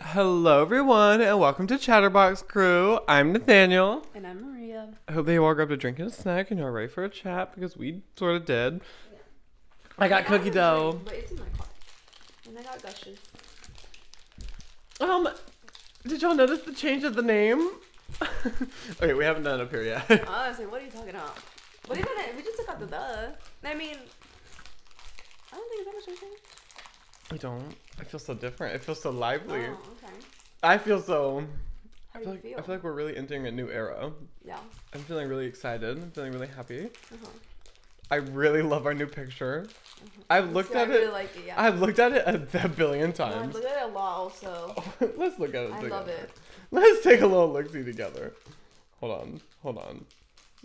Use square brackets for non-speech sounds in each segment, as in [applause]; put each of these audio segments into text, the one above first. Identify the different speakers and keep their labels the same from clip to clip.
Speaker 1: Hello, everyone, and welcome to Chatterbox Crew. I'm Nathaniel.
Speaker 2: And I'm Maria.
Speaker 1: I hope they all grabbed a drink and a snack and are ready for a chat because we sort of did. I got cookie dough.
Speaker 2: but it's in my car. And I got gushes.
Speaker 1: Um, did y'all notice the change of the name? [laughs] okay, we haven't done it up here
Speaker 2: [laughs]
Speaker 1: yet.
Speaker 2: I was like, what are you talking about? What even if we just took out the the? I mean, I don't think it's that much of a change.
Speaker 1: I don't. I feel so different. I feel so lively.
Speaker 2: Oh, okay.
Speaker 1: I feel so.
Speaker 2: How
Speaker 1: I
Speaker 2: do
Speaker 1: feel,
Speaker 2: you
Speaker 1: like,
Speaker 2: feel?
Speaker 1: I feel like we're really entering a new era.
Speaker 2: yeah.
Speaker 1: I'm feeling really excited. I'm feeling really happy.
Speaker 2: Uh-huh.
Speaker 1: I really love our new picture. I've looked
Speaker 2: Mm-hmm. See,
Speaker 1: at
Speaker 2: I really
Speaker 1: it.
Speaker 2: like it, yeah.
Speaker 1: I've looked at it a, a billion
Speaker 2: No, I
Speaker 1: times.
Speaker 2: look at it a lot also.
Speaker 1: Oh, [laughs] Let's look at it.
Speaker 2: I
Speaker 1: together.
Speaker 2: love it.
Speaker 1: Let's take a little look see together. Hold on, hold on.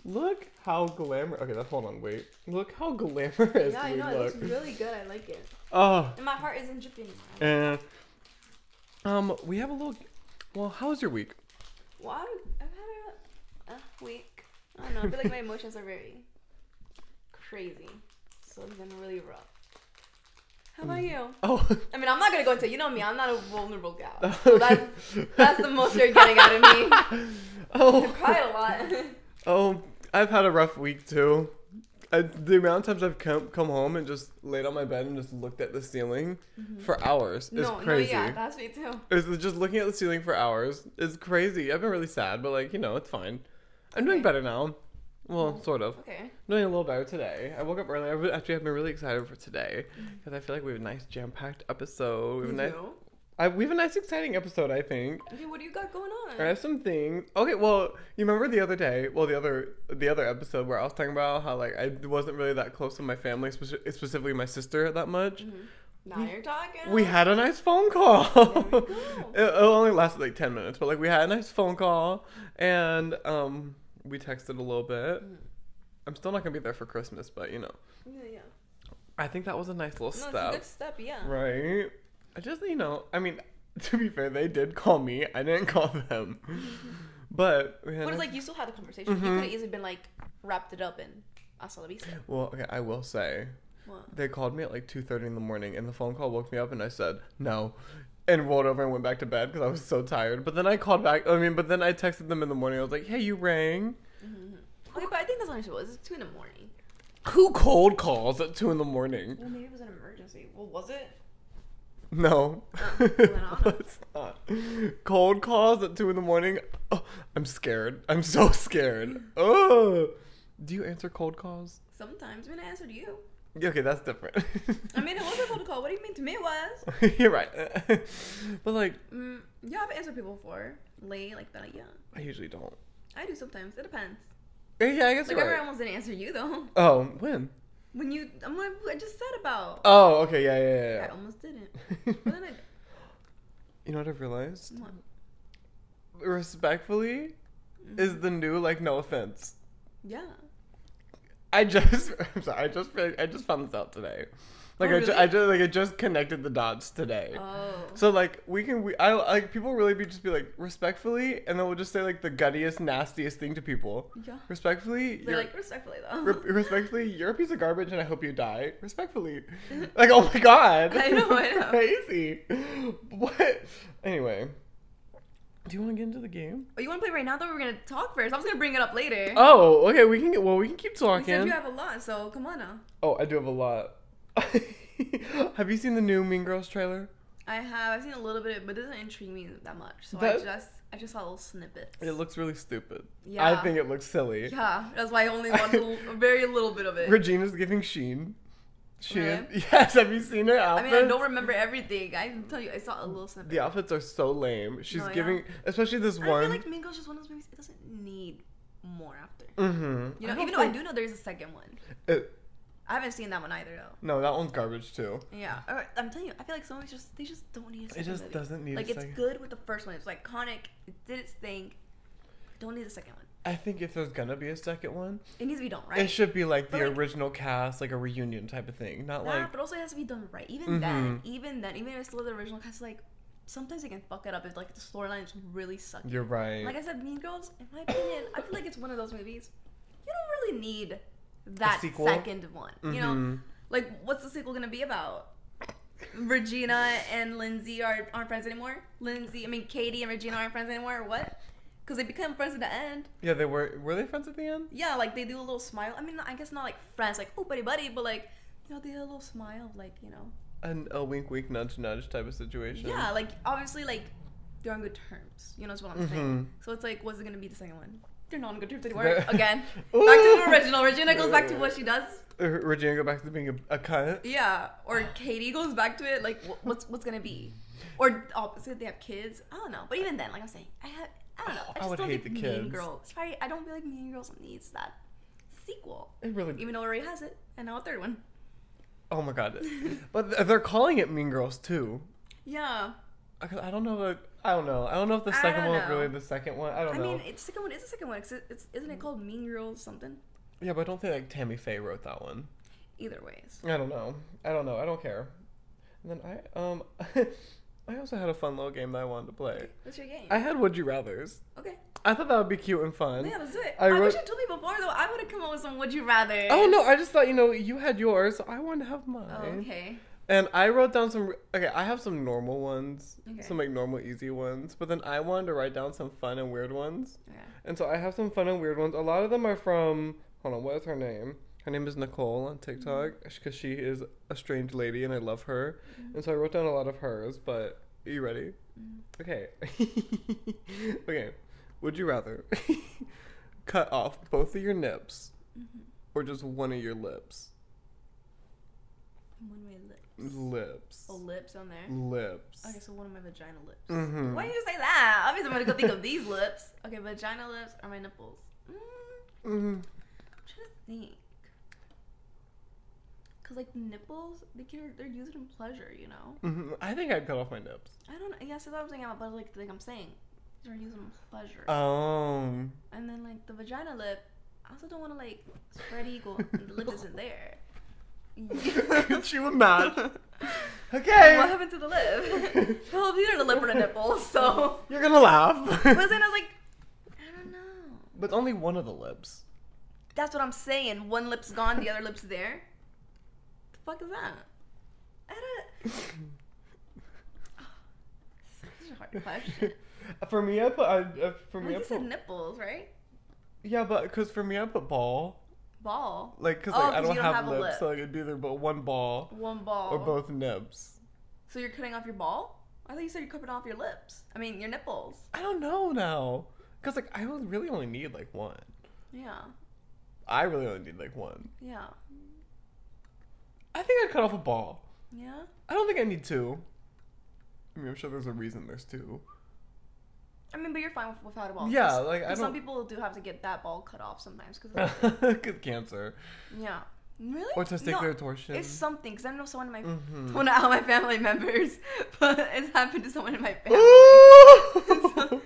Speaker 1: Look how glamour. Okay, that's hold on. Wait. Look how glamorous
Speaker 2: Yeah, I
Speaker 1: we
Speaker 2: know. It
Speaker 1: look.
Speaker 2: looks really good. I like it.
Speaker 1: oh,
Speaker 2: And my heart isn't dripping anymore.
Speaker 1: and um, we have a little. Well, how was your week? [laughs]
Speaker 2: Well, I'm- I've had a, a week. I don't know. I feel like my emotions are very crazy. So it's been really rough. How about you?
Speaker 1: Oh,
Speaker 2: I mean, I'm not gonna go into. You know me. I'm not a vulnerable
Speaker 1: [laughs]
Speaker 2: gal. So that's
Speaker 1: okay. [laughs]
Speaker 2: that's the most you're getting out of me. I
Speaker 1: oh,
Speaker 2: cry a lot. [laughs]
Speaker 1: oh, I've had a rough week too. I, the amount of times I've come, come home and just laid on my bed and just looked at the ceiling for hours is
Speaker 2: Mm-hmm. no,
Speaker 1: crazy.
Speaker 2: no, yeah, that's me too.
Speaker 1: It's just looking at the ceiling for hours. It's crazy. I've been really sad, but like you know, it's fine. I'm doing
Speaker 2: Okay.
Speaker 1: better now. Well, sort of.
Speaker 2: Okay.
Speaker 1: I'm doing a little better today. I woke up early. I re- actually have been really excited for today because I feel like we have a nice jam-packed episode. We have a nice, I, we have a nice, exciting episode. I think.
Speaker 2: Okay, what do you got going on?
Speaker 1: I have some things. Okay, well, you remember the other day? Well, the other the other episode where I was talking about how like I wasn't really that close to my family, speci- specifically my sister, that much.
Speaker 2: Now you're talking.
Speaker 1: We had a nice phone call.
Speaker 2: There
Speaker 1: it,
Speaker 2: we go.
Speaker 1: [laughs] it only lasted like ten minutes, but like we had a nice phone call, and um, we texted a little bit.
Speaker 2: Mm.
Speaker 1: I'm still not gonna be there for Christmas, but you know,
Speaker 2: Yeah, yeah.
Speaker 1: I think that was a nice little
Speaker 2: No, it's a
Speaker 1: step,
Speaker 2: good step. Yeah.
Speaker 1: right? I just you know, I mean, [laughs] to be fair, they did call me. I didn't call
Speaker 2: [laughs]
Speaker 1: them, but we had
Speaker 2: But
Speaker 1: a-
Speaker 2: it's like you still had the conversation. You
Speaker 1: Mm-hmm.
Speaker 2: could have easily been like wrapped it up and hasta la vista.
Speaker 1: well, okay, I will say
Speaker 2: What?
Speaker 1: they called me at like two thirty in the morning, and the phone call woke me up, and I said no, and rolled over and went back to bed because I was so tired. But then I called back. I mean, but then I texted them in the morning. I was like, "Hey, you rang?
Speaker 2: Okay, Mm-hmm. but I think that's what it was. It's two in the morning.
Speaker 1: Who cold calls at two in the morning?
Speaker 2: Well, maybe it was an emergency. Well, was it?
Speaker 1: No,
Speaker 2: Oh,
Speaker 1: [laughs]
Speaker 2: then I don't know.
Speaker 1: it's not. Cold calls at two in the morning. Oh, I'm scared. I'm so scared. Oh, do you answer cold calls?
Speaker 2: Sometimes. I mean, I answered you.
Speaker 1: Yeah, Okay, that's different.
Speaker 2: I mean, it was a phone call. What do you mean to me? It was.
Speaker 1: [laughs] You're right. but like,
Speaker 2: Mm, yeah, I've answered people before. Late, like that. Yeah.
Speaker 1: I usually don't.
Speaker 2: I do sometimes. It depends.
Speaker 1: Eh, Yeah, I guess
Speaker 2: Like,
Speaker 1: you're
Speaker 2: I
Speaker 1: right.
Speaker 2: almost didn't answer you, though. [laughs]
Speaker 1: Oh, when?
Speaker 2: When you. I'm like, I just said about.
Speaker 1: Oh, okay, yeah, yeah, yeah,
Speaker 2: I
Speaker 1: yeah.
Speaker 2: almost didn't. [laughs] But then I.
Speaker 1: you know what I've realized?
Speaker 2: What?
Speaker 1: Respectfully
Speaker 2: Mm.
Speaker 1: is the new like no offense.
Speaker 2: Yeah.
Speaker 1: I just [laughs] I'm sorry, I just I just found this out today. Like
Speaker 2: Oh,
Speaker 1: I, ju-
Speaker 2: really?
Speaker 1: I just like I just connected the dots today.
Speaker 2: Oh.
Speaker 1: So like we can we I like people really be just be like respectfully and then we'll just say like the guttiest nastiest thing to people.
Speaker 2: Yeah.
Speaker 1: Respectfully,
Speaker 2: But,
Speaker 1: you're
Speaker 2: like, respectfully, though.
Speaker 1: re- respectfully, you're a piece of garbage and I hope you die. Respectfully. like oh my god.
Speaker 2: [laughs] I know,
Speaker 1: [laughs]
Speaker 2: I know.
Speaker 1: Crazy. What? Anyway. Do you want to get into the game?
Speaker 2: [laughs] oh, you want to play right now, though? We're going to talk first. I was going to bring it up later.
Speaker 1: Oh, okay. We can get. Well, we can keep
Speaker 2: you said
Speaker 1: talking.
Speaker 2: you have a lot, so come on now.
Speaker 1: oh, I do have a lot. [laughs] have you seen the new Mean Girls trailer?
Speaker 2: I have. I've seen a little bit, but it doesn't intrigue me that much. So I
Speaker 1: That-
Speaker 2: just. I just saw little snippets.
Speaker 1: It looks really stupid. I
Speaker 2: Yeah.
Speaker 1: think it looks silly.
Speaker 2: Yeah, that's why I only watched a,
Speaker 1: [laughs]
Speaker 2: little, a very little bit of it.
Speaker 1: Regina's giving Sheen. Sheen.
Speaker 2: Really?
Speaker 1: [laughs] Yes. Have you seen her
Speaker 2: I
Speaker 1: outfits?
Speaker 2: mean, I don't remember everything. I can tell you, I saw a little snippet.
Speaker 1: the outfits are so lame. She's
Speaker 2: No, yeah.
Speaker 1: giving, especially this
Speaker 2: I
Speaker 1: one.
Speaker 2: feel like Mean Girls is just one of those movies. It doesn't need more after.
Speaker 1: mm-hmm.
Speaker 2: You know, even though I do know there's a second one. I haven't seen that one either, though.
Speaker 1: no, that one's garbage too.
Speaker 2: Yeah, Or, I'm telling you, I feel like some movies just they just don't need a
Speaker 1: It
Speaker 2: second.
Speaker 1: just
Speaker 2: movie.
Speaker 1: doesn't need.
Speaker 2: Like
Speaker 1: a
Speaker 2: it's
Speaker 1: second.
Speaker 2: good with the first one. It's like iconic. It did its thing. Don't need the second one.
Speaker 1: I think if there's gonna be a second one,
Speaker 2: It needs to be done right.
Speaker 1: it should be like the
Speaker 2: But, like-
Speaker 1: original cast, like a reunion type of thing, not
Speaker 2: Nah,
Speaker 1: like. Mm-hmm.
Speaker 2: but also it has to be done right. Even then, even then, even if it's still the original cast, like sometimes they can fuck it up if like the storyline is really sucky.
Speaker 1: You're right.
Speaker 2: Like I said, Mean Girls, in my opinion, I feel like it's one of those movies you don't really need that
Speaker 1: sequel?
Speaker 2: second one. You know,
Speaker 1: Mhm.
Speaker 2: like what's the sequel gonna be about? Regina and Lindsay are, aren't friends anymore. Lindsay, I mean, Katie and Regina aren't friends anymore, or what? Because they become friends at the end.
Speaker 1: Yeah, they were. Were they friends at the end?
Speaker 2: Yeah, like they do a little smile. I mean, I guess not like friends, like, oh, buddy, buddy, but like, you know, they do a little smile, like, you know.
Speaker 1: An, a wink, wink, nudge, nudge type of situation.
Speaker 2: Yeah, like, obviously, like, they're on good terms. You know, is what I'm
Speaker 1: Mm-hmm.
Speaker 2: saying. So it's like, what's it going to be the second one? They're not on good
Speaker 1: [laughs]
Speaker 2: terms anymore.
Speaker 1: They're-
Speaker 2: Again, back to
Speaker 1: Ooh.
Speaker 2: the original. Regina goes back to what she does.
Speaker 1: Uh, Regina go back to being a, a cunt.
Speaker 2: Yeah, or Katie goes back to it. Like, wh- what's what's gonna be? Or opposite, they have kids. I don't know. But even then, like I'm saying, I have, I don't know.
Speaker 1: Oh,
Speaker 2: I
Speaker 1: I
Speaker 2: just
Speaker 1: would
Speaker 2: don't
Speaker 1: hate
Speaker 2: think
Speaker 1: the
Speaker 2: Mean
Speaker 1: kids.
Speaker 2: Girls. Sorry, I don't feel like Mean Girls needs that sequel,
Speaker 1: It really.
Speaker 2: even though it already has it, and now a third one.
Speaker 1: Oh my
Speaker 2: [laughs]
Speaker 1: god. but th- they're calling it Mean Girls too.
Speaker 2: Yeah,
Speaker 1: I I don't know. The, I don't know. I don't know if the
Speaker 2: I
Speaker 1: second
Speaker 2: don't
Speaker 1: one is
Speaker 2: know.
Speaker 1: really the second one. I don't
Speaker 2: I
Speaker 1: know.
Speaker 2: mean, it's second one is the second one. 'cause it- it's isn't it called Mean Girls something?
Speaker 1: yeah, but I don't think like Tammy Faye wrote that one.
Speaker 2: Either ways.
Speaker 1: I don't know. I don't know. I don't care. And then I um, [laughs] I also had a fun little game that I wanted to play.
Speaker 2: What's your game?
Speaker 1: I had Would You Rather's.
Speaker 2: okay.
Speaker 1: I thought that would be cute and fun.
Speaker 2: Yeah, let's do it. I,
Speaker 1: I
Speaker 2: wish
Speaker 1: wrote-
Speaker 2: you told me before though. I would have come up with some Would You Rather. Oh,
Speaker 1: Oh no! I just thought you know you had yours, so I wanted to have mine.
Speaker 2: Okay.
Speaker 1: And I wrote down some. Okay, I have some normal ones,
Speaker 2: Okay.
Speaker 1: some like normal easy ones, but then I wanted to write down some fun and weird ones.
Speaker 2: Okay.
Speaker 1: And so I have some fun and weird ones. A lot of them are from. Hold on, what is her name? Her name is Nicole on TikTok
Speaker 2: Mm-hmm.
Speaker 1: because she is a strange lady and I love her. And so I wrote down a lot of hers, but are you ready?
Speaker 2: Mhm.
Speaker 1: Okay. [laughs] okay. Would you rather [laughs] cut off both of your nips
Speaker 2: Mm-hmm.
Speaker 1: or just one of your lips?
Speaker 2: One way lips.
Speaker 1: Lips.
Speaker 2: Oh, lips on there.
Speaker 1: Lips.
Speaker 2: Okay, so one of my vagina lips.
Speaker 1: Mhm.
Speaker 2: Why did you say that? Obviously, I'm gonna go think of these lips. Okay, vagina lips are my nipples. Mm, I'm
Speaker 1: Mhm.
Speaker 2: trying to think. Cause like nipples, they can, they're used in pleasure, you know.
Speaker 1: Mhm. I think I'd cut off my nips.
Speaker 2: I don't. Yes, that's what I'm saying. But like, like I'm saying, they're used in pleasure.
Speaker 1: Um. [laughs]
Speaker 2: and then like the vagina lip, I also don't want to like spread
Speaker 1: [laughs]
Speaker 2: eagle. and the lip isn't there.
Speaker 1: Could you
Speaker 2: [laughs]
Speaker 1: imagine?
Speaker 2: What
Speaker 1: Okay.
Speaker 2: happened to
Speaker 1: [laughs]
Speaker 2: the lip? well, neither the lip or the nipple. So,
Speaker 1: You're gonna laugh. [laughs]
Speaker 2: but then I was like, I don't know.
Speaker 1: but only one of the lips.
Speaker 2: That's what I'm saying. One lip's gone, the other lip's there. The fuck is that? I don't. Such a hard question.
Speaker 1: [laughs] for me, I put. I, uh, for me,
Speaker 2: Well,
Speaker 1: I
Speaker 2: you
Speaker 1: put.
Speaker 2: said nipples, right?
Speaker 1: yeah, but cause for me, I put ball.
Speaker 2: Ball.
Speaker 1: Like, cause
Speaker 2: Oh,
Speaker 1: like I
Speaker 2: 'cause
Speaker 1: don't,
Speaker 2: you
Speaker 1: have,
Speaker 2: a
Speaker 1: lips,
Speaker 2: lip.
Speaker 1: so I could do either but one ball
Speaker 2: One ball.
Speaker 1: or both nips.
Speaker 2: So you're cutting off your ball? I thought you said you're cutting off your lips. I mean, your nipples.
Speaker 1: I don't know now, cause like I would really only need like one.
Speaker 2: Yeah.
Speaker 1: I really only need like one.
Speaker 2: Yeah.
Speaker 1: I think I'd cut off a ball.
Speaker 2: Yeah.
Speaker 1: I don't think I need two. I mean, I'm sure there's a reason there's two. [laughs]
Speaker 2: I mean, but you're fine with, without a ball.
Speaker 1: Yeah,
Speaker 2: 'Cause-
Speaker 1: like, I
Speaker 2: 'cause Some
Speaker 1: don't-
Speaker 2: people do have to get that ball cut off sometimes. Cause
Speaker 1: [laughs] Good cancer.
Speaker 2: yeah. Really?
Speaker 1: Or
Speaker 2: No,
Speaker 1: testicular torsion.
Speaker 2: It's something. Cause I know [laughs] someone in my
Speaker 1: Mhm.
Speaker 2: Well, not all my family members, [laughs] but it's happened to someone
Speaker 1: [laughs]
Speaker 2: in my family.
Speaker 1: Ooh!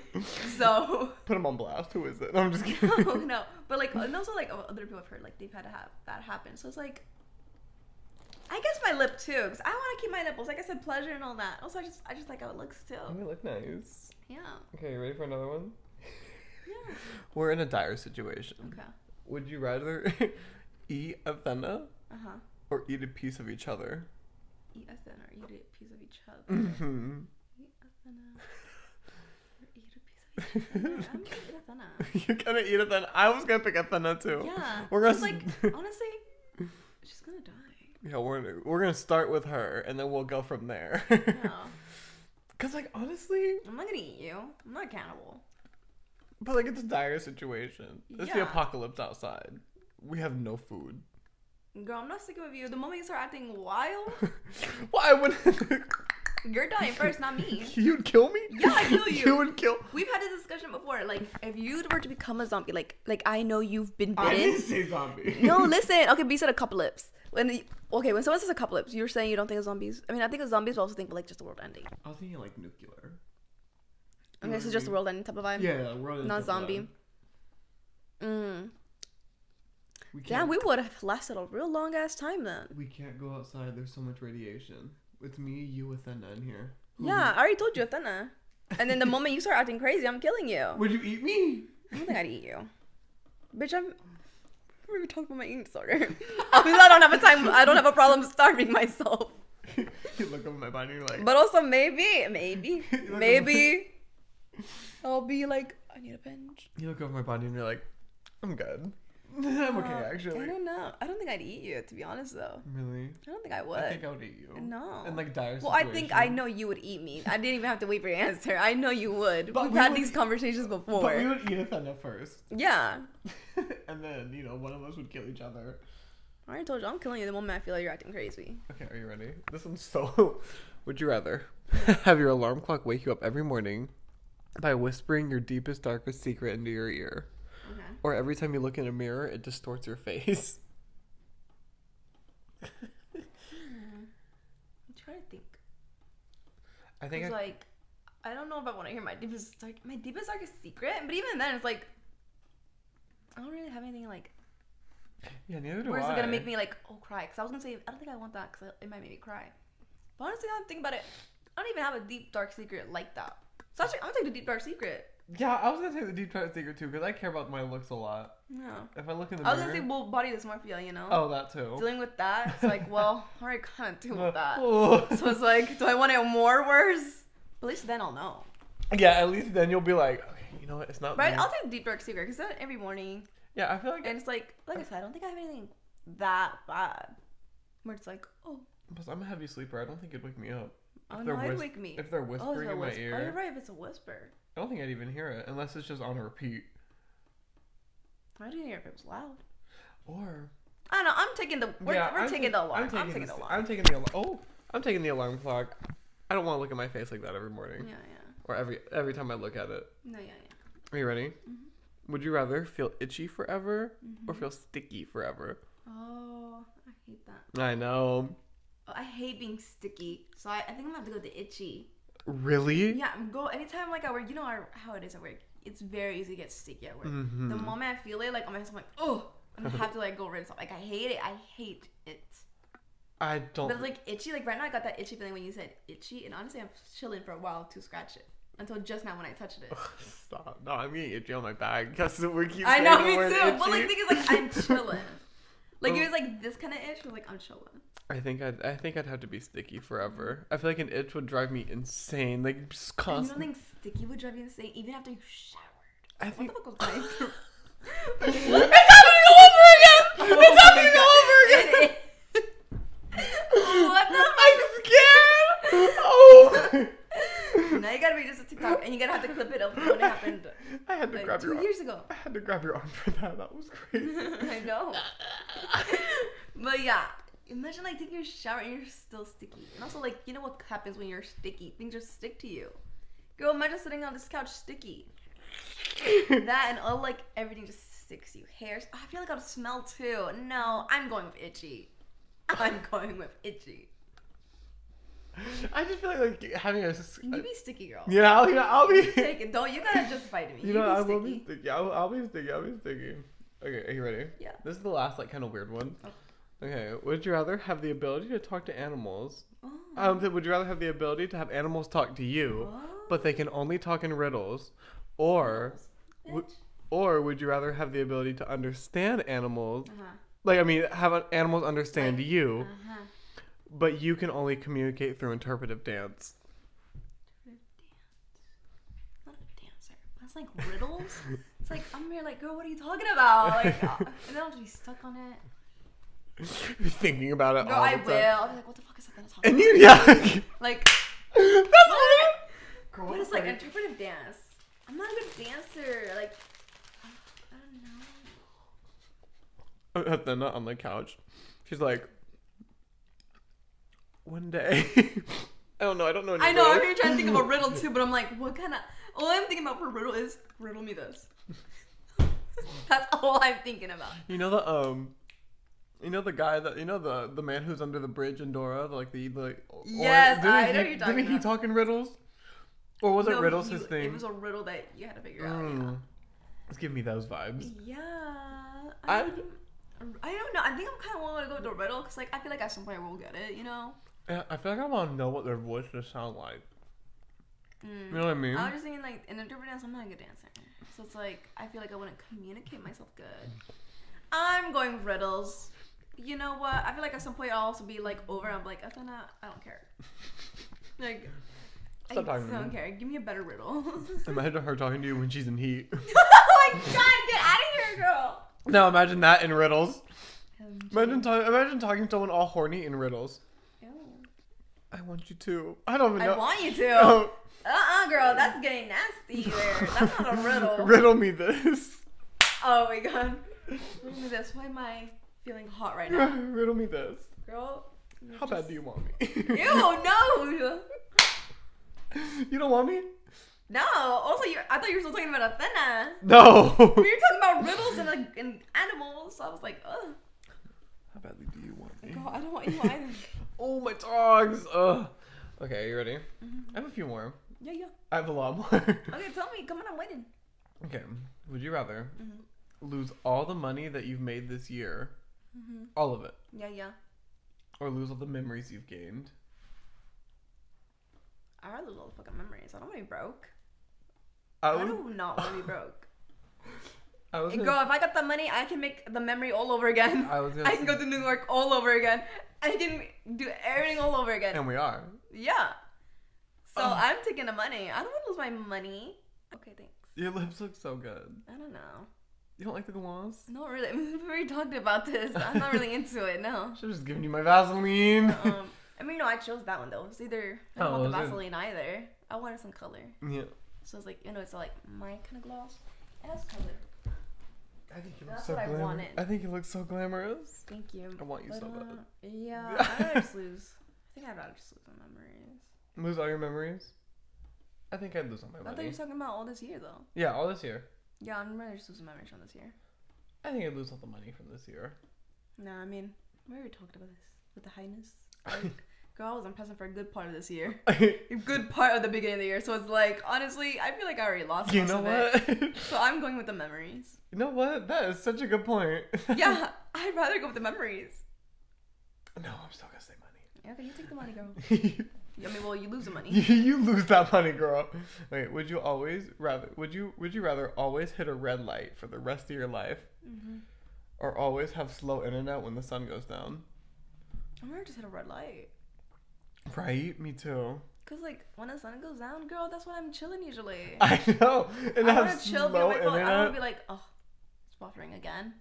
Speaker 2: so [laughs]
Speaker 1: Put him on blast. Who is it? No, I'm just kidding. [laughs]
Speaker 2: Oh, no, no. But like, and also like other people have heard like they've had to have that happen. So it's like, I guess my lip too, because I want to keep my nipples. Like I said, pleasure and all that. Also, I just I just like how it looks
Speaker 1: Oh,
Speaker 2: still.
Speaker 1: you look nice.
Speaker 2: Yeah.
Speaker 1: Okay, you ready for another one? [laughs]
Speaker 2: Yeah.
Speaker 1: We're in a dire situation.
Speaker 2: Okay.
Speaker 1: Would you rather [laughs] eat a fenna
Speaker 2: Uh huh.
Speaker 1: or eat a piece of each other?
Speaker 2: Eat a thinner. Eat a piece of each other. Mm-hmm.
Speaker 1: [laughs] Mhm.
Speaker 2: Eat a thinner. Or Eat a piece of [laughs] each other. I'm gonna eat a thinner.
Speaker 1: You're gonna eat a fenna. I was gonna pick a fenna too.
Speaker 2: Yeah.
Speaker 1: We're gonna.
Speaker 2: It's like
Speaker 1: [laughs] s-
Speaker 2: honestly, she's gonna
Speaker 1: [laughs]
Speaker 2: die.
Speaker 1: yeah, we're we're gonna start with her, and then we'll go from there.
Speaker 2: No.
Speaker 1: [laughs] Cause like honestly,
Speaker 2: I'm not gonna eat you. I'm not cannibal.
Speaker 1: But like it's a dire situation. It's the
Speaker 2: Yeah.
Speaker 1: apocalypse outside. We have no food.
Speaker 2: Girl, I'm not sticking with you. The moment you start acting wild,
Speaker 1: Why would [laughs]
Speaker 2: you're dying first, not me.
Speaker 1: you'd kill me?
Speaker 2: Yeah, I'd kill you.
Speaker 1: [laughs] You would kill.
Speaker 2: We've had this discussion before. Like, if you were to become a zombie, like, like I know you've been
Speaker 1: I
Speaker 2: [laughs]
Speaker 1: didn't
Speaker 2: bitten.
Speaker 1: say [laughs] zombie.
Speaker 2: no, listen. Okay, but you said a couple lips. When you- okay, when someone says a couple lips, you're saying you don't think of zombies. I mean, I think of zombies, but I also think of, like just the world ending.
Speaker 1: I was thinking like nuclear.
Speaker 2: Okay, so just the world ending type of vibe.
Speaker 1: Yeah, we're on
Speaker 2: Not zombie. Mm.
Speaker 1: We can't.
Speaker 2: Damn, we would have lasted a real long ass time then.
Speaker 1: we can't go outside. There's so much radiation. It's me, you, with Anna in here. Who
Speaker 2: Yeah, I already told you, Athena. And then the moment you start acting crazy, I'm killing you.
Speaker 1: Would you eat me?
Speaker 2: I don't think I'd eat you. Bitch, I'm. [laughs] We were talking about my eating disorder. Obviously, I don't have a time. I don't have a problem starving myself.
Speaker 1: [laughs] you look over my body and you're like,
Speaker 2: But also maybe,
Speaker 1: [laughs]
Speaker 2: maybe,
Speaker 1: You look at
Speaker 2: maybe I'll be like, I need a binge.
Speaker 1: you look over my body and you're like, I'm good. [laughs] I'm okay,
Speaker 2: Uh, I
Speaker 1: actually.
Speaker 2: don't know. I don't think I'd eat you, to be honest, though.
Speaker 1: Really?
Speaker 2: I don't think I would.
Speaker 1: I think I would eat you.
Speaker 2: no.
Speaker 1: In like dire
Speaker 2: well, I think I
Speaker 1: situations.
Speaker 2: know you would eat me. I didn't even have to wait for your answer. I know you would.
Speaker 1: But
Speaker 2: We've
Speaker 1: we
Speaker 2: had
Speaker 1: would-
Speaker 2: these conversations before.
Speaker 1: But we would eat Athena first. [laughs]
Speaker 2: yeah.
Speaker 1: and then, you know, one of us would kill each other.
Speaker 2: I already told you, I'm killing you the moment I feel like you're acting crazy.
Speaker 1: Okay, are you ready? This one's so. [laughs] Would you rather [laughs] have your alarm clock wake you up every morning by whispering your deepest, darkest secret into your ear?
Speaker 2: Okay.
Speaker 1: Or every time you look in a mirror, it distorts your [laughs] face?
Speaker 2: I'm trying to think.
Speaker 1: I think
Speaker 2: It's
Speaker 1: I,
Speaker 2: like, I don't know if I want to hear my deepest dark, my deepest darkest secret. But even then, it's like, I don't really have anything like.
Speaker 1: yeah, neither do
Speaker 2: Where's
Speaker 1: I.
Speaker 2: it gonna make me like, oh, cry? Because I was gonna say, I don't think I want that because it might make me cry. But honestly, now that I think about it, I don't even have a deep dark secret like that. So actually, I'm gonna take the deep dark secret.
Speaker 1: Yeah, I was gonna say the deep dark secret too, because I care about my looks a lot.
Speaker 2: No.
Speaker 1: If I look in the
Speaker 2: I was
Speaker 1: mirror,
Speaker 2: gonna say, well, body dysmorphia, you know?
Speaker 1: oh, that too.
Speaker 2: Dealing with that, it's like, well, [laughs] I already kind of deal with
Speaker 1: [laughs]
Speaker 2: that.
Speaker 1: Oh.
Speaker 2: [laughs] So it's like, do I want it more worse? But at least then I'll know.
Speaker 1: yeah, at least then you'll be like, okay, you know what? It's not.
Speaker 2: Right?
Speaker 1: me."
Speaker 2: I'll take deep dark secret because that every morning,
Speaker 1: yeah, I feel like
Speaker 2: and it's like, like I said, I don't think I have anything that bad. Where it's like, oh,
Speaker 1: Plus, I'm a heavy sleeper. I don't think it'd wake me up.
Speaker 2: oh
Speaker 1: they're
Speaker 2: no, I'd
Speaker 1: whis-
Speaker 2: wake me.
Speaker 1: If they're
Speaker 2: Oh, it's
Speaker 1: whispering
Speaker 2: a
Speaker 1: in my
Speaker 2: whisper. Oh, you're
Speaker 1: ear,
Speaker 2: right. If it's a whisper.
Speaker 1: I don't think I'd even hear it unless it's just on repeat.
Speaker 2: I didn't hear if it was loud.
Speaker 1: Or
Speaker 2: I don't know. I'm taking the we're,
Speaker 1: yeah,
Speaker 2: we're
Speaker 1: I'm
Speaker 2: taking
Speaker 1: take-
Speaker 2: the alarm. I'm
Speaker 1: I'm
Speaker 2: taking,
Speaker 1: taking,
Speaker 2: the
Speaker 1: this-
Speaker 2: alarm.
Speaker 1: I'm taking the alarm. Oh, I'm taking the alarm clock. I don't want to look at my face like that every morning
Speaker 2: Yeah,
Speaker 1: or every every time I look at it.
Speaker 2: yeah. No, yeah, yeah.
Speaker 1: Are you ready?
Speaker 2: Mm-hmm.
Speaker 1: Would you rather feel itchy forever or feel sticky forever?
Speaker 2: Oh, I hate that.
Speaker 1: I know.
Speaker 2: Oh, I hate being sticky. So I, I think I'm gonna have to go to itchy.
Speaker 1: Really?
Speaker 2: Yeah, I'm go anytime like I work. You know our, how it is at work. It's very easy to get sticky at work.
Speaker 1: Mhm.
Speaker 2: The moment I feel it, like on my hands, I'm like, oh, and I have to like go rinse off. Like I hate it. I hate it.
Speaker 1: I
Speaker 2: But
Speaker 1: don't.
Speaker 2: it's like itchy. Like right now, I got that itchy feeling when you said itchy, and honestly, I'm chilling for a while to scratch it until just now when
Speaker 1: [laughs]
Speaker 2: I touched it.
Speaker 1: [sighs] Stop. No, I'm getting itchy on my back [laughs] because we keep.
Speaker 2: I know,
Speaker 1: saying the
Speaker 2: me
Speaker 1: word
Speaker 2: too. But like, the
Speaker 1: itchy.
Speaker 2: thing is, like, I'm chilling. Like,
Speaker 1: Oh.
Speaker 2: it was like this kind of itch. I was like, I'm chilling.
Speaker 1: [laughs] I think I'd I think I'd have to be sticky forever.
Speaker 2: Mm-hmm.
Speaker 1: I feel like an itch would drive me insane, like just
Speaker 2: And you don't
Speaker 1: constant.
Speaker 2: think sticky would drive you insane even after you
Speaker 1: [laughs]
Speaker 2: showered?
Speaker 1: I
Speaker 2: What
Speaker 1: think
Speaker 2: the fuck was that? What?
Speaker 1: It's happening over again. It's
Speaker 2: Oh my
Speaker 1: happening over
Speaker 2: God.
Speaker 1: again.
Speaker 2: It is. Oh, what
Speaker 1: I'm
Speaker 2: the
Speaker 1: scared. Oh.
Speaker 2: fuck? [laughs] Now you gotta be just a TikTok, and you gotta have to clip it up when it happened
Speaker 1: I had to [laughs]
Speaker 2: like
Speaker 1: grab your
Speaker 2: two
Speaker 1: arm.
Speaker 2: years ago.
Speaker 1: I had to grab your arm for that. That was crazy.
Speaker 2: [laughs] I
Speaker 1: [laughs]
Speaker 2: know. [laughs] but yeah, imagine like taking a shower and you're still sticky. And also like, you know what happens when you're sticky? Things just stick to you. Girl, imagine sitting on this
Speaker 1: [laughs]
Speaker 2: couch sticky. that and all like everything just sticks to you. Hairs. I feel like I'll smell too. No, I'm going with itchy. [laughs] I'm going with itchy.
Speaker 1: I just feel like, like having a. s-
Speaker 2: You be sticky, girl.
Speaker 1: Yeah, I'll, yeah, I'll be.
Speaker 2: Take it. Don't you gotta just fight me.
Speaker 1: [laughs] You know, I
Speaker 2: be
Speaker 1: will
Speaker 2: sticky.
Speaker 1: be sticky. I'll, I'll be sticky. I'll be sticky. Okay, are you ready?
Speaker 2: Yeah. Oh.
Speaker 1: This is the last, like, kind of weird one.
Speaker 2: Okay.
Speaker 1: Okay. Would you rather have the ability to talk to animals?
Speaker 2: Oh.
Speaker 1: Um, th- would you rather have the ability to have animals talk to you, but they can only talk in riddles, or would-
Speaker 2: Bitch.
Speaker 1: or would you rather have the ability to understand animals?
Speaker 2: Uh-huh.
Speaker 1: Like, I mean, have uh, animals understand you,
Speaker 2: Uh-huh.
Speaker 1: but you can only communicate through interpretive dance.
Speaker 2: Not a dancer. That's like riddles. it's like I'm here, like, girl, what are you talking about? Like, uh, and then I'll just be stuck on it.
Speaker 1: [laughs] You're thinking about it
Speaker 2: Girl,
Speaker 1: all
Speaker 2: I
Speaker 1: the
Speaker 2: will.
Speaker 1: time.
Speaker 2: I'll be like, what the fuck is that gonna talk?
Speaker 1: And you, yeah. [laughs]
Speaker 2: about? Like,
Speaker 1: That's
Speaker 2: what?
Speaker 1: Girl,
Speaker 2: What is like interpretive dance? I'm not a good dancer. Like, I don't
Speaker 1: [laughs]
Speaker 2: know.
Speaker 1: Athena on the couch. She's like, one day. [laughs] I don't know. I don't know. Any
Speaker 2: I know. I'm
Speaker 1: riddles.
Speaker 2: here trying to think
Speaker 1: [laughs]
Speaker 2: of a riddle too, but I'm like, what kind of? All I'm thinking about for riddle is riddle me
Speaker 1: [laughs]
Speaker 2: this. That's all I'm thinking
Speaker 1: [laughs]
Speaker 2: about.
Speaker 1: You know the um, you know the guy that you know the the man who's under the bridge in Dora, like the the. or-
Speaker 2: Yes,
Speaker 1: didn't
Speaker 2: I
Speaker 1: he,
Speaker 2: know what you're talking
Speaker 1: Didn't
Speaker 2: about.
Speaker 1: he talk in riddles? Or was it
Speaker 2: No,
Speaker 1: riddles
Speaker 2: you-
Speaker 1: his thing?
Speaker 2: It was a riddle that you had to figure out. yeah.
Speaker 1: Mm. It's giving me those vibes.
Speaker 2: Yeah.
Speaker 1: I-
Speaker 2: I, I don't know. I think I'm kind of want to go with the riddle because, like, I feel like at some point we'll get it, you know?
Speaker 1: Yeah, I feel like I want to know what their voices sound like.
Speaker 2: Mm.
Speaker 1: You know what I mean?
Speaker 2: I was just thinking, like, in interpret dance, I'm not a good dancer. So it's like, I feel like I wouldn't communicate myself good. I'm going with riddles. you know what? I feel like at some point I'll also be like over. I'm like, I'm not. I don't care. Like,
Speaker 1: Stop
Speaker 2: I
Speaker 1: talking to
Speaker 2: don't
Speaker 1: me.
Speaker 2: care. Give me a better riddle. [laughs]
Speaker 1: Imagine her talking to you when she's in heat.
Speaker 2: oh my god! Get out of here, girl.
Speaker 1: now imagine that in riddles. Imagine, ta- imagine talking to someone all horny in riddles. I want you to. I don't even know.
Speaker 2: I
Speaker 1: [laughs]
Speaker 2: want you to.
Speaker 1: Oh,
Speaker 2: Uh-uh, girl, that's getting nasty there. That's not a riddle.
Speaker 1: [laughs] riddle me this. [laughs]
Speaker 2: oh my god. Look at this. Why am I feeling hot right now?
Speaker 1: riddle me this.
Speaker 2: Girl.
Speaker 1: How bad do you want me?
Speaker 2: Ew, no!
Speaker 1: [laughs] you don't want me?
Speaker 2: No. Also, you're, I thought you were still talking about Athena.
Speaker 1: No. [laughs]
Speaker 2: We were talking about riddles and, like, and animals, so I was like, ugh.
Speaker 1: How badly do you want me?
Speaker 2: Girl, I don't want you either.
Speaker 1: Oh my dogs. Ugh. Okay, you ready?
Speaker 2: Mm-hmm.
Speaker 1: I have a few more.
Speaker 2: [laughs] yeah, yeah.
Speaker 1: I have a lot more. [laughs]
Speaker 2: Okay, tell me. Come on, I'm waiting.
Speaker 1: okay. Would you rather
Speaker 2: Mm-hmm.
Speaker 1: lose all the money that you've made this year,
Speaker 2: Mm-hmm.
Speaker 1: all of it,
Speaker 2: Yeah, yeah.
Speaker 1: or lose all the memories you've gained?
Speaker 2: I lose all the fucking memories. I don't want to be broke.
Speaker 1: I
Speaker 2: I
Speaker 1: would.
Speaker 2: do not want to be broke.
Speaker 1: I was.
Speaker 2: Girl,
Speaker 1: Gonna,
Speaker 2: if I got the money, I can make the memory all over again.
Speaker 1: I
Speaker 2: [laughs]
Speaker 1: was. Gonna,
Speaker 2: I can go to New York all over again. I can do everything all over again.
Speaker 1: and we are.
Speaker 2: Yeah. So
Speaker 1: Ugh.
Speaker 2: I'm taking the money. I don't want to lose my money. Okay, thanks.
Speaker 1: Your lips look so good.
Speaker 2: I don't know.
Speaker 1: You don't like the gloss?
Speaker 2: Not really. [laughs] We've already talked about this. I'm not really into
Speaker 1: [laughs]
Speaker 2: it. No.
Speaker 1: Should have just given you my Vaseline.
Speaker 2: Um, I mean, no, I chose that one though. It's either I don't
Speaker 1: Oh,
Speaker 2: want
Speaker 1: was
Speaker 2: the
Speaker 1: it-
Speaker 2: Vaseline either. I wanted some color,
Speaker 1: [laughs] yeah.
Speaker 2: so it's like you know, it's like my kind of gloss. It has color.
Speaker 1: I think you look
Speaker 2: That's
Speaker 1: so
Speaker 2: what I
Speaker 1: glamorous.
Speaker 2: wanted.
Speaker 1: I think you look so glamorous.
Speaker 2: Thank you.
Speaker 1: I want you so bad.
Speaker 2: um, Yeah,
Speaker 1: [laughs]
Speaker 2: I'd rather just lose. I think I'd rather just lose my memories.
Speaker 1: Lose all your memories? I think I'd lose all my
Speaker 2: I thought you
Speaker 1: money.
Speaker 2: were talking about all this year though.
Speaker 1: Yeah, all this year.
Speaker 2: Yeah, I'm rather just losing my memories from this year.
Speaker 1: I think I'd lose all the money from this year. [laughs]
Speaker 2: No, I mean, we already talked about this with the
Speaker 1: [laughs]
Speaker 2: highness. Like, girl, I was on present for a good part of this year. A good part of the beginning of the year. So it's like, honestly, I feel like I already lost
Speaker 1: you
Speaker 2: most
Speaker 1: know
Speaker 2: of it.
Speaker 1: what?
Speaker 2: So I'm going with the memories.
Speaker 1: [laughs] you know what? That is such a good point. [laughs]
Speaker 2: Yeah, I'd rather go with the memories.
Speaker 1: no, I'm still gonna say money.
Speaker 2: Yeah, okay, you take the money, girl.
Speaker 1: [laughs]
Speaker 2: I mean, well, you lose the money.
Speaker 1: you, [laughs] you lose that money, girl. Okay, would you always rather would you would you rather always hit a red light for the rest of your life?
Speaker 2: Mm-hmm.
Speaker 1: Or always have slow internet when the sun goes down?
Speaker 2: I'm gonna just hit a red light.
Speaker 1: Right? Me too.
Speaker 2: Cause like when the sun goes down, girl, that's when I'm chilling usually. I,
Speaker 1: [laughs] I know. And I
Speaker 2: wanna
Speaker 1: have
Speaker 2: chill, be on
Speaker 1: slow
Speaker 2: my phone. I don't wanna be
Speaker 1: internet.
Speaker 2: like, oh, it's buffering again.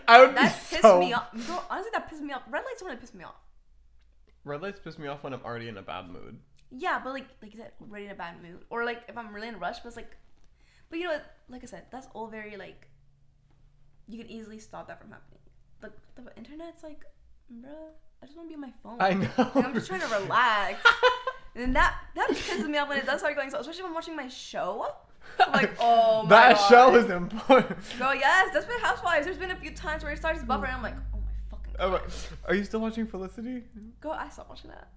Speaker 1: [laughs] I would
Speaker 2: That
Speaker 1: be
Speaker 2: pissed
Speaker 1: so
Speaker 2: me off. Girl, honestly, that pissed me off. Red lights only piss me off.
Speaker 1: Red lights piss me off when I'm already in a bad mood.
Speaker 2: Yeah, but like like you said, already in a bad mood, or like if I'm really in a rush, but it's like, but you know, what? like I said, that's all very like. You can easily stop that from happening. Like the internet's like, bruh, I just want to be on my phone.
Speaker 1: I know.
Speaker 2: Like, Oh, I'm just trying to
Speaker 1: [laughs]
Speaker 2: relax. and then that that pisses me off when it does start going so, especially if I'm watching my show. I'm like, oh my
Speaker 1: that
Speaker 2: God.
Speaker 1: show is important. [laughs]
Speaker 2: Girl, yes, that's been Housewives. There's been a few times where it starts buffering. I'm like, oh my fucking.
Speaker 1: Oh,
Speaker 2: God.
Speaker 1: wait. Are you still watching Felicity?
Speaker 2: Girl, I stopped watching that.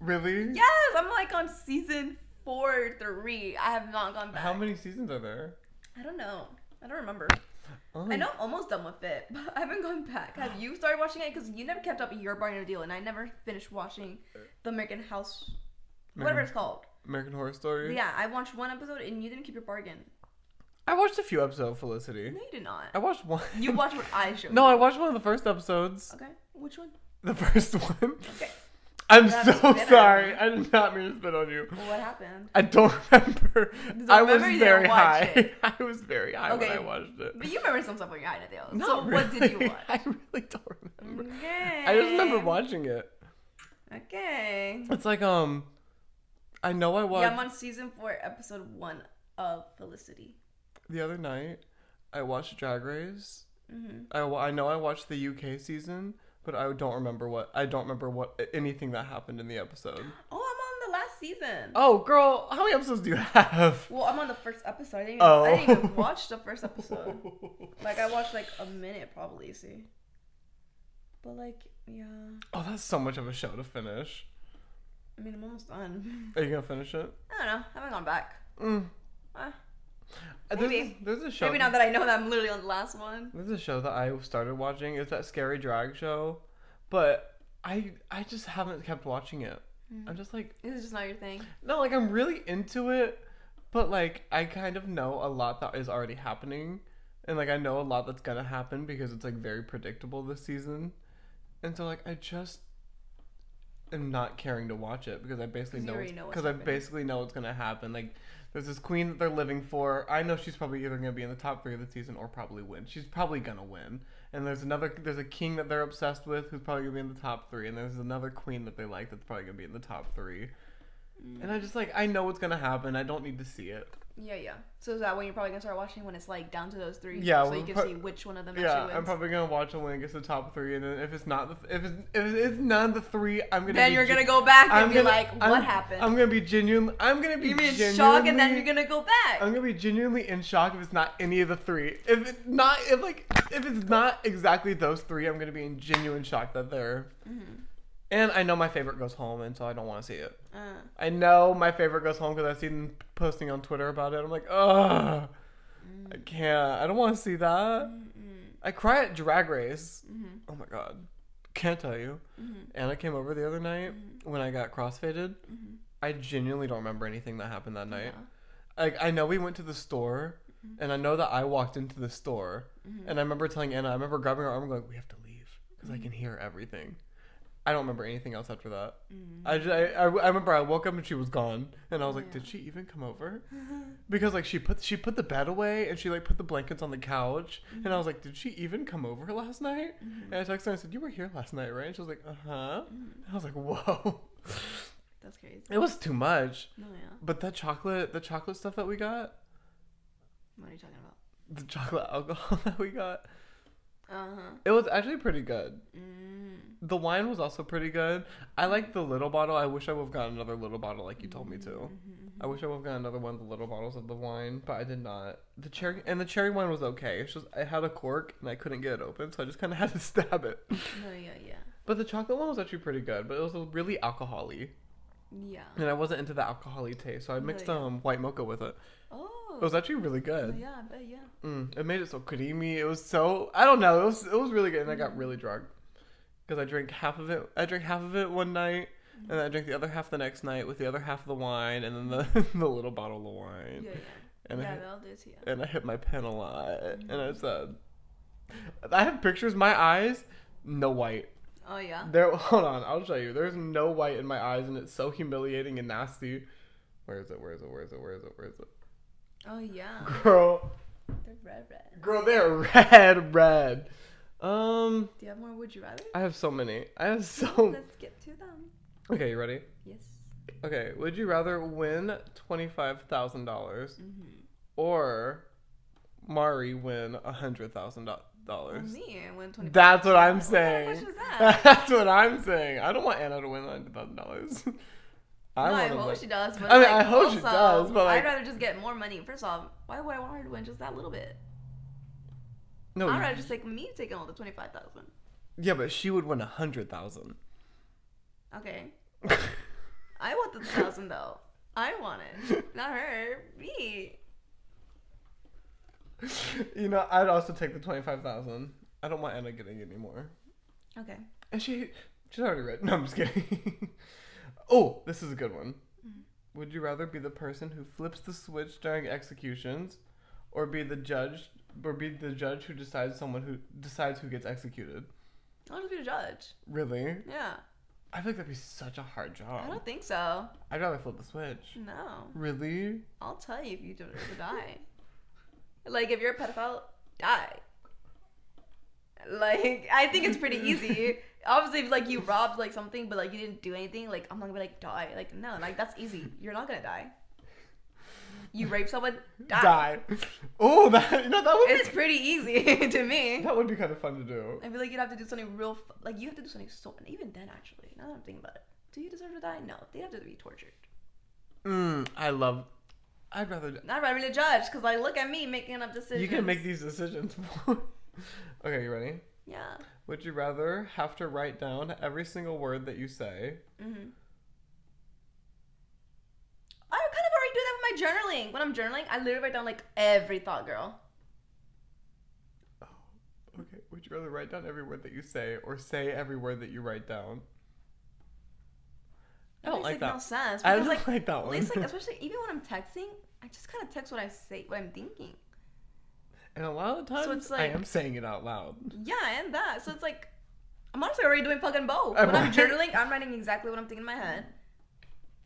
Speaker 1: Really?
Speaker 2: Yes, I'm like on season four, or three. I have not gone back.
Speaker 1: How many seasons are there?
Speaker 2: I don't know. I don't remember.
Speaker 1: Oh,
Speaker 2: I know I'm almost done with it, [laughs] but I haven't gone back. Have you started watching it? Because you never kept up your Barney deal, and I never finished watching the American House, whatever it's called.
Speaker 1: American Horror Story.
Speaker 2: But yeah, I watched one episode, and you didn't keep your bargain.
Speaker 1: I watched a few episodes of Felicity.
Speaker 2: No, you did
Speaker 1: I
Speaker 2: not.
Speaker 1: watched one. [laughs]
Speaker 2: You watched what I showed.
Speaker 1: No, I
Speaker 2: you.
Speaker 1: watched one of the first episodes.
Speaker 2: Okay, which one?
Speaker 1: The first [laughs] one.
Speaker 2: Okay,
Speaker 1: I'm
Speaker 2: That
Speaker 1: so
Speaker 2: spit on
Speaker 1: sorry.
Speaker 2: you.
Speaker 1: I did not mean to spit on you.
Speaker 2: what
Speaker 1: [laughs]
Speaker 2: happened?
Speaker 1: I don't remember. I was
Speaker 2: remember you
Speaker 1: very
Speaker 2: didn't watch
Speaker 1: high.
Speaker 2: it.
Speaker 1: [laughs] I was very high when
Speaker 2: Okay.
Speaker 1: I watched it.
Speaker 2: But you remember some stuff on your Ida deal.
Speaker 1: [laughs] Not
Speaker 2: so what did you
Speaker 1: really. [laughs]
Speaker 2: watch?
Speaker 1: I really don't remember.
Speaker 2: Okay.
Speaker 1: I just remember watching it.
Speaker 2: Okay.
Speaker 1: It's like um, I know I watched
Speaker 2: Yeah, I'm on season four, episode one of Felicity.
Speaker 1: the other night. I watched Drag Race.
Speaker 2: hmm
Speaker 1: I, wa- I know I watched the UK season, but I don't remember what I don't remember what anything that happened in the episode.
Speaker 2: Oh, I'm on the last season.
Speaker 1: Oh, girl, how many episodes do you have?
Speaker 2: Well, I'm on the first episode. I didn't,
Speaker 1: Oh.
Speaker 2: I didn't even watch the
Speaker 1: [laughs]
Speaker 2: first episode. like, I watched like a minute probably, see. But, like, yeah.
Speaker 1: [laughs] Oh, that's so much of a show to finish.
Speaker 2: I mean, I'm almost done. [laughs]
Speaker 1: Are you gonna finish it?
Speaker 2: I don't know. I haven't gone back.
Speaker 1: Mm.
Speaker 2: Uh,
Speaker 1: Uh,
Speaker 2: maybe.
Speaker 1: There's, there's a show.
Speaker 2: Maybe now that I know that I'm literally on the last one.
Speaker 1: There's a show that I started watching. It's that scary drag show, but I I just haven't kept watching it. I'm just like
Speaker 2: This is just not your thing.
Speaker 1: no, like I'm really into it, but like I kind of know a lot that is already happening, and like I know a lot that's gonna happen because it's like very predictable this season, and so like I just am not caring to watch it because I basically
Speaker 2: 'Cause you
Speaker 1: know
Speaker 2: already
Speaker 1: it's-
Speaker 2: know what's
Speaker 1: I
Speaker 2: happening.
Speaker 1: basically know what's gonna happen. Like there's this queen that they're living for. I know she's probably either gonna be in the top three of the season or probably win. She's probably gonna win. And there's another there's a king that they're obsessed with who's probably gonna be in the top three. And there's another queen that they like that's probably gonna be in the top three. And I just like I know what's gonna happen. I don't need to see it.
Speaker 2: Yeah, yeah. So is that when you're probably gonna start watching when it's like down to those three?
Speaker 1: Yeah,
Speaker 2: So
Speaker 1: we're
Speaker 2: you can
Speaker 1: pro-
Speaker 2: see which one of them
Speaker 1: yeah,
Speaker 2: actually
Speaker 1: I'm
Speaker 2: wins.
Speaker 1: probably gonna watch a link. It's the top three, and then if it's not, the, if it's if it's none of the three, I'm gonna.
Speaker 2: then
Speaker 1: be
Speaker 2: you're
Speaker 1: gen-
Speaker 2: gonna go back and
Speaker 1: I'm
Speaker 2: be
Speaker 1: gonna-
Speaker 2: like, what
Speaker 1: I'm-
Speaker 2: happened?
Speaker 1: I'm gonna be genuinely. I'm gonna be.
Speaker 2: you're gonna be in
Speaker 1: genuinely,
Speaker 2: shock, and then you're gonna go back.
Speaker 1: I'm gonna be genuinely in shock if it's not any of the three. If it not, if like, if it's not exactly those three, I'm gonna be in genuine shock that they're.
Speaker 2: Mm-hmm.
Speaker 1: And I know my favorite goes home, and so I don't want to see it.
Speaker 2: Uh,
Speaker 1: I know my favorite goes home because I've seen them posting on Twitter about it. I'm like, ugh,
Speaker 2: Mm.
Speaker 1: I can't. I don't want to see that. I cry at Drag Race. Oh my god, can't tell you. Anna came over the other night when I got crossfaded. I genuinely don't remember anything that happened that night. Like I know we went to the store, and I know that I walked into the store, and I remember telling Anna. I remember grabbing her arm and going, "We have to leave because I can hear everything." I don't remember anything else after that.
Speaker 2: Mm-hmm.
Speaker 1: I, ju- I, I, I remember I woke up and she was gone, and I was like, "Did she even come over?" Because like she put she put the bed away and she like put the blankets on the couch, and I was like, "Did she even come over last night?" And
Speaker 2: Mm-hmm.
Speaker 1: I texted her and I said, "You were here last night, right?" And she was like, "Uh huh." I was like, "Whoa, [laughs]
Speaker 2: that's crazy.
Speaker 1: it was too much."
Speaker 2: No, yeah.
Speaker 1: But that chocolate, the chocolate stuff that we got,
Speaker 2: What are you talking about?
Speaker 1: the chocolate [laughs] alcohol that we got,
Speaker 2: Uh huh.
Speaker 1: it was actually pretty good.
Speaker 2: Mm.
Speaker 1: The wine was also pretty good. I like the little bottle. I wish I would have gotten another little bottle like you told me to.
Speaker 2: Mm-hmm.
Speaker 1: I wish I would have gotten another one of the little bottles of the wine, but I did not. The cherry and the cherry wine was okay. It's just I had a cork and I couldn't get it open, so I just kind of [laughs] had to stab it.
Speaker 2: No, yeah, yeah,
Speaker 1: But the chocolate one was actually pretty good, but it was really alcoholy,
Speaker 2: yeah.
Speaker 1: and I wasn't into the alcoholy taste, so I mixed
Speaker 2: yeah.
Speaker 1: um white mocha with it.
Speaker 2: Oh.
Speaker 1: It was actually really
Speaker 2: no,
Speaker 1: good.
Speaker 2: yeah, I bet, yeah.
Speaker 1: Mm, it made it so creamy. It was so I don't know. It was it was really good, and I got really drunk because I drank half of it. I drank half of it one night, and then I drank the other half the next night with the other half of the wine, and then the, [laughs] the little bottle of
Speaker 2: Yeah,
Speaker 1: wine.
Speaker 2: yeah.
Speaker 1: And I
Speaker 2: yeah,
Speaker 1: hit,
Speaker 2: that'll do it to you.
Speaker 1: and I hit my pen a lot, and I said, I have pictures. My eyes, no white.
Speaker 2: Oh, yeah.
Speaker 1: There. [laughs] Hold on, I'll show you. There's no white in my eyes, and it's so humiliating and nasty. Where is it? Where is it? Where is it? Where is it? Where is it? [laughs]
Speaker 2: Oh, yeah.
Speaker 1: Girl,
Speaker 2: They're red, red.
Speaker 1: girl, they're red, red. Um.
Speaker 2: Do you have more would you rather?
Speaker 1: I have so many. I have [laughs] so.
Speaker 2: Let's get to them.
Speaker 1: Okay, you ready?
Speaker 2: Yes.
Speaker 1: Okay, would you rather win $25,000
Speaker 2: Mm-hmm.
Speaker 1: or Mari win $100,000?
Speaker 2: Me, I win 25.
Speaker 1: That's what I'm
Speaker 2: What kind of
Speaker 1: saying.
Speaker 2: question is that?
Speaker 1: [laughs] That's what I'm saying. I don't want Anna to win $100,000. [laughs] I
Speaker 2: no, I
Speaker 1: want to
Speaker 2: hope
Speaker 1: win.
Speaker 2: she does. But
Speaker 1: I mean,
Speaker 2: like,
Speaker 1: I hope she
Speaker 2: also,
Speaker 1: does, but, like-
Speaker 2: I'd rather just get more money. First off, why would I want her to win just that little bit?
Speaker 1: No,
Speaker 2: I'd
Speaker 1: you-
Speaker 2: rather just take me taking all the twenty five thousand.
Speaker 1: yeah, but she would win 100000
Speaker 2: Okay, I want the thousand though. I want
Speaker 1: [laughs]
Speaker 2: it, not her. Me.
Speaker 1: [laughs] You know, I'd also take the 25000 I don't want Anna getting any more.
Speaker 2: Okay.
Speaker 1: And she she's already read. No, I'm just kidding. [laughs] oh, this is a good one.
Speaker 2: Mm-hmm.
Speaker 1: Would you rather be the person who flips the switch during executions, or be the judge, or be the judge who decides someone who decides who gets executed?
Speaker 2: I'll just be a judge.
Speaker 1: Really?
Speaker 2: Yeah.
Speaker 1: I feel like that'd be such a hard
Speaker 2: I
Speaker 1: job.
Speaker 2: don't think so.
Speaker 1: I'd rather flip the switch.
Speaker 2: No.
Speaker 1: Really?
Speaker 2: I'll tell you if you deserve to die. Like if you're a pedophile, die. Like I think it's pretty
Speaker 1: [laughs]
Speaker 2: easy. Obviously, if like you robbed like something, but like you didn't do anything, like I'm not gonna be like die. Like no, like that's easy. You're not gonna die. You rape someone, die.
Speaker 1: Die. Oh, that you know that would
Speaker 2: It's pretty easy [laughs] to
Speaker 1: be,
Speaker 2: me.
Speaker 1: [laughs] that would be kind of fun to do.
Speaker 2: I feel like you'd have to do something real. F- like you have to do something so. And even then, actually, now that I'm thinking about it, do you deserve to die? No, they have to be tortured.
Speaker 1: Mm, I love. I'd rather.
Speaker 2: Not really to judge, cause like look at me making up decisions.
Speaker 1: You can make these decisions. [laughs] okay, you ready?
Speaker 2: Yeah.
Speaker 1: Would you rather have to write down every single word that you say?
Speaker 2: Mm-hmm. I kind of already do that with my journaling. When I'm journaling, I literally write down like every thought, girl.
Speaker 1: Okay. Would you rather write down every word that you say or say every word that you write down? I don't like
Speaker 2: makes, No
Speaker 1: that.
Speaker 2: sense.
Speaker 1: I [laughs]
Speaker 2: Because,
Speaker 1: don't like,
Speaker 2: like,
Speaker 1: that
Speaker 2: at
Speaker 1: one.
Speaker 2: least like especially even when I'm texting, I just kind of text what I say, what I'm thinking.
Speaker 1: And a lot of the times,
Speaker 2: it's
Speaker 1: I
Speaker 2: like-
Speaker 1: am saying it out loud.
Speaker 2: Yeah, and that. So it's like, I'm honestly already doing fucking both.
Speaker 1: I'm
Speaker 2: when
Speaker 1: [laughs]
Speaker 2: I'm
Speaker 1: right.
Speaker 2: journaling, I'm writing exactly what I'm thinking in my head.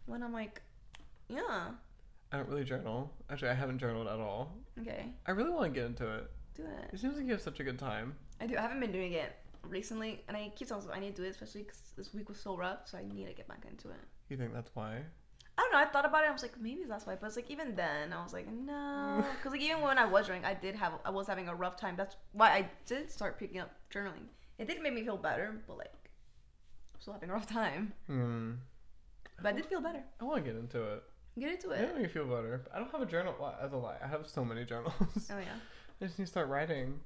Speaker 2: When I'm like, yeah,
Speaker 1: I don't really journal. Actually, I haven't journaled at all.
Speaker 2: okay,
Speaker 1: I really want to get into it.
Speaker 2: do it.
Speaker 1: It seems like you have such a good time.
Speaker 2: I do. I haven't been doing it recently, and I keep telling myself I need to do it, especially because this week was so rough. So I need to get back into it.
Speaker 1: You think that's why?
Speaker 2: I don't know. I thought about it. I was like, maybe that's why. But it's like even then, I was like, [laughs] no, because like even when I was drinking, I did have, I was having a rough time. That's why I did start picking up journaling. It did make me feel better, but like, I'm still having a rough time.
Speaker 1: Hmm.
Speaker 2: But I did feel better.
Speaker 1: I want to get into it.
Speaker 2: Get into
Speaker 1: I
Speaker 2: it.
Speaker 1: don't make me feel better. But I don't have a journal. Well, that's a lie. I have so many journals.
Speaker 2: Oh yeah.
Speaker 1: [laughs] I just need to start writing.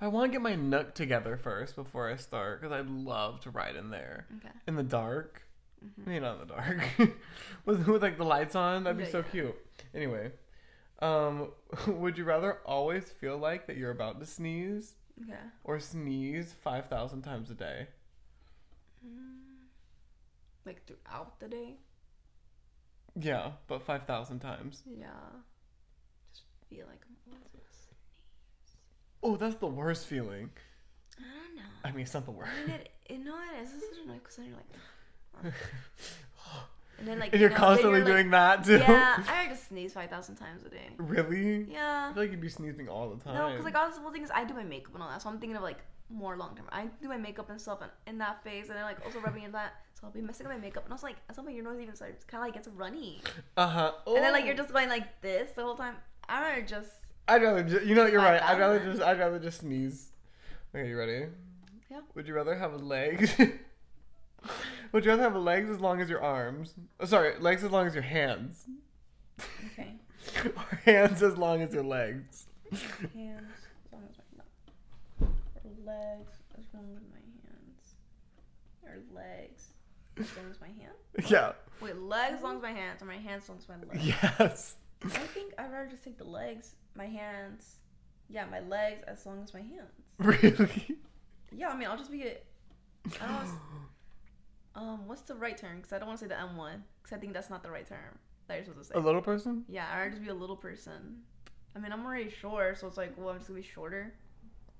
Speaker 1: But I want to get my nook together first before I start because I'd love to write in there
Speaker 2: Okay.
Speaker 1: in the dark.
Speaker 2: Mm-hmm.
Speaker 1: I mean, not in the dark. [laughs] with, with like the lights on, that'd be
Speaker 2: Yeah,
Speaker 1: so
Speaker 2: yeah.
Speaker 1: cute. Anyway, um, [laughs] would you rather always feel like that you're about to sneeze
Speaker 2: Okay.
Speaker 1: or sneeze five thousand times a day?
Speaker 2: Like throughout the day.
Speaker 1: Yeah, but five thousand times.
Speaker 2: Yeah. Just feel like I'm always gonna sneeze.
Speaker 1: Oh, that's the worst feeling.
Speaker 2: I don't know.
Speaker 1: I mean, it's not the worst.
Speaker 2: I mean, it, it no, it is. This is annoying because then you're like,
Speaker 1: [laughs]
Speaker 2: and then like,
Speaker 1: and you're
Speaker 2: you know, then
Speaker 1: constantly
Speaker 2: like,
Speaker 1: doing that too.
Speaker 2: Yeah, I already sneeze five thousand times a day.
Speaker 1: [laughs] Really? I
Speaker 2: Yeah.
Speaker 1: feel like you'd be sneezing all the time.
Speaker 2: No, because like all the whole thing is I do my makeup and all that, so I'm thinking of like more long term. I do my makeup and stuff and in that phase, and then like also rubbing in that, so I'll be messing up my makeup, and also like at some point your nose even starts kind of like gets runny,
Speaker 1: Uh huh.
Speaker 2: and then like you're just going like this the whole time. I don't know, just
Speaker 1: Oh, I'd rather just, you know what, you're right. I'd rather
Speaker 2: 5,000.
Speaker 1: just I'd rather just sneeze. Okay, you ready?
Speaker 2: Yeah.
Speaker 1: Would you rather have legs? [laughs] Would you rather have legs as long as your arms? Oh, sorry, legs as long as your hands, [laughs]
Speaker 2: okay.
Speaker 1: or hands as long as your
Speaker 2: [laughs]
Speaker 1: legs? [laughs]
Speaker 2: hands as long as my or legs as long as my hands or legs as long as my hand Mm-hmm.
Speaker 1: yeah.
Speaker 2: wait legs as long as my hands or my hands as long as my legs
Speaker 1: Yes.
Speaker 2: i think i'd rather just take the legs my hands yeah my legs as long as my hands [laughs]
Speaker 1: Really?
Speaker 2: yeah i mean i'll just be a I
Speaker 1: Oh,
Speaker 2: [gasps] don't wanna s- um what's the right term because i don't want to say the m1 because i think that's not the right term that you're supposed to
Speaker 1: A
Speaker 2: say
Speaker 1: little person?
Speaker 2: yeah i'd rather just be a little person i mean i'm already short so it's like well i'm just gonna be shorter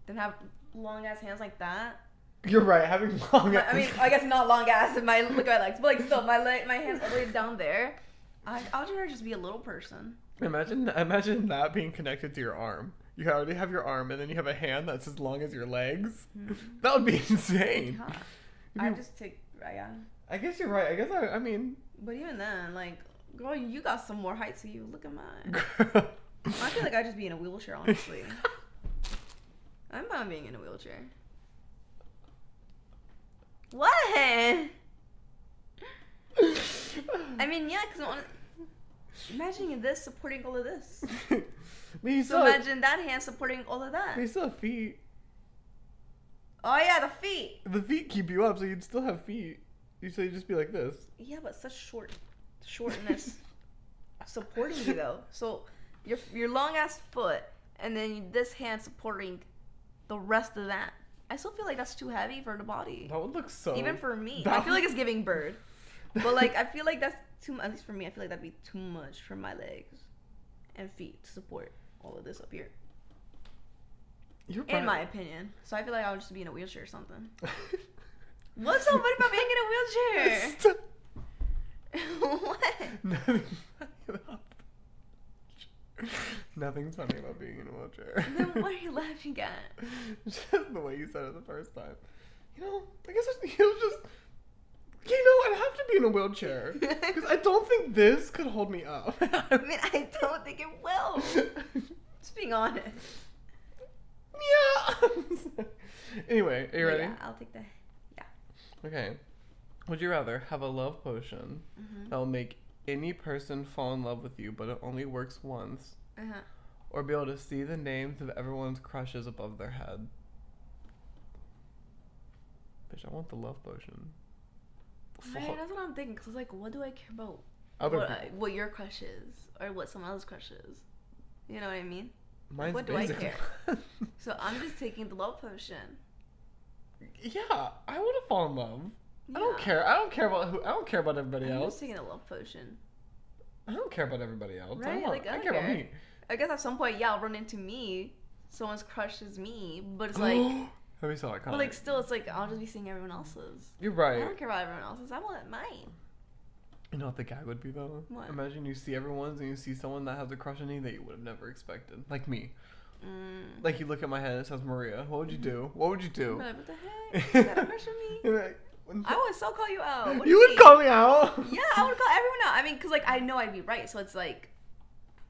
Speaker 2: than have long ass hands like that
Speaker 1: You're right. Having [laughs] long.
Speaker 2: My- I mean, I guess not long ass in my look at my legs, but like still, my leg, my hands all the way down there. I, I'll just just be a little person.
Speaker 1: Imagine imagine that being connected to your arm. You already have your arm, and then you have a hand that's as long as your legs. That would be insane.
Speaker 2: Yeah.
Speaker 1: You'd
Speaker 2: Mm-hmm. I
Speaker 1: be-
Speaker 2: just take right, yeah.
Speaker 1: I guess you're right. I guess I, I mean,
Speaker 2: But even then, like, girl, you got some more height to you. Look at mine.
Speaker 1: girl.
Speaker 2: I
Speaker 1: [laughs]
Speaker 2: feel like I'd just be in a wheelchair, honestly. I'm fine being in a wheelchair. What? I mean, yeah, because imagining this supporting all of this.
Speaker 1: but you
Speaker 2: So
Speaker 1: still, have,
Speaker 2: imagine that hand supporting all of that.
Speaker 1: you still have feet.
Speaker 2: Oh yeah, the feet.
Speaker 1: The feet keep you up, so you'd still have feet. You so you'd just be like this.
Speaker 2: Yeah, but such short, shortness supporting you [laughs] though. So your your long ass foot, and then this hand supporting the rest of that. I still feel like that's too heavy for the body,
Speaker 1: [laughs] That would look so.
Speaker 2: even for me.
Speaker 1: that
Speaker 2: I feel like it's giving [laughs] bird, but like I feel like that's too. mu- At least for me, I feel like that'd be too much for my legs and feet to support all of this up here.
Speaker 1: [laughs] You're
Speaker 2: In my
Speaker 1: right.
Speaker 2: opinion, so I feel like I would just be in a wheelchair or something. [laughs] What's so funny about being in a wheelchair?
Speaker 1: Stop.
Speaker 2: [laughs]
Speaker 1: [laughs]
Speaker 2: what?
Speaker 1: Nothing funny about. Nothing's funny about being in a wheelchair. [laughs]
Speaker 2: Then what are you laughing [laughs] at?
Speaker 1: just the way you said it the first time. You know, I guess it's, you know, just. You know, I'd have to be in a
Speaker 2: [laughs]
Speaker 1: wheelchair because I don't think this could hold me up.
Speaker 2: I mean, I don't think it will. Just being honest.
Speaker 1: [laughs] yeah. [laughs] anyway, are you
Speaker 2: But
Speaker 1: ready?
Speaker 2: Yeah, I'll take the.
Speaker 1: Okay. Would you rather have a love potion
Speaker 2: Mhm.
Speaker 1: that will make any person fall in love with you, but it only works once,
Speaker 2: Uh-huh.
Speaker 1: or be able to see the names of everyone's crushes above their head? Bitch, I want the love potion.
Speaker 2: Right,
Speaker 1: Fuck.
Speaker 2: that's what I'm thinking. Cause it's like, what do I care about?
Speaker 1: Other
Speaker 2: what,
Speaker 1: people.
Speaker 2: I- what your crush is, or what someone else's crush is. You know what I mean?
Speaker 1: Mine's
Speaker 2: What do I
Speaker 1: basic.
Speaker 2: So I'm just taking the love potion.
Speaker 1: [laughs] yeah, I want to fall in love. I don't
Speaker 2: Yeah.
Speaker 1: care. I don't care about who. I don't care about everybody
Speaker 2: I'm
Speaker 1: else.
Speaker 2: just taking the love potion.
Speaker 1: I don't care about everybody else. I,
Speaker 2: Right,
Speaker 1: want,
Speaker 2: like, I
Speaker 1: I,
Speaker 2: don't
Speaker 1: care about
Speaker 2: care.
Speaker 1: me.
Speaker 2: I guess at some point, yeah, I'll run into me. someone's crush is me, but it's like,
Speaker 1: [gasps] That'd be so iconic.
Speaker 2: but like still, it's like I'll just be seeing everyone else's.
Speaker 1: You're
Speaker 2: I
Speaker 1: right.
Speaker 2: don't care about everyone else's. I want mine.
Speaker 1: You know what the guy would be though?
Speaker 2: What?
Speaker 1: Imagine you see everyone's and you see someone that has a crush on you that you would have never expected. Like me.
Speaker 2: Mm.
Speaker 1: Like you look at my head and it says Maria. What would you do? What would you do?
Speaker 2: I'm like, what the
Speaker 1: [laughs]
Speaker 2: heck? You got a crush on me?
Speaker 1: You're like, what the-
Speaker 2: I would so call you out. What do
Speaker 1: you would
Speaker 2: mean?
Speaker 1: call me out.
Speaker 2: Yeah, I would call everyone out. I mean, cause like I know I'd be right, so it's like,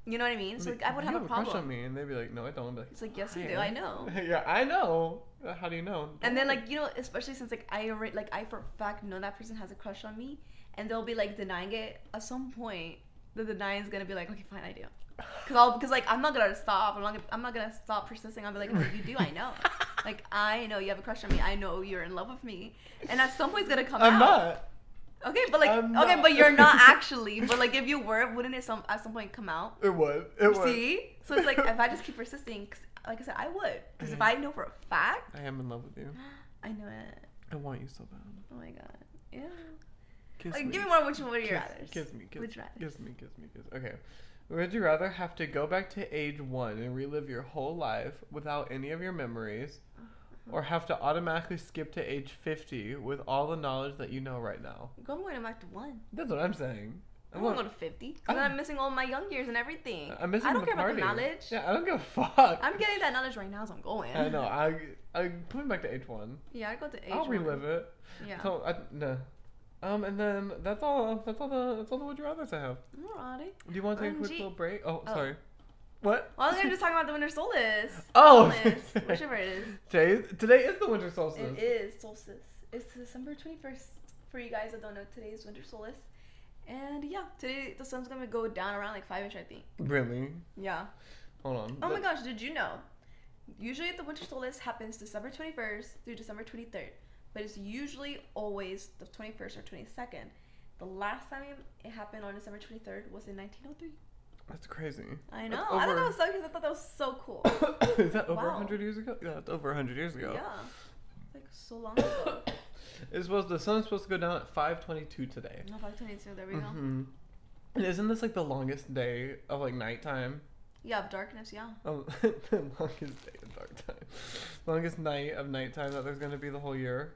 Speaker 2: you know what I mean. So like I would
Speaker 1: you
Speaker 2: have, a problem.
Speaker 1: crush on me, and they'd be like, "No, I don't." I'd be like,
Speaker 2: It's like yes, you
Speaker 1: "Hi."
Speaker 2: do. I know.
Speaker 1: [laughs] yeah, I know. How do you know?
Speaker 2: And then
Speaker 1: [laughs]
Speaker 2: like you know, especially since like I already like I for a fact know that person has a crush on me, and they'll be like denying it. At some point, the denying is gonna be like, okay, fine, I do. Cause I'll because like I'm not gonna stop. I'm not gonna, I'm not gonna stop persisting. I'll be like, no, you do. I
Speaker 1: [laughs]
Speaker 2: know. like I know you have a crush on me. I know you're in love with me. And at some point, it's gonna come
Speaker 1: I'm
Speaker 2: out.
Speaker 1: not.
Speaker 2: Okay, but like
Speaker 1: I'm
Speaker 2: okay,
Speaker 1: not.
Speaker 2: but
Speaker 1: [laughs]
Speaker 2: you're not actually. But like if you were, wouldn't it some at some point come out?
Speaker 1: It would. It would.
Speaker 2: See, so it's like if I just keep persisting, 'cause like I said, I would. Because
Speaker 1: Mm-hmm.
Speaker 2: if I know for a fact,
Speaker 1: I am in love with you.
Speaker 2: I know it.
Speaker 1: I want you so bad.
Speaker 2: Oh my god. Yeah.
Speaker 1: Kiss
Speaker 2: Like,
Speaker 1: me.
Speaker 2: give me one. Which one would you
Speaker 1: kiss,
Speaker 2: rather?
Speaker 1: kiss me. Kiss,
Speaker 2: Would you rather?
Speaker 1: kiss me. Kiss me. Kiss. Okay. Would you rather have to go back to age one and relive your whole life without any of your memories,
Speaker 2: Uh-huh.
Speaker 1: or have to automatically skip to age fifty with all the knowledge that you know right now?
Speaker 2: Go, I'm going back to one.
Speaker 1: That's what I'm saying. I
Speaker 2: I'm
Speaker 1: want-
Speaker 2: going to go to fifty. Because
Speaker 1: I'm-
Speaker 2: I'm missing all my young years and everything.
Speaker 1: I'm missing
Speaker 2: I don't
Speaker 1: the
Speaker 2: care
Speaker 1: party.
Speaker 2: about the knowledge.
Speaker 1: Yeah, I don't give a fuck.
Speaker 2: I'm getting that knowledge right now, so I'm going.
Speaker 1: I know. I I put me back to H one.
Speaker 2: [laughs] Yeah, I go to age.
Speaker 1: I'll
Speaker 2: one.
Speaker 1: relive it.
Speaker 2: Yeah.
Speaker 1: So I, no. Um, and then that's all. That's all the that's all the would you rather's I have.
Speaker 2: Alrighty.
Speaker 1: Do you want to take a quick
Speaker 2: OMG.
Speaker 1: little break? Oh,
Speaker 2: Um, Oh.
Speaker 1: sorry. What?
Speaker 2: Well,
Speaker 1: [laughs]
Speaker 2: I was gonna just talking about the winter solstice.
Speaker 1: Oh.
Speaker 2: Solstice,
Speaker 1: [laughs]
Speaker 2: whichever it is.
Speaker 1: Today today is the winter solstice.
Speaker 2: It is solstice. It's December 21st. For you guys that don't know, today is winter solstice. And yeah, today the sun's gonna go down around like 5 inch, I think.
Speaker 1: Really?
Speaker 2: Yeah.
Speaker 1: Hold on.
Speaker 2: Oh my
Speaker 1: That-
Speaker 2: gosh, did you know? Usually the winter solstice happens December 21st through December 23rd, but it's usually always the 21st or 22nd. The last time it happened on December 23rd was in 1903.
Speaker 1: That's crazy. [coughs]
Speaker 2: I
Speaker 1: That's
Speaker 2: know. I thought
Speaker 1: over-
Speaker 2: that was so cute. I thought that was so cool.
Speaker 1: is that over a
Speaker 2: Wow.
Speaker 1: 100 years ago? [coughs] Yeah, it's over a 100 years ago.
Speaker 2: Yeah. It's like so long ago.
Speaker 1: [coughs] It's supposed the sun's supposed to go down at 5:22 today.
Speaker 2: No, 522, there we go.
Speaker 1: Mm-hmm. And isn't this like the longest day of like nighttime?
Speaker 2: Yeah, of darkness, yeah.
Speaker 1: Um, [laughs] the longest day of dark time. Longest night of nighttime that there's gonna be the whole year.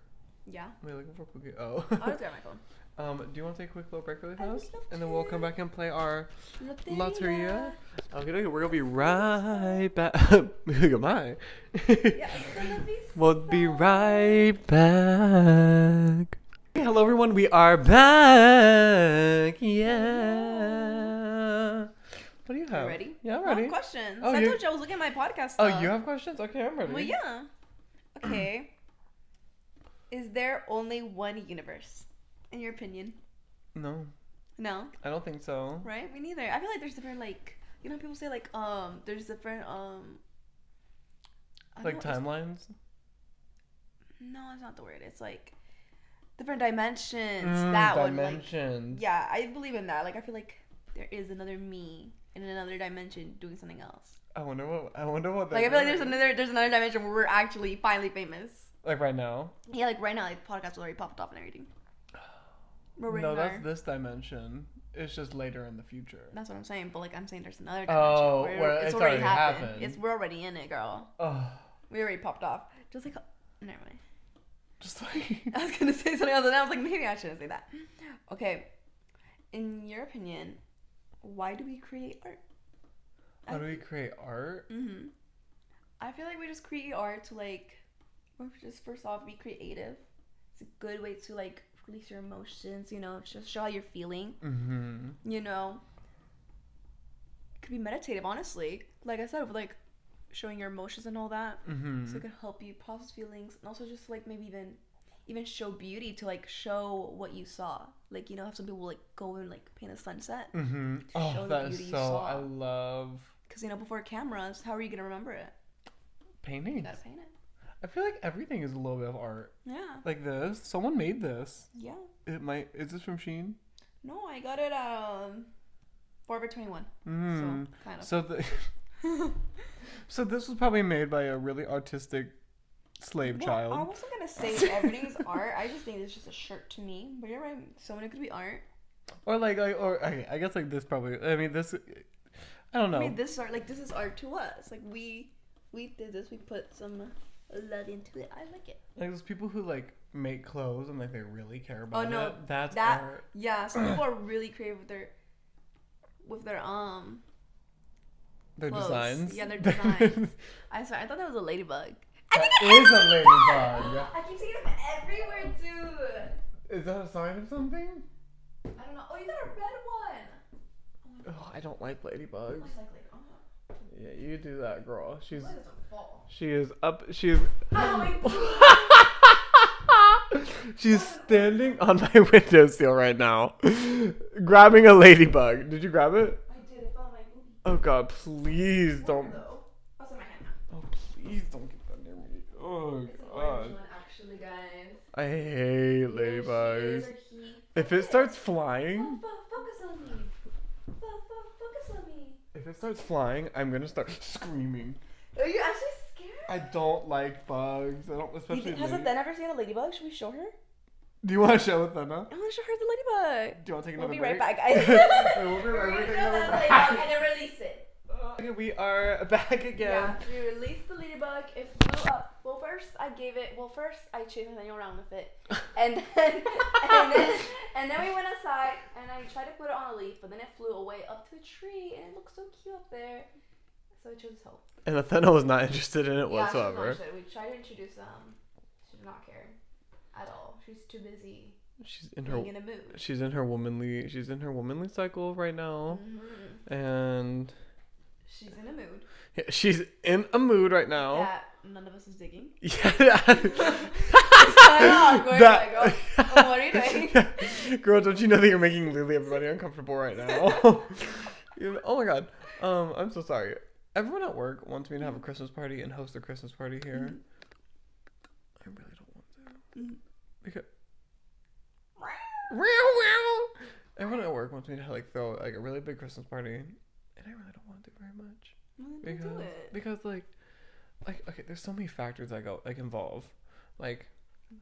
Speaker 2: Yeah.
Speaker 1: Wait, looking for Pookie. Oh.
Speaker 2: I'll just grab my phone.
Speaker 1: [laughs] um, do you want to take a quick little break really
Speaker 2: I would
Speaker 1: fast?
Speaker 2: love
Speaker 1: And then we'll
Speaker 2: to.
Speaker 1: come back and play our
Speaker 2: Loteria.
Speaker 1: Loteria.
Speaker 2: uh,
Speaker 1: Okay, okay, we're gonna be right [laughs] back.
Speaker 2: [laughs]
Speaker 1: Goodbye. We'll be right back. Hey, hello, everyone. We are back. Yeah. What do you have?
Speaker 2: ready?
Speaker 1: Yeah, I'm
Speaker 2: I have
Speaker 1: ready.
Speaker 2: questions.
Speaker 1: Oh,
Speaker 2: I
Speaker 1: you-
Speaker 2: told you I was looking at my podcast.
Speaker 1: Oh,
Speaker 2: stuff.
Speaker 1: you have questions? Okay, I'm ready.
Speaker 2: Well, yeah. Okay. Is there only one universe, in your opinion?
Speaker 1: No,
Speaker 2: No,
Speaker 1: I don't think so.
Speaker 2: right? Me neither. I feel like there's different like you know how people say like um there's different um. I
Speaker 1: Like
Speaker 2: don't know what it's-
Speaker 1: timelines.
Speaker 2: No, that's not the word. It's like different dimensions.
Speaker 1: Mm,
Speaker 2: that one, like
Speaker 1: dimensions.
Speaker 2: yeah, I believe in that. Like I feel like there is another me in another dimension doing something else.
Speaker 1: I wonder what. I wonder what.
Speaker 2: Like I
Speaker 1: that
Speaker 2: feel like
Speaker 1: is.
Speaker 2: there's another there's another dimension where we're actually finally famous.
Speaker 1: Like right now.
Speaker 2: Yeah, like right now, like the podcast already popped off and everything. We're right
Speaker 1: no,
Speaker 2: there.
Speaker 1: that's this dimension. It's just later in the future.
Speaker 2: That's what I'm saying, but like I'm saying, there's another dimension.
Speaker 1: Oh,
Speaker 2: where
Speaker 1: where it's already happened.
Speaker 2: It's we're already in it, girl.
Speaker 1: Oh,
Speaker 2: We already popped off. Just like, never mind. [laughs]
Speaker 1: just like.
Speaker 2: I was gonna say something else, and I was like, maybe I shouldn't say that. Okay, in your opinion, why do we create art?
Speaker 1: How do we create art?
Speaker 2: Mm-hmm. I feel like we just create art to like, or just first off, be creative. It's a good way to like release your emotions. You know, just show how you're feeling.
Speaker 1: Mm-hmm.
Speaker 2: you know, could be meditative, honestly. Like I said, with like showing your emotions and all that,
Speaker 1: Mm-hmm.
Speaker 2: so it can help you process feelings and also just like maybe even even show beauty to like show what you saw. Like you know, have some people like go and like paint a sunset
Speaker 1: Mm-hmm. Oh,
Speaker 2: show the
Speaker 1: that is
Speaker 2: beauty you
Speaker 1: so. I
Speaker 2: saw.
Speaker 1: love
Speaker 2: because you know before cameras, how are you gonna remember it? You
Speaker 1: paintings.
Speaker 2: gotta paint it.
Speaker 1: I feel like everything is a little bit of art.
Speaker 2: Yeah,
Speaker 1: Like this, someone made this.
Speaker 2: yeah.
Speaker 1: It might. Is this from Sheen?
Speaker 2: No, I got it at um, Forever Twenty One.
Speaker 1: Mm.
Speaker 2: So kind of.
Speaker 1: So, the, [laughs] so this was probably made by a really artistic slave
Speaker 2: Well,
Speaker 1: child.
Speaker 2: I wasn't gonna
Speaker 1: [laughs]
Speaker 2: say everything's art. I just think it's just a shirt to me. But you're right. Someone it could be art.
Speaker 1: Or like, like or okay, I guess like this probably. I mean, this. I don't know.
Speaker 2: I mean, this is art. Like, this is art to us. Like, we we did this. We put some love into it. I like it.
Speaker 1: Like those people who like make clothes and like they really care about
Speaker 2: Oh, no,
Speaker 1: it. That's
Speaker 2: that-
Speaker 1: art.
Speaker 2: Yeah,
Speaker 1: [clears throat]
Speaker 2: some people are really creative with their with their um.
Speaker 1: Their
Speaker 2: Clothes.
Speaker 1: designs. [laughs]
Speaker 2: Yeah, their designs. I sorry, I thought that was a ladybug.
Speaker 1: that is a ladybug.
Speaker 2: I keep seeing them everywhere, dude.
Speaker 1: Is that a sign of something?
Speaker 2: I don't know. Oh, you got a red one.
Speaker 1: Oh, I don't like ladybugs.
Speaker 2: It's like, oh, no,
Speaker 1: Yeah, you do that, girl. She's
Speaker 2: it doesn't fall.
Speaker 1: she is up. She is [laughs]
Speaker 2: Oh my god.
Speaker 1: She's standing on my [laughs] windowsill right now, grabbing a ladybug. Did you grab it?
Speaker 2: I did. It fell on my booty
Speaker 1: Oh God! Please don't.
Speaker 2: though. What's in my hand now?
Speaker 1: Oh please don't get that near me. Oh
Speaker 2: It's an orange
Speaker 1: God!
Speaker 2: one, actually, guys.
Speaker 1: I hate
Speaker 2: Either she is
Speaker 1: ladybugs.
Speaker 2: or he.
Speaker 1: If it starts flying,
Speaker 2: Fo- fo- Focus on me. Fo- fo- Focus on me.
Speaker 1: if it starts flying, I'm gonna start screaming.
Speaker 2: Are you actually scared?
Speaker 1: I don't like bugs. I don't especially. lady-
Speaker 2: Athena ever seen a ladybug? Should we show her?
Speaker 1: Do you want to show with them now?
Speaker 2: I want to show her the ladybug.
Speaker 1: Do you want to take
Speaker 2: We'll
Speaker 1: another
Speaker 2: be
Speaker 1: break?
Speaker 2: right back, guys.
Speaker 1: Wait, [laughs] we'll be
Speaker 2: We're
Speaker 1: right
Speaker 2: gonna
Speaker 1: back.
Speaker 2: show
Speaker 1: Take
Speaker 2: that
Speaker 1: another
Speaker 2: ladybug and then release it.
Speaker 1: break. We are back again.
Speaker 2: Yeah, we released the ladybug. It flew up. Well, first I gave it. Well, first I chased Nathaniel around
Speaker 1: [laughs]
Speaker 2: with it, and then and then and then we went outside and I tried to put it on a leaf, but then it flew away up to a tree, and it looked so cute up there. So we chose hope.
Speaker 1: And Athena was not interested in it
Speaker 2: Yeah, she's not
Speaker 1: whatsoever.
Speaker 2: interested. We tried to introduce them. She did not care at all. She's too busy
Speaker 1: She's in her
Speaker 2: being in a mood.
Speaker 1: she's in her womanly she's in her womanly cycle right now
Speaker 2: Mhm.
Speaker 1: and
Speaker 2: She's in a mood
Speaker 1: yeah, she's in a mood right now.
Speaker 2: that none of us is digging.
Speaker 1: [laughs] Yeah.
Speaker 2: [laughs] kinda awkward,
Speaker 1: That-
Speaker 2: like,
Speaker 1: [laughs]
Speaker 2: oh, what are you doing?
Speaker 1: Yeah. [laughs] Girl, don't you know that you're making literally everybody uncomfortable right
Speaker 2: [laughs]
Speaker 1: now? You- oh my god. Um, I'm so sorry. Everyone at work wants me to have a Christmas party and host a Christmas party here. I really don't want to. Because Real, real. Everyone at work wants me to like throw like a really big Christmas party, and I really don't want to do very much
Speaker 2: Well, then
Speaker 1: because
Speaker 2: do it.
Speaker 1: because like like okay, there's so many factors that go like involve. Like,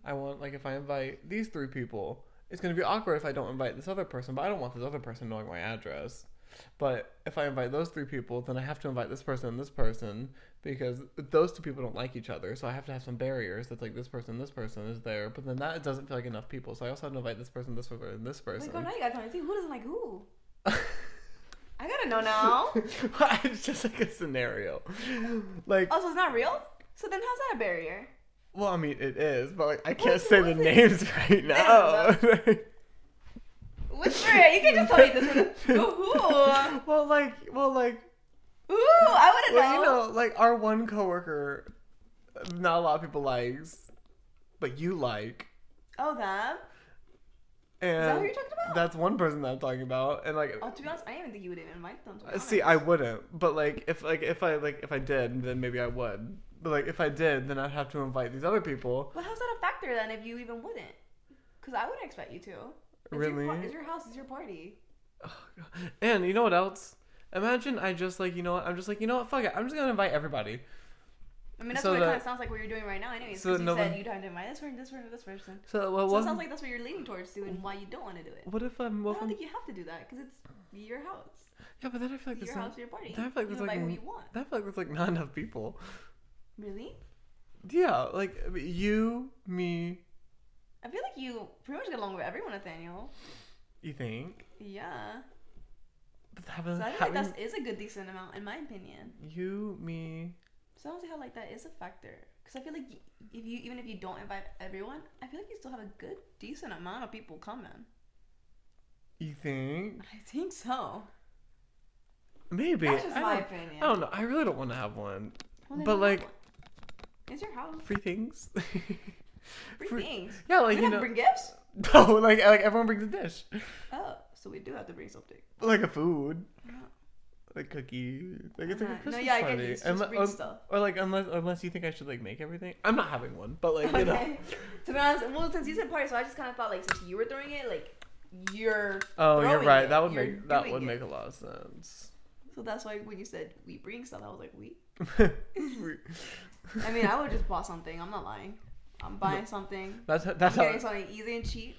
Speaker 1: I want like if I invite these three people, it's gonna be awkward if I don't invite this other person, but I don't want this other person knowing my address. But if I invite those three people, then I have to invite this person and this person because those two people don't like each other. So I have to have some barriers. That's like this person, this person is there, but then that doesn't feel like enough people. So I also have to invite this person, this person, and this
Speaker 2: Wait,
Speaker 1: person.
Speaker 2: go oh, now you guys want to see who doesn't like who?
Speaker 1: [laughs]
Speaker 2: I gotta know [laughs] now.
Speaker 1: it's just like a scenario. Like,
Speaker 2: Oh, so it's not real? So then how's that a barrier?
Speaker 1: well, I mean, it is, but like, I can't
Speaker 2: What
Speaker 1: say the
Speaker 2: was it?
Speaker 1: names [laughs] right now.
Speaker 2: Whisper it. You can just tell me this [laughs] one.
Speaker 1: [laughs]
Speaker 2: Ooh,
Speaker 1: well, like, well, like,
Speaker 2: ooh, I wanna
Speaker 1: well, you
Speaker 2: know.
Speaker 1: know, like our one coworker, not a lot of people likes, but you like,
Speaker 2: Oh, them.
Speaker 1: and
Speaker 2: that who you're talking about?
Speaker 1: that's one person that I'm talking about, and like,
Speaker 2: Oh, to be honest, I didn't even think you would even invite them. To be
Speaker 1: Uh, See,
Speaker 2: honest.
Speaker 1: I wouldn't. But like, if like if I like if I did, then maybe I would. But like, if I did, then I'd have to invite these other people.
Speaker 2: But how's that a factor then if you even wouldn't? Because I wouldn't expect you to. It's Your, par-
Speaker 1: Really?
Speaker 2: it's your house. It's your party.
Speaker 1: [sighs] And you know what else? Imagine I just like you know what I'm just like you know what fuck it I'm just gonna invite everybody.
Speaker 2: I mean, that's
Speaker 1: So
Speaker 2: what it kind
Speaker 1: that-
Speaker 2: of sounds like what you're doing right now, anyways.
Speaker 1: so
Speaker 2: Because
Speaker 1: that
Speaker 2: you
Speaker 1: no
Speaker 2: said
Speaker 1: one-
Speaker 2: you don't invite this person, this person, this person.
Speaker 1: So well,
Speaker 2: So
Speaker 1: what,
Speaker 2: it sounds like that's what you're leaning towards to, and why you don't want to do it.
Speaker 1: what if I'm
Speaker 2: I
Speaker 1: what if
Speaker 2: don't
Speaker 1: I'm,
Speaker 2: think you have to do that because it's your house.
Speaker 1: yeah? But then I feel like
Speaker 2: your
Speaker 1: there's
Speaker 2: house,
Speaker 1: not,
Speaker 2: your party.
Speaker 1: I feel like
Speaker 2: you
Speaker 1: there's like
Speaker 2: invite who
Speaker 1: n-
Speaker 2: you want.
Speaker 1: I feel like there's like not enough people.
Speaker 2: Really?
Speaker 1: Yeah, like I mean, you, me,
Speaker 2: I feel like you pretty much get along with everyone, Nathaniel.
Speaker 1: you think,
Speaker 2: Yeah.
Speaker 1: but
Speaker 2: So
Speaker 1: having,
Speaker 2: I feel like
Speaker 1: having
Speaker 2: that is a good decent amount, in my opinion.
Speaker 1: you, me,
Speaker 2: So I don't see how like that is a factor. Because I feel like y- if you even if you don't invite everyone, I feel like you still have a good decent amount of people coming.
Speaker 1: you think
Speaker 2: I think so.
Speaker 1: maybe
Speaker 2: That's just
Speaker 1: I
Speaker 2: my
Speaker 1: don't-
Speaker 2: opinion.
Speaker 1: I don't know. I really don't want to have one.
Speaker 2: Well, then
Speaker 1: but,
Speaker 2: don't
Speaker 1: like-
Speaker 2: have one. it's your house.
Speaker 1: Free things. [laughs]
Speaker 2: Free,
Speaker 1: Free-
Speaker 2: things.
Speaker 1: yeah, like
Speaker 2: we
Speaker 1: you
Speaker 2: don't
Speaker 1: know.
Speaker 2: bring gifts.
Speaker 1: [laughs] no, like like everyone brings a dish,
Speaker 2: Oh, so we do have to bring something.
Speaker 1: like a food,
Speaker 2: Yeah.
Speaker 1: like cookies, like it's like a
Speaker 2: Uh-huh.
Speaker 1: Christmas
Speaker 2: no, yeah, I
Speaker 1: party. um,
Speaker 2: get you. It's
Speaker 1: Unle-
Speaker 2: Just bring
Speaker 1: un-
Speaker 2: stuff.
Speaker 1: Or like unless unless you think I should like make everything. I'm not having one, but like you know.
Speaker 2: Okay. To be honest, well, since you said party, so I just kind of thought like since you were throwing it, like you're.
Speaker 1: [laughs] Oh, you're
Speaker 2: throwing
Speaker 1: right.
Speaker 2: it,
Speaker 1: That would
Speaker 2: you're
Speaker 1: make that
Speaker 2: doing
Speaker 1: would
Speaker 2: it.
Speaker 1: make a lot of
Speaker 2: [laughs]
Speaker 1: sense. [laughs]
Speaker 2: So that's why when you said we bring stuff, I was like we. I
Speaker 1: I
Speaker 2: mean, I would just bought something. I'm not lying. I'm buying something.
Speaker 1: That's
Speaker 2: I'm
Speaker 1: that's how
Speaker 2: getting something easy and cheap.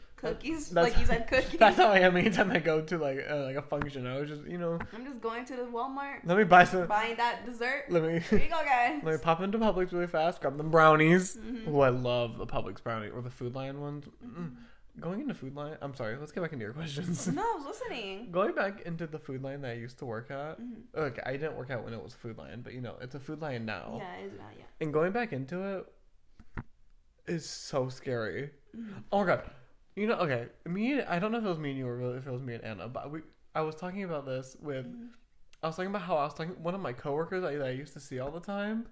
Speaker 1: [laughs]
Speaker 2: Cookies,
Speaker 1: That's-
Speaker 2: like you said,
Speaker 1: [laughs]
Speaker 2: cookies.
Speaker 1: That's how I am anytime I go to like uh, like a function. I was just you know
Speaker 2: I'm just going to the Walmart,
Speaker 1: let me buy some.
Speaker 2: buying that dessert.
Speaker 1: Let [laughs] me
Speaker 2: There you go, guys.
Speaker 1: let me pop into Publix really fast. Grab them brownies.
Speaker 2: Mhm.
Speaker 1: Oh, I love the Publix brownie or the Food Lion ones. Mm.
Speaker 2: Mm-hmm.
Speaker 1: Going into Food Lion. I'm sorry. Let's get back into your questions.
Speaker 2: No, I was listening.
Speaker 1: Going back into the Food Lion that I used to work at.
Speaker 2: Mhm.
Speaker 1: Okay, I didn't work out when it was Food Lion, but you know it's a Food Lion now.
Speaker 2: Yeah, it's not yet.
Speaker 1: And going back into it is so scary. Oh my god. You know, okay, me and I don't know if it was me and you or really if it was me and Anna, but we I was talking about this with I was talking about how I was talking one of my coworkers I, that I used to see all the time.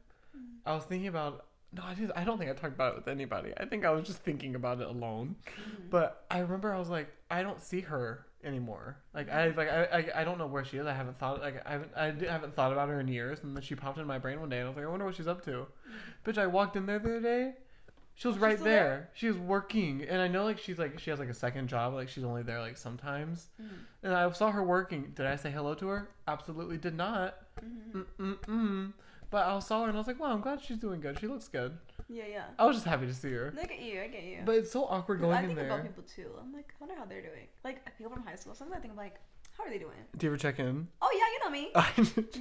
Speaker 1: I was thinking about no, I did I don't think I talked about it with anybody. I think I was just thinking about it alone.
Speaker 2: Mm-hmm.
Speaker 1: But I remember I was like, I don't see her anymore. Like I like I, I, I don't know where she is. I haven't thought like I haven't I di- haven't thought about her in years. And then she popped in my brain one day, and I was like, I wonder what she's up to. Bitch, I walked in there the other day. She was
Speaker 2: She's
Speaker 1: right
Speaker 2: Mm-hmm. still
Speaker 1: there.
Speaker 2: there?
Speaker 1: She was working, and I know like she's like she has like a second job. Like she's only there like sometimes.
Speaker 2: Mhm.
Speaker 1: And I saw her working. Did I say hello to her? Absolutely did not.
Speaker 2: Mm-hmm.
Speaker 1: Mm-mm-mm. But I saw her and I was like, wow, I'm glad she's doing good. She looks good.
Speaker 2: Yeah, yeah.
Speaker 1: I was just happy to see her.
Speaker 2: Look at you. I get you.
Speaker 1: But it's so awkward going
Speaker 2: I
Speaker 1: in
Speaker 2: think
Speaker 1: there.
Speaker 2: about people too. I'm like, I wonder how they're doing. Like people from high school. Sometimes I think I'm like, how are they doing?
Speaker 1: Do you ever check in?
Speaker 2: Oh yeah, you know me.
Speaker 1: Oh.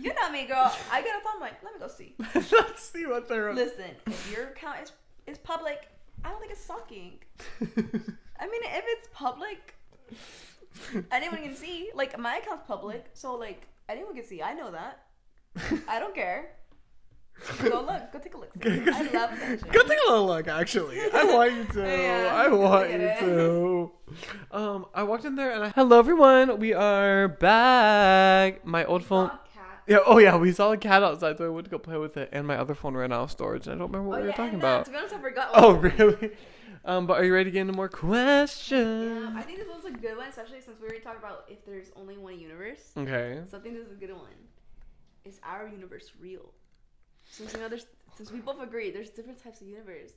Speaker 2: You know me, girl. I get up. I'm like, let me go see.
Speaker 1: [laughs] Let's see what they're up
Speaker 2: Listen, if your account is is public, I don't think it's sucking.
Speaker 1: [laughs]
Speaker 2: I mean, if it's public, anyone can see. Like my account's public, so like anyone can see. I know that. I don't care. Go look. Go take a look. see. I love
Speaker 1: [laughs]
Speaker 2: that shit.
Speaker 1: Go take a little look, actually. I want you to.
Speaker 2: [laughs] Yeah,
Speaker 1: I want
Speaker 2: look
Speaker 1: you
Speaker 2: at
Speaker 1: to. Um, I walked in there and I. Hello, everyone. We are back. My old phone.
Speaker 2: Cat.
Speaker 1: Yeah. Oh, yeah. We saw a cat outside, so I went to go play with it, and my other phone ran out of storage, and I don't remember what
Speaker 2: Oh
Speaker 1: we were
Speaker 2: yeah,
Speaker 1: talking
Speaker 2: and that.
Speaker 1: about.
Speaker 2: To be honest, I forgot.
Speaker 1: [laughs] Oh, really? Um, but are you ready to get into more questions?
Speaker 2: Yeah, I think this one's a good one, especially since we already talked about if there's only one universe.
Speaker 1: Okay. [laughs]
Speaker 2: So I think this is a good one. Is our universe real? Since you know there's since we both agree there's different types of universe.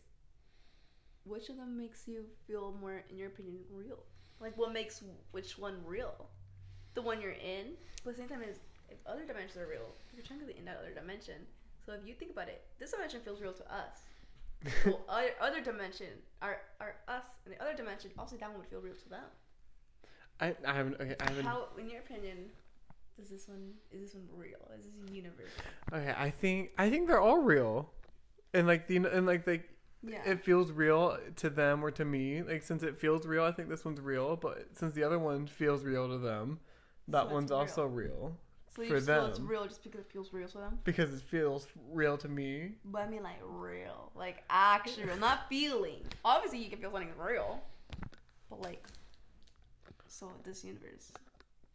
Speaker 2: Which of them makes you feel more, in your opinion, real? Like what makes which one real? The one you're in, but at the same time is if other dimensions are real, you're technically in that other dimension. So if you think about it, this dimension feels real to us. So other, other dimension, our our us and the other dimension, also that one would feel real to them.
Speaker 1: I, I haven't. Okay, I haven't.
Speaker 2: How, in your opinion, does this one is this one real? Is this universe?
Speaker 1: Okay, I think I think they're all real, and like the and like they
Speaker 2: Yeah.
Speaker 1: it feels real to them or to me. Like since it feels real, I think this one's real. But since the other one feels real to them, that
Speaker 2: it's
Speaker 1: one's
Speaker 2: real.
Speaker 1: also real
Speaker 2: so you
Speaker 1: for
Speaker 2: just feel it's
Speaker 1: them.
Speaker 2: real just because it feels real to them.
Speaker 1: because it feels real to me. [laughs]
Speaker 2: But I mean, like real, like actually real, not feeling. Obviously, you can feel something real, but like, so this universe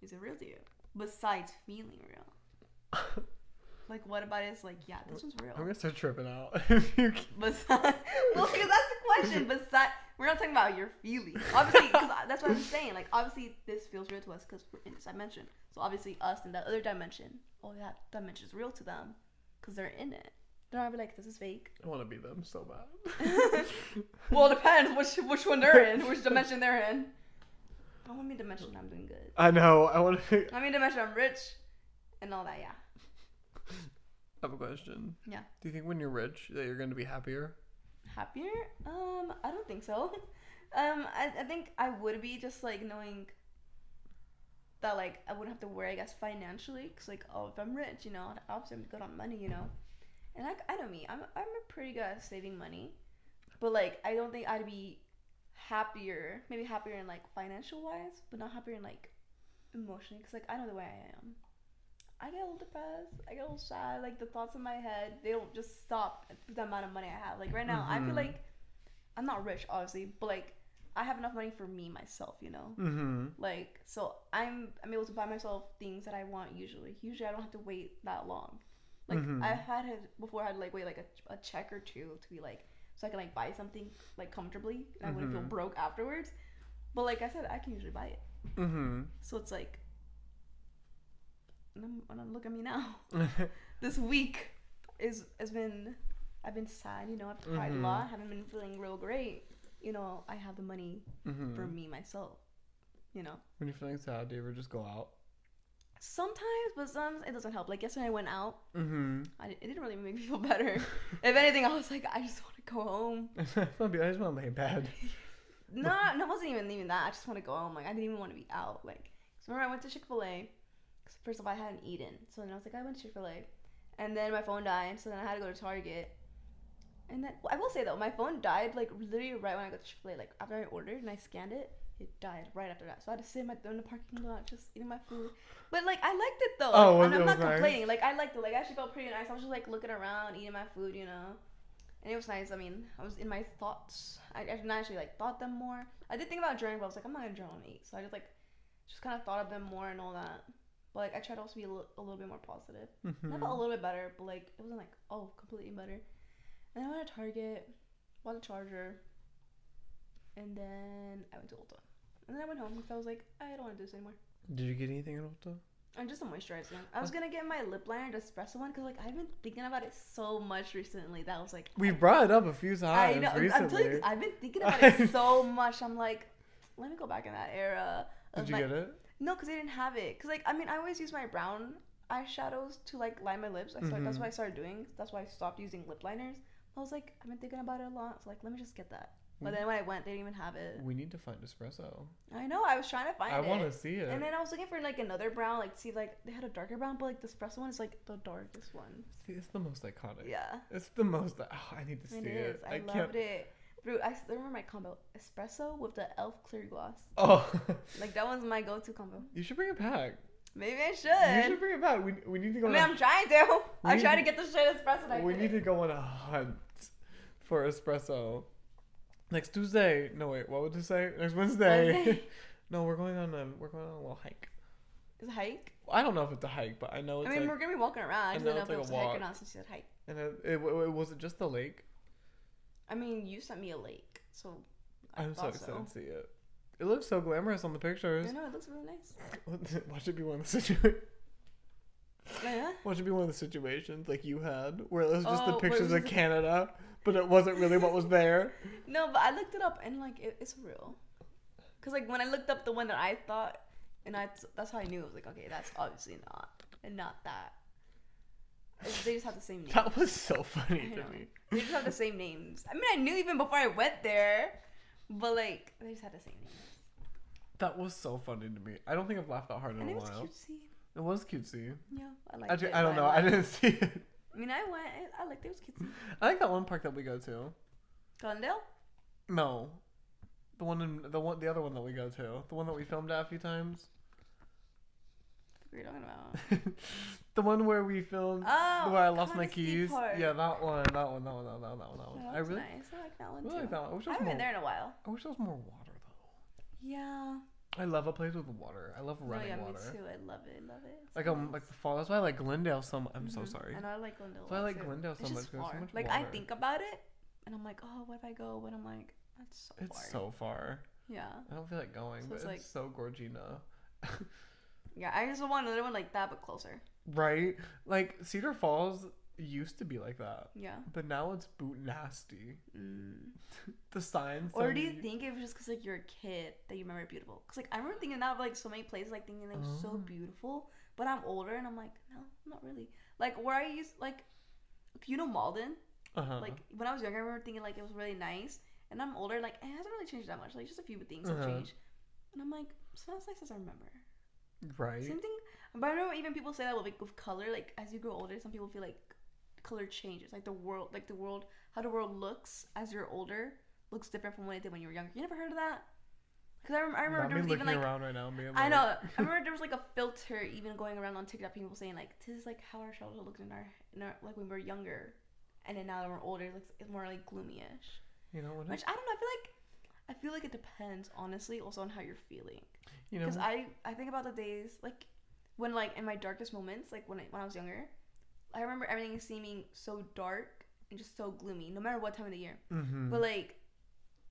Speaker 2: is it real to you? Besides feeling real, like what about it's like yeah, this one's
Speaker 1: I'm
Speaker 2: real.
Speaker 1: gonna start tripping out. [laughs] If you c-
Speaker 2: Besides, [laughs] well, because that's the question. Besides, we're not talking about your feelings. Obviously, because that's what I'm saying. Like, obviously, this feels real to us because we're in this dimension. So obviously, us in that other dimension, oh, that dimension is real to them because they're in it. They're not gonna be like, this is fake.
Speaker 1: I want to be them so bad.
Speaker 2: [laughs]
Speaker 1: [laughs]
Speaker 2: well, it depends which which one they're in, which dimension they're in. I want me dimension. I'm doing good.
Speaker 1: I know. I want to.
Speaker 2: I mean, dimension. I'm rich, and all that. Yeah.
Speaker 1: I have a question.
Speaker 2: Yeah.
Speaker 1: Do you think when you're rich that you're gonna be happier?
Speaker 2: happier um i don't think so [laughs] um I, I think i would be just like knowing that like i wouldn't have to worry i guess financially because like oh if i'm rich you know obviously i'm good on money you know and like i know me i'm, I'm a pretty good at saving money but like i don't think i'd be happier maybe happier in like financial wise but not happier in like emotionally because like i know the way i am I get a little depressed. I get a little sad. Like the thoughts in my head, they don't just stop at the amount of money I have. Like right now, I
Speaker 1: Mhm.
Speaker 2: feel like I'm not rich, obviously, but like I have enough money for me myself. You know,
Speaker 1: Mm-hmm.
Speaker 2: like so I'm I'm able to buy myself things that I want. Usually, usually I don't have to wait that long. Like
Speaker 1: Mhm.
Speaker 2: I've had it before. I had to like wait like a, a check or two to be like so I can like buy something like comfortably and I wouldn't feel
Speaker 1: Mhm.
Speaker 2: broke afterwards. But like I said, I can usually buy it.
Speaker 1: Mm-hmm.
Speaker 2: So it's like, and, I'm, and I'm- look at me now. [laughs] This week is has been, I've been sad. You know, I've cried
Speaker 1: Mhm.
Speaker 2: a lot. Haven't been feeling real great. You know, I have the money
Speaker 1: [laughs] mm-hmm.
Speaker 2: for me myself. You know,
Speaker 1: When you're feeling sad, do you ever just go out?
Speaker 2: sometimes, but sometimes it doesn't help. Like yesterday, I went out.
Speaker 1: Mm-hmm. [laughs]
Speaker 2: I, it didn't really make me [laughs] feel better. if anything, I was like, I just want to go home.
Speaker 1: I just want to lay in bed.
Speaker 2: No, no, it wasn't even even that. I just want to go home. Like I didn't even want to be out. Like, 'cause remember I went to Chick Fil A. First of all, I hadn't eaten, so then I was like, I went to Chick Fil A, and then my phone died, so then I had to go to Target. And then I will say though, my phone died like literally right when I got to Chick Fil A. Like after I ordered and I scanned it, it died right after that. So I had to sit in, my, in the parking lot just eating my food. But like I liked it though,
Speaker 1: Oh,
Speaker 2: Like, and
Speaker 1: was
Speaker 2: I'm
Speaker 1: it-
Speaker 2: not
Speaker 1: was nice?
Speaker 2: complaining. Like I liked it. Like I actually felt pretty nice. I was just like looking around, eating my food, you know. And it was nice. I mean, I was in my thoughts. I, I not actually like thought them more. I did think about journaling, but I was like, I'm not gonna journal and eat. So I just like just kind of thought of them more and all that. But like I tried to also be a lit- a little bit more positive.
Speaker 1: Mm-hmm.
Speaker 2: And I felt a little bit better, but like it wasn't like oh completely better. And then I went to Target, bought a charger, and then I went to Ulta, and then I went home because I was like I don't want to do this anymore.
Speaker 1: Did you get anything at Ulta?
Speaker 2: And just a moisturizer. I was gonna get my lip liner, espresso one, because like I've been thinking about it so much recently that I was like
Speaker 1: We brought Ah, it up a few
Speaker 2: I
Speaker 1: times
Speaker 2: know. I'm- I'm
Speaker 1: recently.
Speaker 2: telling you, I've been
Speaker 1: [laughs]
Speaker 2: thinking about it so much. I'm like, let me go back in that era. Of
Speaker 1: Did you
Speaker 2: my,
Speaker 1: get it?
Speaker 2: No, because I didn't have it. Because like, I mean, I always use my brown eyeshadows to like line my lips. I start, That's
Speaker 1: Mhm.
Speaker 2: what I started doing. That's why I stopped using lip liners. I was like, I've been thinking about it a lot. So like, let me just get that. But
Speaker 1: Mm.
Speaker 2: then when I went, they didn't even have it.
Speaker 1: We need to find espresso.
Speaker 2: I know. I was trying to find
Speaker 1: I
Speaker 2: it.
Speaker 1: want to see it.
Speaker 2: And then I was looking for like another brown, like see like they had a darker brown, but like the espresso one is like the darkest one.
Speaker 1: see, it's the most iconic.
Speaker 2: Yeah.
Speaker 1: It's the most. Oh, I need to see
Speaker 2: It
Speaker 1: it.
Speaker 2: is. I,
Speaker 1: can't.
Speaker 2: loved it. Dude, I s- remember my combo espresso with the elf clear gloss.
Speaker 1: Oh, [laughs]
Speaker 2: Like that one's my go-to combo.
Speaker 1: you should bring it back.
Speaker 2: Maybe I
Speaker 1: You
Speaker 2: should.
Speaker 1: should bring it back. We, we need to go.
Speaker 2: I
Speaker 1: on
Speaker 2: mean,
Speaker 1: a-
Speaker 2: I'm trying to. [laughs] I
Speaker 1: We-
Speaker 2: tried to get the shit espresso. that I
Speaker 1: we
Speaker 2: couldn't.
Speaker 1: need
Speaker 2: [laughs]
Speaker 1: to go on a hunt for espresso. Next Tuesday. No wait, what would you say? Next Wednesday.
Speaker 2: Wednesday.
Speaker 1: [laughs] no, we're going on a we're going on a little hike.
Speaker 2: Is
Speaker 1: [laughs]
Speaker 2: it hike?
Speaker 1: I don't know if it's a hike, but I know
Speaker 2: I
Speaker 1: it's
Speaker 2: mean,
Speaker 1: like,
Speaker 2: we're gonna be walking around. I just
Speaker 1: know
Speaker 2: don't know
Speaker 1: it's
Speaker 2: if it
Speaker 1: like
Speaker 2: was
Speaker 1: a
Speaker 2: a hike or
Speaker 1: walk.
Speaker 2: not since you said hike.
Speaker 1: and it, it, w- w- was it just the lake?
Speaker 2: I mean, you sent me a lake, so I
Speaker 1: I'm so
Speaker 2: thought
Speaker 1: excited to see it. It looks so glamorous on the
Speaker 2: I
Speaker 1: pictures.
Speaker 2: know it looks
Speaker 1: [laughs]
Speaker 2: really nice.
Speaker 1: Watch it be one of the situ-
Speaker 2: Yeah.
Speaker 1: Watch it be one of the situations like you had, where it was just
Speaker 2: Oh,
Speaker 1: the
Speaker 2: where it
Speaker 1: pictures
Speaker 2: was
Speaker 1: of
Speaker 2: just-
Speaker 1: Canada, but it wasn't really what was
Speaker 2: [laughs]
Speaker 1: there.
Speaker 2: No, but I looked it up and like it, it's real. Cause like when I looked up the one that I thought, and I that's how I knew it was like okay, that's obviously not and not that. It's- They just have the
Speaker 1: [laughs]
Speaker 2: same name.
Speaker 1: That was so funny
Speaker 2: [laughs]
Speaker 1: to
Speaker 2: I know.
Speaker 1: me.
Speaker 2: They just have the same names. I mean, I knew even before I went there, but like they just had the same names.
Speaker 1: That was so funny to me. I don't think I've laughed that hard in
Speaker 2: And
Speaker 1: a
Speaker 2: it was
Speaker 1: while.
Speaker 2: cutesy.
Speaker 1: It was cutesy.
Speaker 2: Yeah, I liked
Speaker 1: I,
Speaker 2: it.
Speaker 1: ju- I don't
Speaker 2: but
Speaker 1: know. I Mm.
Speaker 2: liked-
Speaker 1: didn't [laughs] see it.
Speaker 2: I mean, I went. I- I liked it. It was cutesy.
Speaker 1: I like that one park that we go to.
Speaker 2: Glendale.
Speaker 1: No, the one in the one the other one that we go to, the one that we filmed at a few times.
Speaker 2: What are you talking about?
Speaker 1: the one where we filmed [laughs]
Speaker 2: Oh,
Speaker 1: where I lost my
Speaker 2: Cottage Sea
Speaker 1: keys.
Speaker 2: Park.
Speaker 1: Yeah, that one. That one. That one. That one. That one. That
Speaker 2: Oh,
Speaker 1: one.
Speaker 2: that
Speaker 1: I
Speaker 2: was
Speaker 1: really,
Speaker 2: nice. I like that one
Speaker 1: really
Speaker 2: too.
Speaker 1: like that one. I wish
Speaker 2: I
Speaker 1: there was
Speaker 2: haven't
Speaker 1: more.
Speaker 2: been there in a while.
Speaker 1: I wish there was more water though.
Speaker 2: Yeah.
Speaker 1: I love a place with water. I love running
Speaker 2: no, Oh, yeah,
Speaker 1: water.
Speaker 2: me too. I love it. Love it. It's
Speaker 1: Like
Speaker 2: so
Speaker 1: um,
Speaker 2: nice.
Speaker 1: like the fall. That's why I like Glendale so. mu- I'm so
Speaker 2: Mhm.
Speaker 1: sorry.
Speaker 2: And I like Glendale.
Speaker 1: That's why I
Speaker 2: a lot,
Speaker 1: like
Speaker 2: too.
Speaker 1: Glendale so
Speaker 2: It's
Speaker 1: much.
Speaker 2: just
Speaker 1: There's so
Speaker 2: far.
Speaker 1: much
Speaker 2: like I
Speaker 1: water.
Speaker 2: think about it, and I'm like, oh, what if I go? What I'm like, that's so
Speaker 1: It's
Speaker 2: far.
Speaker 1: so far.
Speaker 2: yeah.
Speaker 1: I don't feel like going,
Speaker 2: So
Speaker 1: but
Speaker 2: it's
Speaker 1: it's
Speaker 2: like-
Speaker 1: so Gorgina.
Speaker 2: Yeah. I just want another one like that, but closer.
Speaker 1: Right? Like Cedar Falls used to be like that,
Speaker 2: Yeah.
Speaker 1: but now it's boot nasty.
Speaker 2: Mm.
Speaker 1: The signs.
Speaker 2: Or do you
Speaker 1: say-
Speaker 2: think it was just because like you're a kid that you remember it beautiful? Because like I remember thinking that of, like so many places, like thinking they were
Speaker 1: Oh.
Speaker 2: so beautiful. But I'm older and I'm like, no, not really. Like where I used like, you know Malden.
Speaker 1: Uh-huh.
Speaker 2: Like when I was younger, I remember thinking like it was really nice. And I'm older, like it hasn't really changed that much. Like just a few things have
Speaker 1: Uh-huh.
Speaker 2: changed. And I'm like, it's not as nice as I remember.
Speaker 1: right?
Speaker 2: Same thing. But I remember even people say that with, like with color. Like as you grow older, some people feel like color changes. Like the world, like the world, how the world looks as you're older looks different from what it did when you were younger. You never heard of that? Because I, rem- I
Speaker 1: Not
Speaker 2: remember
Speaker 1: me
Speaker 2: there was
Speaker 1: looking
Speaker 2: even like
Speaker 1: around right now. Me and
Speaker 2: I
Speaker 1: my-
Speaker 2: know.
Speaker 1: [laughs]
Speaker 2: I remember there was like a filter even going around on TikTok. People saying like, "This is like how our childhood looked in our, in our like when we were younger, and then now that we're older, it looks it's more like gloomy-ish."
Speaker 1: You know what?
Speaker 2: Which I don't know. I feel like I feel like it depends, honestly, also on how you're feeling.
Speaker 1: you know.
Speaker 2: Because I I think about the days like when like in my darkest moments, like when I, when I was younger, I remember everything seeming so dark and just so gloomy, no matter what time of the year.
Speaker 1: Mhm.
Speaker 2: But like,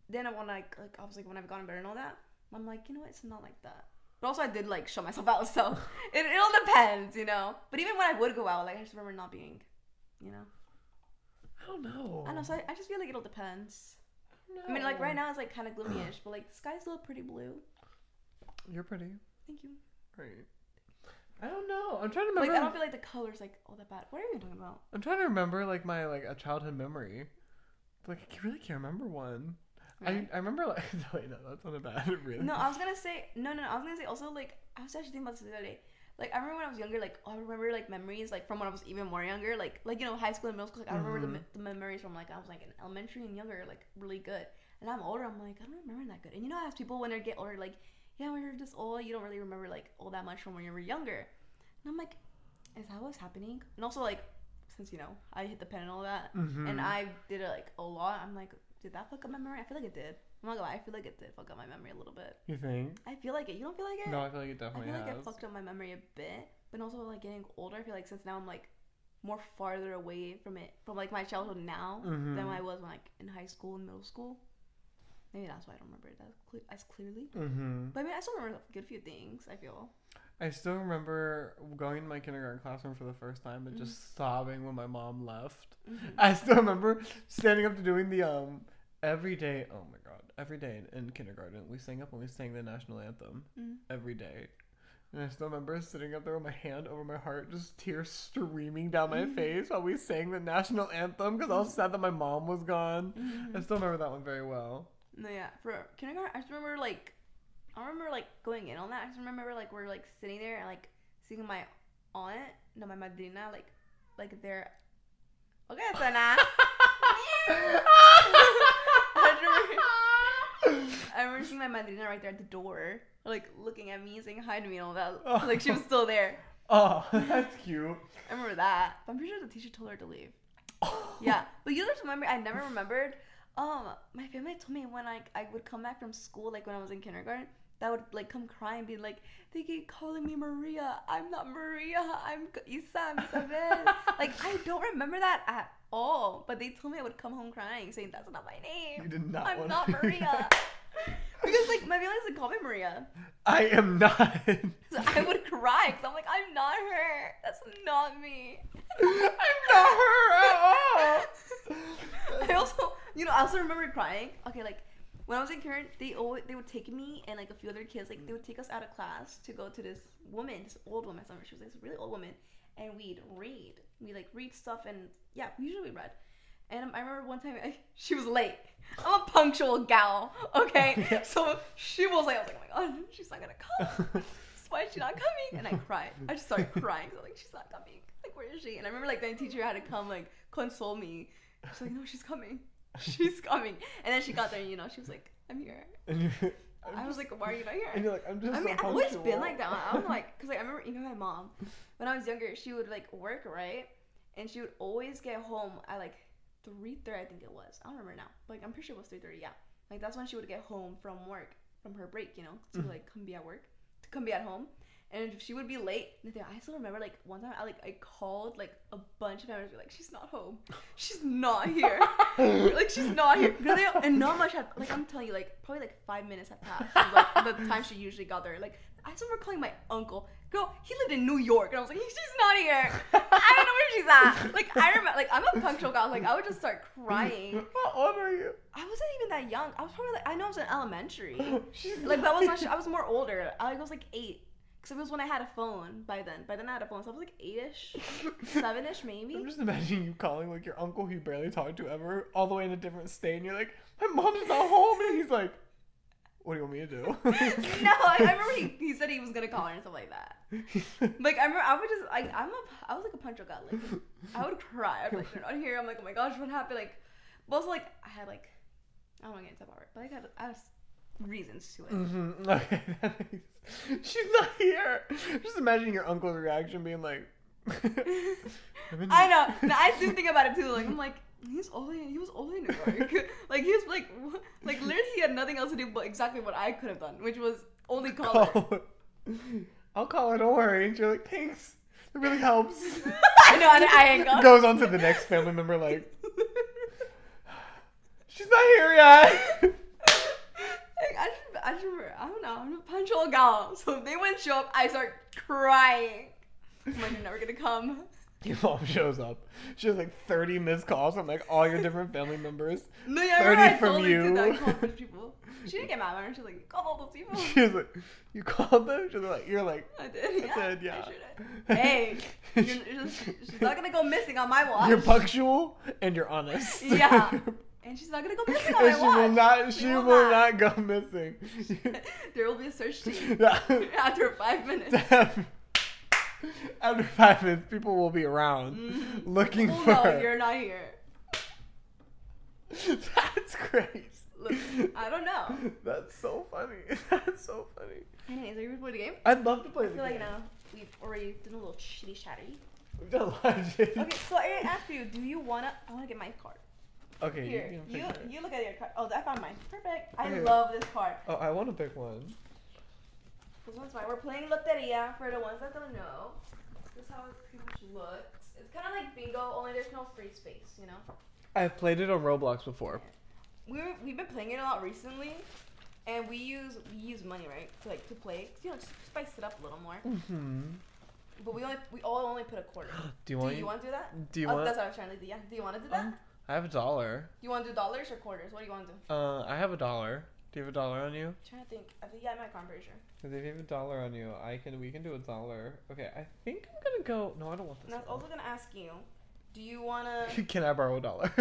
Speaker 2: then I want like like I was like when I've gotten better and all that, I'm like you know what, it's not like that. But also I did like shut myself out, [laughs] so it it all depends, you know. But even when I would go out, like I just remember not being, you know.
Speaker 1: I don't know.
Speaker 2: I don't know. So I, I just feel like it all depends. I mean, like
Speaker 1: Oh.
Speaker 2: right now it's like kind of gloomy-ish, but like the sky's still pretty blue.
Speaker 1: You're pretty.
Speaker 2: Thank you.
Speaker 1: Right. I don't know. I'm trying to
Speaker 2: Like
Speaker 1: remember.
Speaker 2: I don't feel like the colors like all that bad. What are you talking about?
Speaker 1: I'm trying to remember like my like a childhood memory. Like I really can't remember one. I, I remember like [laughs] wait no that sounded bad [laughs] it really
Speaker 2: No, I was gonna say no, no, no. I was gonna say also like I was actually thinking about this the other day. Like I remember when I was younger, like oh, I remember like memories like from when I was even more younger, like like you know high school and middle school. Like I remember the, me- the memories from like I was like in elementary and younger, like really good. And I'm older, I'm like I don't remember that good. And you know, I have people when they get older, like yeah, when you're this old, you don't really remember like all that much from when you were younger. And I'm like, is that what's happening? And also like since you know I hit the pen and all that,
Speaker 1: Mm-hmm.
Speaker 2: and I did it like a lot. I'm like, did that fuck up my memory? I feel like it did. I'm not gonna lie, I feel like it did fuck up my memory a little bit.
Speaker 1: you think
Speaker 2: I feel like it. You don't feel like it?
Speaker 1: no I feel like it
Speaker 2: I
Speaker 1: definitely
Speaker 2: feel like it
Speaker 1: has
Speaker 2: fucked up my memory a bit. But also like getting older, I feel like since now I'm like more farther away from it from like my childhood now
Speaker 1: Mm-hmm.
Speaker 2: than I was when like in high school and middle school. Maybe that's why I don't remember it as, cle- as clearly.
Speaker 1: mm-hmm.
Speaker 2: But I mean, I still remember a good few things. I feel.
Speaker 1: I still remember going in my kindergarten classroom for the first time and just sobbing when my mom left.
Speaker 2: Mm-hmm.
Speaker 1: I still remember standing up to doing the um every day. Oh my god, every day in, in kindergarten we sang up and we sang the national anthem every day. And I still remember sitting up there with my hand over my heart, just tears streaming down my face while we sang the national anthem because I was sad that my mom was gone. I still remember that one very well.
Speaker 2: No, yeah. For kindergarten, I just remember like, I remember like going in on that. I just remember like we're like sitting there and like seeing my aunt, no, my madrina, like, like they're. Okay, so now. I remember- I remember seeing my madrina right there at the door, like looking at me, saying hi to me and all that. Like she was still there.
Speaker 1: Oh, [laughs] that's cute.
Speaker 2: I remember that. But I'm pretty sure the teacher told her to leave.
Speaker 1: [laughs]
Speaker 2: yeah, but you just remember. I never remembered. Um, my family told me when I I would come back from school, like when I was in kindergarten, that I would like come crying, be like, they keep calling me Maria. I'm not Maria. I'm K- Isa. I'm
Speaker 1: [laughs]
Speaker 2: Isabel. like I don't remember that at all. But they told me I would come home crying, saying that's not my name.
Speaker 1: You did not
Speaker 2: I'm
Speaker 1: want
Speaker 2: not
Speaker 1: to do
Speaker 2: Maria.
Speaker 1: that.
Speaker 2: [laughs] because like my family doesn't call me Maria,
Speaker 1: I am
Speaker 2: [laughs]
Speaker 1: not.
Speaker 2: so I would cry because I'm like I'm not her. That's not me.
Speaker 1: I'm not her at [laughs] all.
Speaker 2: [laughs] I also, you know, I also remember crying. Okay, like when I was in Karen, they always they would take me and like a few other kids, like they would take us out of class to go to this woman, this old woman. I remember she was like, this really old woman, and we'd read. We like read stuff, and yeah, we usually read. And I remember one time [laughs] I, she was late. I'm a punctual gal, okay? so she was late. I was like, oh my god, she's not gonna
Speaker 1: [laughs]
Speaker 2: come. So [laughs] Why is she not coming? And I cried. I just started crying. 'cause I was like, she's not coming. Like, where is she? And I remember like the teacher had to come like console me. She's like, no, she's coming. [laughs] She's coming. And then she got there, and, you know, she was like, I'm here.
Speaker 1: And you're,
Speaker 2: I was like, why are you not
Speaker 1: and
Speaker 2: here?
Speaker 1: you're like, I'm just.
Speaker 2: I
Speaker 1: so
Speaker 2: mean, I've always
Speaker 1: punctual.
Speaker 2: been like that.
Speaker 1: [laughs]
Speaker 2: I'm like, because like, I remember even my mom, when I was younger, she would like work, right? And she would always get home at like 3.30, I think it was. I don't remember now. But like, I'm pretty sure it was 3.30, yeah. Like, that's when she would get home from work, from her break, you know, to like come be at work, to come be at home. And if she would be late, and then I still remember like one time I like I called like a bunch of members like she's not home, she's not here, [laughs] like she's not here. Because they- and not much had like I'm telling you like probably like five minutes had passed from, like, the time she usually got there. Like I still remember calling my uncle. Girl, he lived in New York, and I was like, she's not here. I don't know where she's at. Like I remember like I'm a punctual guy. Like I would just start crying.
Speaker 1: How old are you?
Speaker 2: I wasn't even that young. I was probably like I know I was in elementary
Speaker 1: She's
Speaker 2: like that was
Speaker 1: [laughs]
Speaker 2: not. I was more older. I like, was like eight, because it was when I had a phone. By then, by then I had a phone, so I was like eight-ish, seven-ish maybe.
Speaker 1: [laughs] I'm just imagining you calling like your uncle who you barely talked to ever, all the way in a different state, and you're like, my mom's not home, and he's like, what do you want me to do?
Speaker 2: [laughs] no, I, I remember he, he said he was gonna call her and stuff like that.
Speaker 1: [laughs]
Speaker 2: Like I remember I would just like I'm a I was like a punch out like I would cry. I'm like they're not here. I'm like oh my gosh, what happened? Like, but also like I had like I don't want to get into that part, but like, I had I had reasons to it.
Speaker 1: Mhm, Okay, [laughs] that makes. She's not here. Just imagining your uncle's reaction being like. [laughs]
Speaker 2: I know. No, I do think about it too. Like I'm like he's only he was only in New York. [laughs] like he was like wh- like literally he had nothing else to do but exactly what I could have done, which was only call. her.
Speaker 1: call. I'll call her, don't worry. And you're like, thanks. It really helps.
Speaker 2: [laughs] I know. And I hang
Speaker 1: [laughs]
Speaker 2: up.
Speaker 1: Goes on to the next family member, like,
Speaker 2: [laughs]
Speaker 1: she's not here yet. [laughs]
Speaker 2: Like, I just, I just remember, I don't know, I'm a punch all gal. So if they wouldn't show up, I start crying. I'm like, you're never gonna come.
Speaker 1: Your mom shows up. She has like 30 missed calls from like all your different family members.
Speaker 2: No, yeah, I remember
Speaker 1: 30
Speaker 2: I
Speaker 1: from
Speaker 2: totally did that. I
Speaker 1: you.
Speaker 2: called those people. She didn't get mad at her. She was like, call all those
Speaker 1: [laughs]
Speaker 2: people.
Speaker 1: She's like, you called them? She's like, you're like,
Speaker 2: I did. [laughs] Yeah.
Speaker 1: I did, yeah. [laughs]
Speaker 2: should've. Hey, you're,
Speaker 1: [laughs]
Speaker 2: you're just, she's not gonna go missing on my watch.
Speaker 1: You're punctual and you're honest.
Speaker 2: [laughs] Yeah. and she's not gonna go
Speaker 1: [laughs]
Speaker 2: missing on
Speaker 1: And
Speaker 2: my
Speaker 1: she will
Speaker 2: watch.
Speaker 1: not.
Speaker 2: She
Speaker 1: She
Speaker 2: will
Speaker 1: will
Speaker 2: not.
Speaker 1: not go missing.
Speaker 2: [laughs] there will be
Speaker 1: [laughs]
Speaker 2: a search team [laughs]
Speaker 1: Yeah.
Speaker 2: after five minutes.
Speaker 1: After five minutes, people will be around
Speaker 2: Mhm.
Speaker 1: looking
Speaker 2: Well,
Speaker 1: for
Speaker 2: no,
Speaker 1: her.
Speaker 2: you're not here.
Speaker 1: [laughs] That's crazy.
Speaker 2: Look, I don't know.
Speaker 1: [laughs] That's so funny. [laughs] That's so funny.
Speaker 2: Anyways, are you ready for the game?
Speaker 1: I'd love to play
Speaker 2: I
Speaker 1: the
Speaker 2: feel like
Speaker 1: game. [laughs]
Speaker 2: now we've already done a little shitty shatty.
Speaker 1: We've done a lot of shit.
Speaker 2: Okay, so I asked you, do you wanna? I wanna get my card.
Speaker 1: Okay,
Speaker 2: Here,
Speaker 1: you,
Speaker 2: you
Speaker 1: can pick it.
Speaker 2: you look at your card. Oh, I found mine. Perfect. I
Speaker 1: Okay.
Speaker 2: love this card.
Speaker 1: Oh, I want to pick one.
Speaker 2: This one's mine. We're playing loteria for the ones that don't know. This is how it pretty much looks. It's kind of like bingo, only there's no free space. You know.
Speaker 1: I've played it on Roblox before.
Speaker 2: we were, we've been playing it a lot recently, and we use we use money right to like to play. 'cause, You know, just spice it up a little more.
Speaker 1: hmm
Speaker 2: But we only we all only put a quarter.
Speaker 1: Do [gasps] you
Speaker 2: Do
Speaker 1: want?
Speaker 2: you want to do that?
Speaker 1: do you
Speaker 2: oh,
Speaker 1: want?
Speaker 2: That's what I was trying to do. Yeah. Do you want to do that?
Speaker 1: Um, I have a dollar.
Speaker 2: you want to do dollars or quarters? What do you want to do?
Speaker 1: Uh, I have a dollar. Do you have a dollar on you?
Speaker 2: I'm trying to think. I think yeah, I might. I'm pretty sure.
Speaker 1: If you have a dollar on you, I can. We can do a dollar. Okay, I think I'm gonna go. No, I don't want this.
Speaker 2: And I was
Speaker 1: one.
Speaker 2: also gonna ask you, do you
Speaker 1: [laughs]
Speaker 2: wanna?
Speaker 1: Can I borrow a dollar?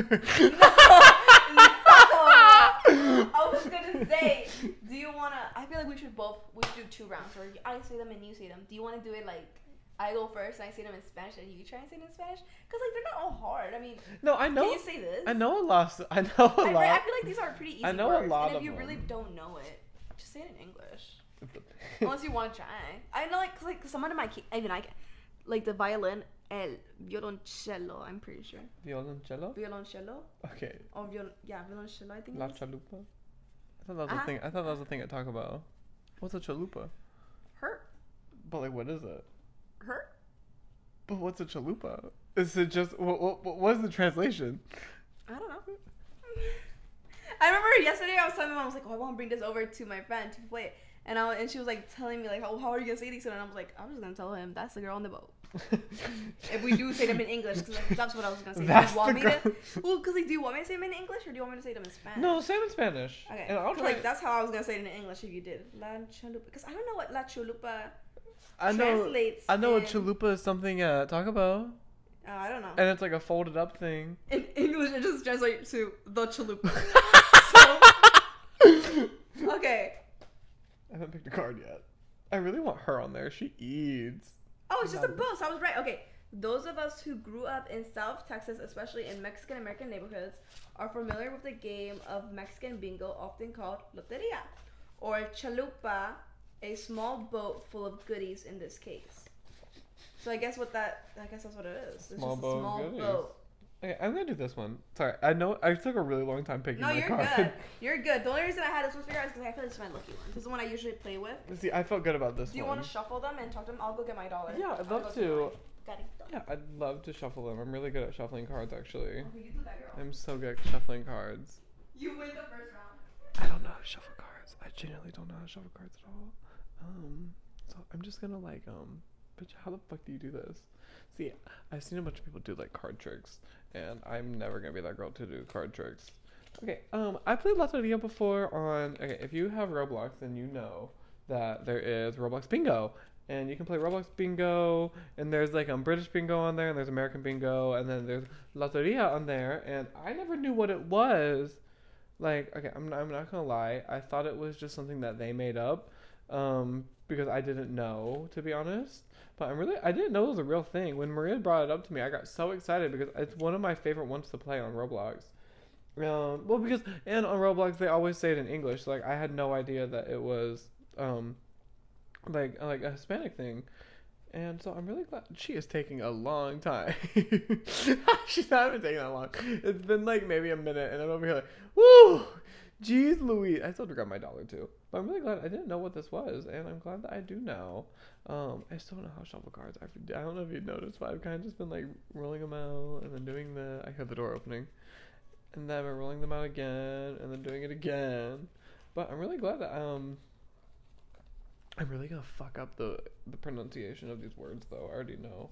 Speaker 2: I was gonna say, do you wanna? I feel like we should both we should do two rounds, or I say them and you say them. Do you wanna do it like I go first and I say them in Spanish and you try and say them in Spanish? Cause like they're not all hard. I mean,
Speaker 1: [laughs] no, I know.
Speaker 2: can you say this?
Speaker 1: I know a lot. I know a
Speaker 2: I, re- I
Speaker 1: lot.
Speaker 2: feel like these are pretty easy.
Speaker 1: I know a
Speaker 2: words,
Speaker 1: lot
Speaker 2: And if
Speaker 1: of
Speaker 2: you really
Speaker 1: them.
Speaker 2: don't know it, just say it in English.
Speaker 1: [laughs]
Speaker 2: Unless you want to try. I know, like, 'cause, like someone in my ki- even I can, like the violin, el violoncello. I'm pretty sure
Speaker 1: Violoncello.
Speaker 2: violoncello
Speaker 1: Okay.
Speaker 2: or viol yeah violoncello. I think.
Speaker 1: La
Speaker 2: it is.
Speaker 1: chalupa. I thought that was
Speaker 2: Uh-huh.
Speaker 1: a thing. I thought that was a thing I talk about. What's a chalupa?
Speaker 2: Her,
Speaker 1: But like, what is it?
Speaker 2: her.
Speaker 1: But what's a chalupa? Is it just what? What, what was the translation?
Speaker 2: I don't know. [laughs] I remember yesterday I was telling my mom I was like, oh, I want to bring this over to my friend to play it, and I and she was like telling me like, oh, how are you gonna say these? And I was like, I'm just gonna tell him that's the girl on the boat. [laughs] If we do say them in English, because like, that's what I was gonna say. do
Speaker 1: That's
Speaker 2: you want
Speaker 1: the
Speaker 2: me to?
Speaker 1: girl.
Speaker 2: [laughs] Well, because like, do you want me to say them in English or do you want me to say them in Spanish?
Speaker 1: [laughs] No, say it in Spanish.
Speaker 2: Okay.
Speaker 1: And I'll
Speaker 2: 'cause,
Speaker 1: try.
Speaker 2: like that's how I was gonna say it in English if you did. La chalupa, because I don't know what la chalupa
Speaker 1: I know.
Speaker 2: translates.
Speaker 1: I know
Speaker 2: in,
Speaker 1: a chalupa is something uh talk about,
Speaker 2: Oh, I don't know.
Speaker 1: and it's like a folded up
Speaker 2: [laughs]
Speaker 1: thing. [laughs]
Speaker 2: in English, it just translates to the chalupa. so, [laughs] okay.
Speaker 1: I haven't picked a card yet. I really want her on there. She eats.
Speaker 2: Oh, it's just a
Speaker 1: Valid.
Speaker 2: bus. I was right. Okay. Those of us who grew up in South Texas, especially in Mexican American neighborhoods, are familiar with the game of Mexican bingo, often called loteria or chalupa, a small boat full of goodies in this case. So I guess what that I guess that's what it is. It's
Speaker 1: Small
Speaker 2: just
Speaker 1: boat
Speaker 2: a
Speaker 1: of
Speaker 2: small
Speaker 1: goodies.
Speaker 2: boat.
Speaker 1: Okay, I'm gonna do this one. Sorry, I know I took a really long time picking
Speaker 2: No,
Speaker 1: my
Speaker 2: you're
Speaker 1: card.
Speaker 2: good.
Speaker 1: [laughs]
Speaker 2: You're good. The only reason I had this one figured out is because I feel like this is my lucky one. This is the one I usually play
Speaker 1: [laughs]
Speaker 2: with.
Speaker 1: See, I felt good about this
Speaker 2: Do you
Speaker 1: one.
Speaker 2: want to shuffle them and talk to them? I'll go get my dollar.
Speaker 1: yeah,
Speaker 2: I'll
Speaker 1: I'd
Speaker 2: go
Speaker 1: love
Speaker 2: get
Speaker 1: to.
Speaker 2: mine. Got it.
Speaker 1: Yeah, I'd love to shuffle them. I'm really good at shuffling cards, actually.
Speaker 2: Okay, you do that, girl.
Speaker 1: I'm so good at shuffling cards.
Speaker 2: You win the first round.
Speaker 1: I don't know how to shuffle cards. I genuinely don't know how to shuffle cards at all. Um, so I'm just gonna like um, bitch, how the fuck do you do this? See, I've seen a bunch of people do like card tricks, and I'm never gonna be that girl to do card tricks. Okay, um, I played Lotteria before on. Okay, if you have Roblox, then you know that there is Roblox Bingo. And you can play Roblox Bingo, and there's like um British Bingo on there, and there's American Bingo, and then there's Lotteria on there, and I never knew what it was like okay I'm not, I'm not gonna lie i thought it was just something that they made up um because i didn't know to be honest but i'm really i didn't know it was a real thing when maria brought it up to me i got so excited because it's one of my favorite ones to play on roblox um well because and on roblox they always say it in english like i had no idea that it was um like like a hispanic thing and so I'm really glad she is taking a long time. [laughs] She's not even taking that long. It's been like maybe a minute, and I'm over here like, Woo! Jeez Louise. I still forgot my dollar too. But I'm really glad I didn't know what this was, and I'm glad that I do now. Um, I still don't know how to shuffle cards. I've, I don't know if you've noticed, but I've kind of just been like rolling them out and then doing the. I heard the door opening. And then I've been rolling them out again and then doing it again. But I'm really glad that. um. I'm really gonna fuck up the, the pronunciation of these words though. I already know.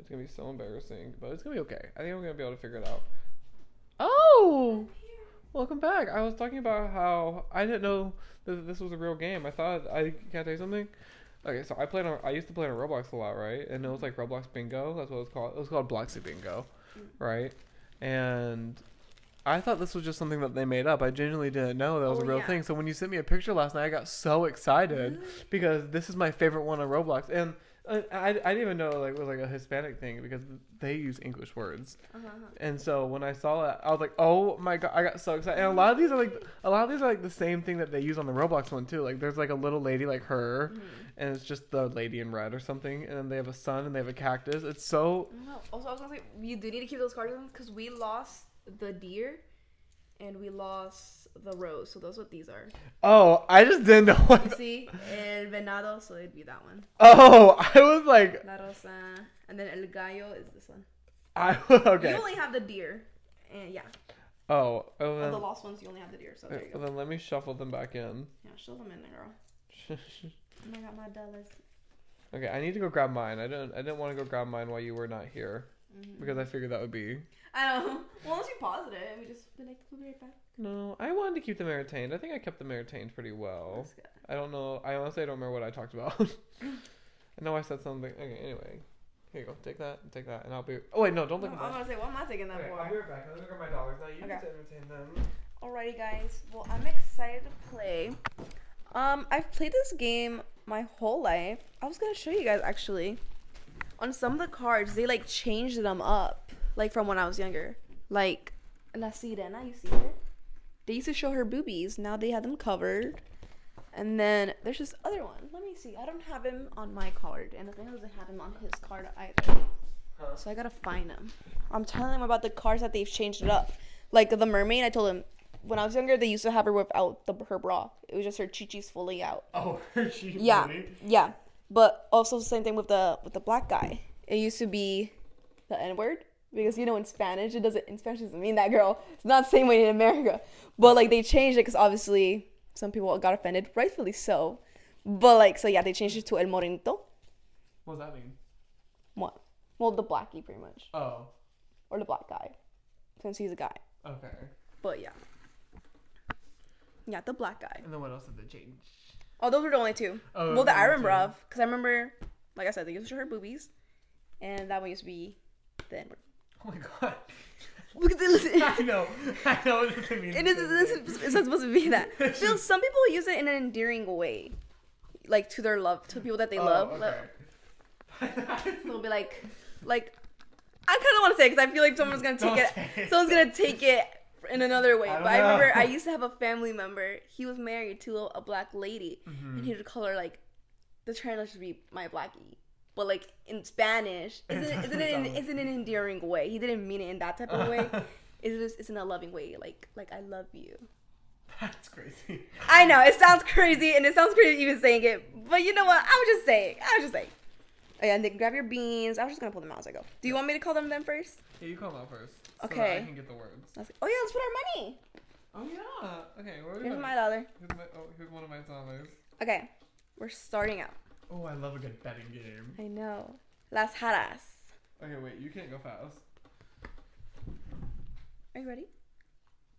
Speaker 1: It's gonna be so embarrassing, but it's gonna be okay. I think I'm gonna be able to figure it out. Oh!
Speaker 2: Uh-huh.
Speaker 1: Welcome back. I was talking about how I didn't know that this was a real game. I thought I can I tell you something. Okay, so I played on. I used to play on Roblox a lot, right? And it was like
Speaker 2: Mm.
Speaker 1: Roblox Bingo. That's what it was called. It was called Bloxy Bingo, right? And I thought this was just something that they made up. I genuinely didn't know that was
Speaker 2: Oh,
Speaker 1: a real
Speaker 2: yeah.
Speaker 1: thing. So when you sent me a picture last night, I got so excited
Speaker 2: Mm-hmm.
Speaker 1: because this is my favorite one on Roblox, and uh, I, I didn't even know like it was like a Hispanic thing because they use English words. And so when I saw it, I was like, "Oh my god!" I got so excited. And a lot of these are like, a lot of these are like the same thing that they use on the Roblox one too. Like, there's like a little lady like her,
Speaker 2: Mm-hmm.
Speaker 1: and it's just the lady in red or something. And then they have a sun and they have a cactus. It's so
Speaker 3: No. Also, I was gonna say you do need to keep those cards because we lost the deer, and we lost the rose. So those what these are.
Speaker 1: oh, I just didn't [laughs] know what. the-
Speaker 2: See, el venado, so it'd be that one.
Speaker 1: Oh, I was like,
Speaker 2: La rosa, and then el gallo is this one.
Speaker 1: I [laughs]
Speaker 2: You
Speaker 1: okay.
Speaker 2: only have the deer, and yeah,
Speaker 1: Oh, oh
Speaker 2: of the
Speaker 1: then,
Speaker 2: lost ones you only have the deer. So there you
Speaker 1: oh,
Speaker 2: go.
Speaker 1: then let me shuffle them back in. [laughs]
Speaker 2: Yeah, show them in there, girl. Oh my god, my dollars.
Speaker 1: okay, I need to go grab mine. I don't. I didn't want to go grab mine while you were not here
Speaker 2: Mhm.
Speaker 1: because I figured that would be.
Speaker 2: [laughs] I know. Well, once you pause it, we just be like, we'll be right back.
Speaker 1: No, I wanted to keep them entertained. I think I kept them entertained pretty well.
Speaker 2: That's good.
Speaker 1: I don't know. I honestly I don't remember what I talked about. [laughs] I know I said something. Okay, anyway. Here you go. Take that. and Take that. And I'll be. Oh, wait, no, don't
Speaker 2: I'm,
Speaker 1: look
Speaker 2: I'm
Speaker 1: at that.
Speaker 2: gonna say, what am I taking that
Speaker 1: Okay, I'll be
Speaker 2: for?
Speaker 1: right back. I'm gonna go grab my dollars now. You
Speaker 2: Okay.
Speaker 1: need to entertain them.
Speaker 2: Alrighty, guys. Well, I'm excited to play. Um, I've played this game my whole life. I was gonna show you guys actually. On some of the cards, they like changed them up, like from when I was younger. Like La Sirena, you see her? They used to show her boobies. Now they have them covered. And then there's this other one. Let me see. I don't have him on my card, and Nathaniel doesn't have him on his card either.
Speaker 1: Huh.
Speaker 2: So I gotta find him. I'm telling him about the cards that they've changed it up. Like the mermaid, I told him when I was younger they used to have her without the, her bra. It was just her chichis fully out.
Speaker 1: Oh, [laughs] she.
Speaker 2: Yeah,
Speaker 1: really?
Speaker 2: yeah. But also the same thing with the with the black guy. It used to be the N word because you know in Spanish it doesn't in Spanish it doesn't mean that girl. It's not the same way in America. But like they changed it because obviously some people got offended, rightfully so. But like so yeah, they changed it to El Morenito.
Speaker 1: What does that mean?
Speaker 2: What? Well, the blackie pretty much,
Speaker 1: Oh,
Speaker 2: or the black guy, since he's a guy.
Speaker 1: okay.
Speaker 2: But yeah. Yeah, the black guy.
Speaker 1: And then what else did they change?
Speaker 2: Oh, those were the only two.
Speaker 1: Oh,
Speaker 2: well,
Speaker 1: those
Speaker 2: that I
Speaker 1: were the
Speaker 2: remember
Speaker 1: two.
Speaker 2: of. Because I remember, like I said, they used to show her boobies. And that one used to be the [laughs] N
Speaker 1: Oh my god. [laughs]
Speaker 2: Because [laughs] it, listen,
Speaker 1: I know. I know what this means.
Speaker 2: it is, it is, it's not supposed to be
Speaker 1: [laughs]
Speaker 2: that. Still, some people use it in an endearing way. Like to their love, to people that
Speaker 1: Oh,
Speaker 2: they love.
Speaker 1: [laughs]
Speaker 2: Like, [laughs] They'll be like, like, I kind of want to say because I feel like someone's gonna take
Speaker 1: Don't
Speaker 2: it,
Speaker 1: say it.
Speaker 2: Someone's gonna take it in another way.
Speaker 1: I don't
Speaker 2: but I remember
Speaker 1: know.
Speaker 2: I used to have a family member. He was married to a, a black lady,
Speaker 1: Mm-hmm.
Speaker 2: and he would call her like, the translator should be my blackie. But like
Speaker 1: [laughs]
Speaker 2: in Spanish,
Speaker 1: It
Speaker 2: isn't it, isn't
Speaker 1: doesn't
Speaker 2: it, in,
Speaker 1: sound-
Speaker 2: isn't it an endearing way? He didn't mean it in that type of
Speaker 1: [laughs]
Speaker 2: way. It's just it's in a loving way, like like I love you.
Speaker 1: That's crazy.
Speaker 2: I know it sounds crazy, and it sounds crazy even saying it, but you know what? I was just saying. I was just saying. Oh, yeah, and then grab your beans. I was just gonna pull them out as I go. Do you want me to call them them first?
Speaker 1: Yeah, you come out first. So that
Speaker 2: Okay.
Speaker 1: I can get the words.
Speaker 2: I was like, oh yeah, let's put our money.
Speaker 1: Oh yeah. Okay. Where are we
Speaker 2: Here's
Speaker 1: going?
Speaker 2: my dollar.
Speaker 1: Here's, my, oh, here's one of my dollars.
Speaker 2: Okay, we're starting out.
Speaker 1: Oh, I love a good betting game.
Speaker 2: I know. Las Jaras.
Speaker 1: Okay, wait. You can't go fast.
Speaker 2: Are you ready?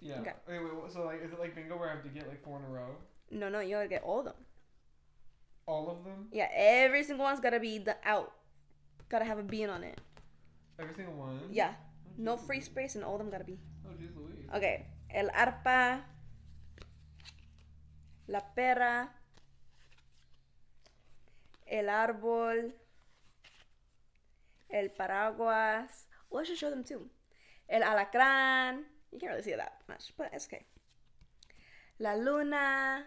Speaker 1: Yeah.
Speaker 2: Okay.
Speaker 1: Wait, wait. what- So like, is it like bingo where I have to get like four in a row?
Speaker 2: No, no, you gotta get all of them.
Speaker 1: All of them?
Speaker 2: Yeah, every single one's gotta be the out. Gotta have a bean on it.
Speaker 1: Every single one?
Speaker 2: Yeah,
Speaker 1: Oh,
Speaker 2: no
Speaker 1: jeez
Speaker 2: free
Speaker 1: Louise.
Speaker 2: space, and all of them gotta be.
Speaker 1: Oh, jeez Louise.
Speaker 2: Okay, el arpa, la perra, el árbol, el paraguas. Well, I should show them too. El alacrán. You can't really see it that much, but it's okay. La luna.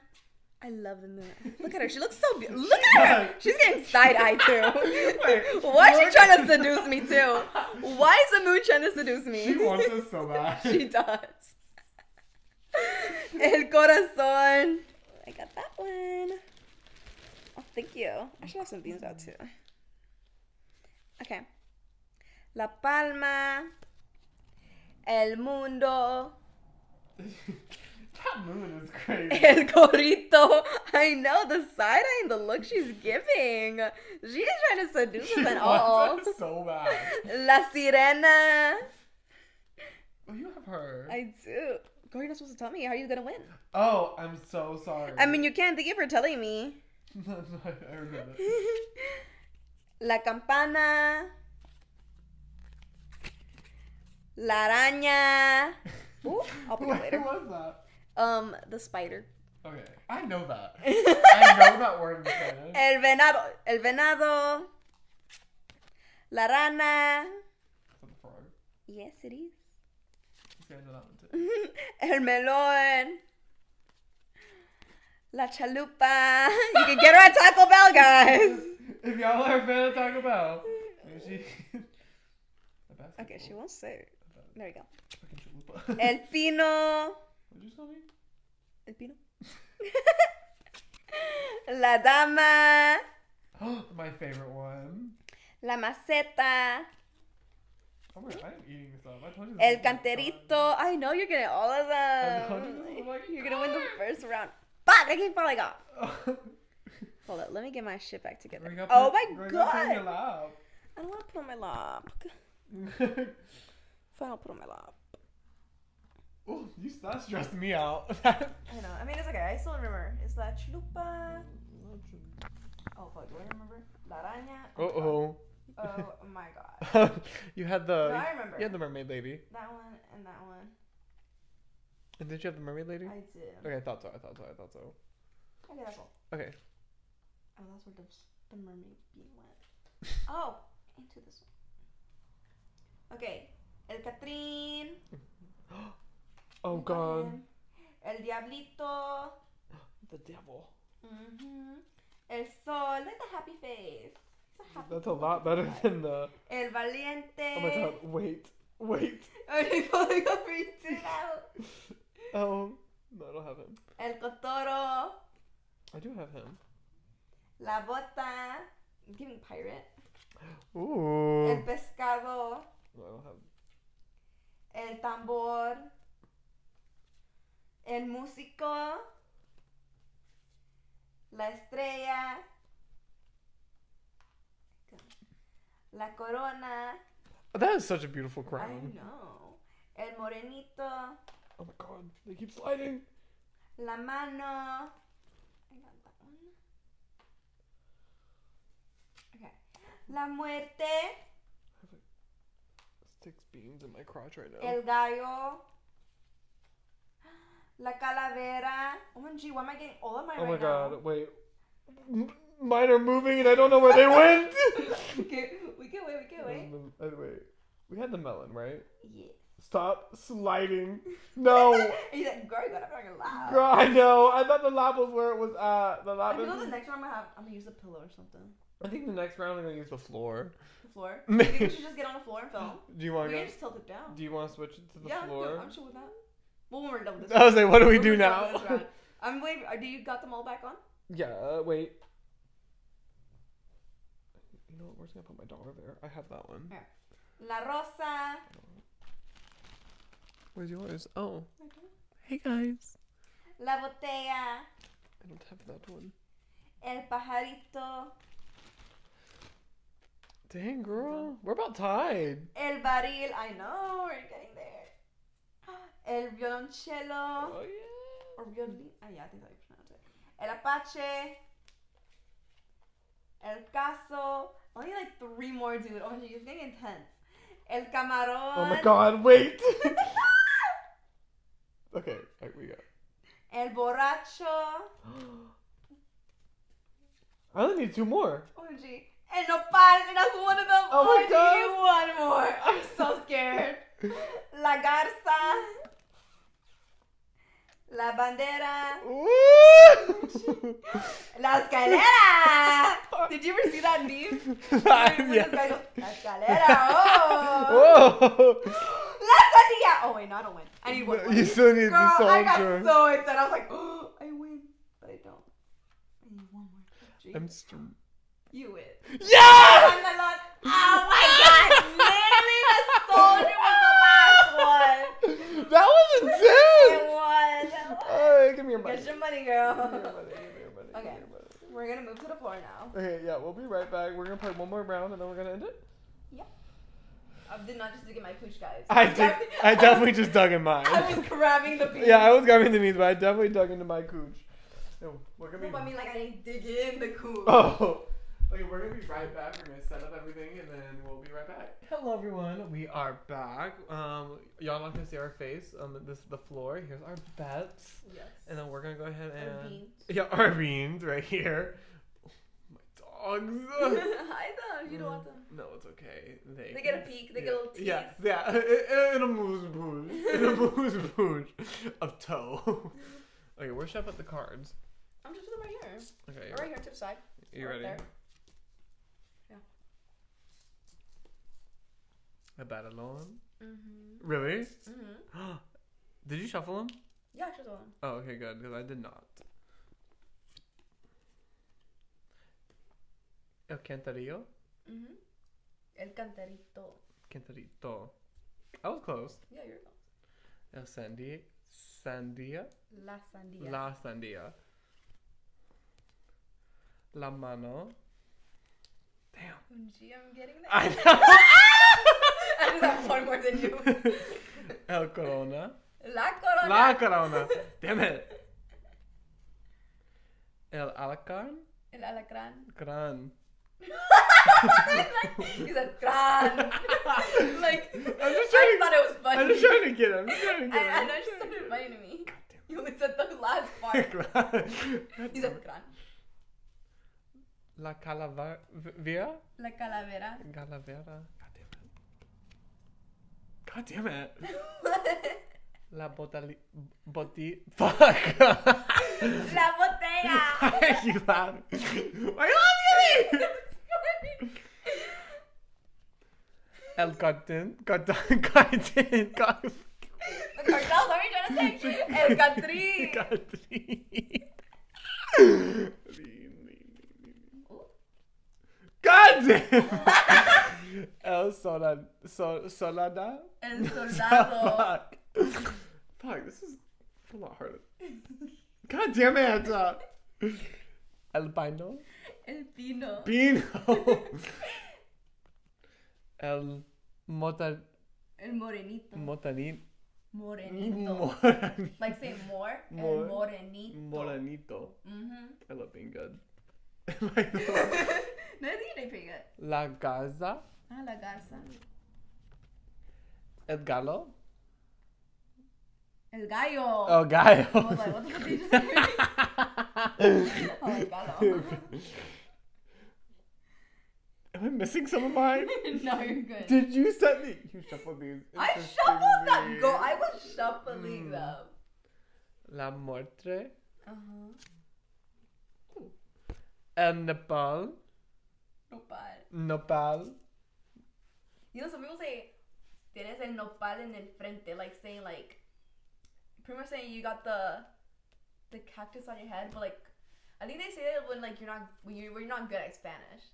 Speaker 2: I love the moon. Look at her. She looks so beautiful. Look at
Speaker 1: [laughs]
Speaker 2: her. She's getting side eye too. Why is
Speaker 1: [laughs]
Speaker 2: she trying to seduce me too? Why is the moon trying to seduce me?
Speaker 1: She wants us so bad.
Speaker 2: [laughs] She does. El corazón. I got that one. Oh, thank you. I should have some beans out too. Okay. La palma. El mundo.
Speaker 1: [laughs] that moon is
Speaker 2: [laughs]
Speaker 1: crazy.
Speaker 2: El gorrito. I know the side eye and the look she's giving. She is trying to seduce
Speaker 1: She
Speaker 2: us
Speaker 1: wants
Speaker 2: at all.
Speaker 1: us so bad.
Speaker 2: La sirena.
Speaker 1: Oh, you have her.
Speaker 2: I do. Girl, you're not supposed to tell me. How are you gonna win?
Speaker 1: Oh, I'm so sorry.
Speaker 2: I mean, you can't thank you for telling me.
Speaker 1: [laughs] no, no, I- I remember.
Speaker 2: [laughs]
Speaker 1: it.
Speaker 2: La campana. La araña.
Speaker 4: Ooh, I'll put it later.
Speaker 1: was that?
Speaker 4: Um, the spider.
Speaker 1: Okay, I know
Speaker 2: [laughs]
Speaker 1: that. I know
Speaker 4: el
Speaker 1: that word in Spanish.
Speaker 4: venado. El venado. La rana.
Speaker 1: Is that the frog?
Speaker 4: Yes, it is.
Speaker 1: Okay, I know that one too.
Speaker 4: El melón. La chalupa. You can get her at Taco Bell, guys.
Speaker 1: [laughs] if y'all are a fan of Taco Bell, maybe
Speaker 4: [laughs]
Speaker 1: she. the best
Speaker 4: Okay, she won't say it. There we go. [laughs]
Speaker 1: Fucking chalupa.
Speaker 4: El pino.
Speaker 1: What'd you tell me? [gasps]
Speaker 4: El pino. [laughs] La dama.
Speaker 1: My favorite one.
Speaker 4: La maceta.
Speaker 1: Oh my god, I am eating this up. I told you this
Speaker 4: El
Speaker 1: was my
Speaker 4: canterito. I know you're getting all of them.
Speaker 1: told you this was my
Speaker 4: You're gonna
Speaker 1: [laughs]
Speaker 4: win the [laughs]
Speaker 1: card.
Speaker 4: first round. Fuck! I keep falling off.
Speaker 1: time.
Speaker 4: Hold up. Let me get my shit back
Speaker 1: We're
Speaker 4: together.
Speaker 1: gonna
Speaker 4: Oh
Speaker 1: put-
Speaker 4: my
Speaker 1: we're gonna put it in your
Speaker 4: god! I don't want to put on my lap.
Speaker 1: lap. [laughs]
Speaker 4: Fine, I'll put on my lap.
Speaker 1: oh, you that stressed me out. [laughs]
Speaker 2: I know. I mean, it's okay. I still remember. It's La Chalupa. Oh, fuck. Do I remember? La Araña.
Speaker 1: uh oh.
Speaker 2: Oh, my God.
Speaker 1: [laughs] you had
Speaker 2: No,
Speaker 1: the
Speaker 2: I remember.
Speaker 1: you had Uh, the mermaid lady,
Speaker 2: That one and that one.
Speaker 1: and did you have the mermaid lady?
Speaker 2: I did.
Speaker 1: Okay, I thought so. I thought so. I thought so.
Speaker 2: Okay, that's all.
Speaker 1: Okay.
Speaker 2: Oh, that's where the, the mermaid bee went. oh, into this one. Okay. El Catrín.
Speaker 1: Oh
Speaker 2: el
Speaker 1: god.
Speaker 2: Catrín, El Diablito.
Speaker 1: The devil.
Speaker 2: hmm El Sol. Look at the happy face. It's a happy
Speaker 1: That's a lot better [laughs] than the.
Speaker 2: El Valiente.
Speaker 1: Oh my god!
Speaker 2: [laughs]
Speaker 1: Wait, wait.
Speaker 2: Okay, falling over you two now.
Speaker 1: Oh, no, I don't have him.
Speaker 2: El Cotoro.
Speaker 1: I do have him.
Speaker 2: La Bota. I'm giving pirate.
Speaker 1: Ooh.
Speaker 2: El Pescado.
Speaker 1: No, I don't have.
Speaker 2: El tambor. El músico. La estrella. La corona.
Speaker 1: That is such a beautiful
Speaker 2: I
Speaker 1: crown.
Speaker 2: know. El morenito.
Speaker 1: Oh my god, they keep sliding.
Speaker 2: La mano. I got that one. Okay. La muerte.
Speaker 1: Sticks beams in my crotch right now.
Speaker 2: El gallo. La calavera. Oh OMG, why am I getting all of mine
Speaker 1: oh my
Speaker 2: right
Speaker 1: god,
Speaker 2: now?
Speaker 1: wait. M- mine are moving and I don't know where they
Speaker 2: [laughs]
Speaker 1: went.
Speaker 2: Okay, we can wait, we can wait.
Speaker 1: Um, uh, wait, we had the melon, right?
Speaker 2: Yeah.
Speaker 1: Stop sliding.
Speaker 2: [laughs]
Speaker 1: No.
Speaker 2: He's like, girl, you gotta fucking laugh.
Speaker 1: Girl, I know. I thought the lap was where it was at. The
Speaker 2: I
Speaker 1: lap
Speaker 2: feel
Speaker 1: is.
Speaker 2: like the next round I'm gonna have, I'm gonna use a pillow or something.
Speaker 1: I think the next round I'm gonna use the floor.
Speaker 2: The
Speaker 1: [laughs]
Speaker 2: floor.
Speaker 1: Maybe.
Speaker 2: I think we should just get on the floor and film.
Speaker 1: Do you
Speaker 2: We
Speaker 1: want to?
Speaker 2: can just tilt it down.
Speaker 1: Oh Do you want to switch it to the
Speaker 2: yeah, I'm
Speaker 1: floor?
Speaker 2: good. I'm chill with that. Well, when we're done with this.
Speaker 1: I was
Speaker 2: round.
Speaker 1: like, what do we
Speaker 2: When
Speaker 1: do
Speaker 2: we're done
Speaker 1: now? [laughs]
Speaker 2: with this round. I'm waiting. Are, do you got them all back on?
Speaker 1: yeah, uh, wait. You know what? We're just gonna put my dollar there. I have that one.
Speaker 2: La Rosa.
Speaker 1: Where's yours? Oh, hey guys.
Speaker 2: La Botella.
Speaker 1: I don't have that one.
Speaker 2: El Pajarito.
Speaker 1: Dang, girl. We're about tied.
Speaker 2: El Baril. I know, we're getting there. [gasps] El Violoncello.
Speaker 1: Oh,
Speaker 2: Or
Speaker 1: yeah.
Speaker 2: violin. Ah, yeah, I think that's how you pronounce it. El Apache. El Caso. Only like three more, dude. Oh, she's getting intense. El Camarón.
Speaker 1: Oh my god, [laughs] wait. okay, right, we go.
Speaker 2: [laughs] El Borracho.
Speaker 1: I only need two [laughs] more.
Speaker 2: OMG. El Nopal. And that's one of them.
Speaker 1: Oh my
Speaker 2: OMG,
Speaker 1: God.
Speaker 2: One more. I'm
Speaker 1: [laughs]
Speaker 2: so scared. La Garza. La Bandera.
Speaker 1: [laughs]
Speaker 2: La Escalera. Did you ever see that meme? When this guy goes, La Escalera. Oh. [laughs]
Speaker 1: Whoa!
Speaker 2: Lasagna! Oh wait, no, I don't win. I need one. more.
Speaker 1: you still need
Speaker 2: Girl,
Speaker 1: the
Speaker 2: I got
Speaker 1: soldier.
Speaker 2: so excited. I was like, oh, I win, but I don't. I need one more. Gee,
Speaker 1: I'm st-
Speaker 2: You win.
Speaker 1: yeah! [laughs]
Speaker 2: I'm the Lord. Oh my God! Literally, the soldier was the last one.
Speaker 1: That was
Speaker 2: It
Speaker 1: intense.
Speaker 2: was. Oh,
Speaker 1: Uh, give me your money.
Speaker 2: Get
Speaker 1: Give me
Speaker 2: your money,
Speaker 1: your
Speaker 2: girl.
Speaker 1: money. Give me your money. Give me
Speaker 2: Okay.
Speaker 1: your money.
Speaker 2: We're gonna move to the floor now.
Speaker 1: Okay, yeah, we'll be right back. We're gonna play one more round and then we're gonna end it.
Speaker 2: I did not just to get my pooch, guys.
Speaker 1: I did, I definitely just dug in mine.
Speaker 2: I was grabbing the
Speaker 1: [laughs]
Speaker 2: beat.
Speaker 1: yeah, I was grabbing the means, but I definitely dug into my cooch. No, we're
Speaker 2: No, but I
Speaker 1: gonna be.
Speaker 2: mean, like I didn't dig in the cool.
Speaker 1: Oh, Okay, we're gonna be right back. We're gonna set up everything, and then we'll be right back. Hello, everyone. We are back. Um, y'all not gonna see our face. Um, this is the floor. Here's our bets,
Speaker 2: Yes.
Speaker 1: and then we're gonna go ahead and [laughs]
Speaker 2: Our beans. [laughs]
Speaker 1: yeah, our beans right here. Oh, my
Speaker 2: [laughs]
Speaker 1: dogs.
Speaker 2: Hi, dogs. You don't want them.
Speaker 1: No, it's okay. They,
Speaker 2: They get a peek. They
Speaker 1: yeah.
Speaker 2: get a little tease.
Speaker 1: Mm-hmm. Yeah, yeah, [laughs] a- a- and a moose boosh, and a moose
Speaker 2: [laughs]
Speaker 1: boosh of toe. [laughs] okay, where should I put the cards?
Speaker 2: I'm just putting them right here.
Speaker 1: Okay,
Speaker 2: Or right here to the side.
Speaker 1: you
Speaker 2: right
Speaker 1: ready?
Speaker 2: there.
Speaker 1: A Babylon.
Speaker 2: Mm-hmm.
Speaker 1: Really?
Speaker 2: Mm-hmm.
Speaker 1: [gasps] Did you shuffle them?
Speaker 2: Yeah, just one.
Speaker 1: Oh, okay, good. Because I did not. El cantarillo,
Speaker 2: Mm-hmm. El cantarito.
Speaker 1: cantarito. I was close.
Speaker 2: Yeah, you're close.
Speaker 1: El sandia, sandia,
Speaker 2: La sandia.
Speaker 1: la sandia. La mano. Damn. [laughs]
Speaker 2: Gee, I'm getting [laughs] that.
Speaker 1: I know.
Speaker 2: I just have one more
Speaker 1: [laughs]
Speaker 2: than you.
Speaker 1: El corona.
Speaker 2: La corona.
Speaker 1: La
Speaker 2: [laughs]
Speaker 1: corona. Damn it. El alacrán.
Speaker 2: El alacrán. [laughs]
Speaker 1: Gran.
Speaker 2: He's a gran. [laughs] like,
Speaker 1: I'm just
Speaker 2: I
Speaker 1: trying to-
Speaker 2: thought it was funny.
Speaker 1: I'm just trying to get it. I'm just trying to get it.
Speaker 2: I, I
Speaker 1: I'm
Speaker 2: know, it
Speaker 1: just trying to get
Speaker 2: just sounded
Speaker 1: it.
Speaker 2: funny to me.
Speaker 1: God damn
Speaker 2: You only said the last
Speaker 1: [laughs]
Speaker 2: part. He's a
Speaker 1: Claro.
Speaker 2: gran.
Speaker 1: [laughs] La calavera?
Speaker 2: La calavera. [laughs]
Speaker 1: Calavera. God damn it. God damn it. La botali... Boti... Fuck. [laughs]
Speaker 2: La botella.
Speaker 1: Why are you laughing? Why are you laughing at me?
Speaker 2: [laughs]
Speaker 1: El cartón. Cartón. Cartón. Cartón.
Speaker 2: the cartel, what are you trying to say? El catri.
Speaker 1: Cartón. God damn! El Solana. Sol, Solana?
Speaker 2: El soldado.
Speaker 1: Fuck. Fuck, this is a lot harder. God damn it! Uh, El Pino?
Speaker 2: El pino.
Speaker 1: Pino! El Mota,
Speaker 2: El morenito.
Speaker 1: Motanin.
Speaker 2: Morenito.
Speaker 1: Morani-
Speaker 2: Like say more.
Speaker 1: More.
Speaker 2: El morenito.
Speaker 1: Moranito.
Speaker 2: Mm-hmm.
Speaker 1: I love being good. Like the-
Speaker 2: no, I think you did pretty
Speaker 1: [laughs]
Speaker 2: good.
Speaker 1: La Gaza?
Speaker 2: Ah, la garza.
Speaker 1: El Galo?
Speaker 2: El gallo.
Speaker 1: El [laughs] Gallo.
Speaker 2: I was like, what the fuck did you
Speaker 1: [laughs]
Speaker 2: just say? oh, el gallo.
Speaker 1: Am I missing some of mine?
Speaker 2: [laughs] no, you're good.
Speaker 1: Did you set me? You shuffled these.
Speaker 2: I
Speaker 1: Interesting
Speaker 2: shuffled them.
Speaker 1: me.
Speaker 2: Go. I was shuffling them.
Speaker 1: La Muerte.
Speaker 2: Uh-huh.
Speaker 1: El Nepal.
Speaker 2: Nopal.
Speaker 1: Nopal.
Speaker 2: You know, some people say, tienes el nopal en el frente, like saying, like, pretty much saying you got the the cactus on your head, but like, I think they say that when like you're not when you when you're not good at Spanish.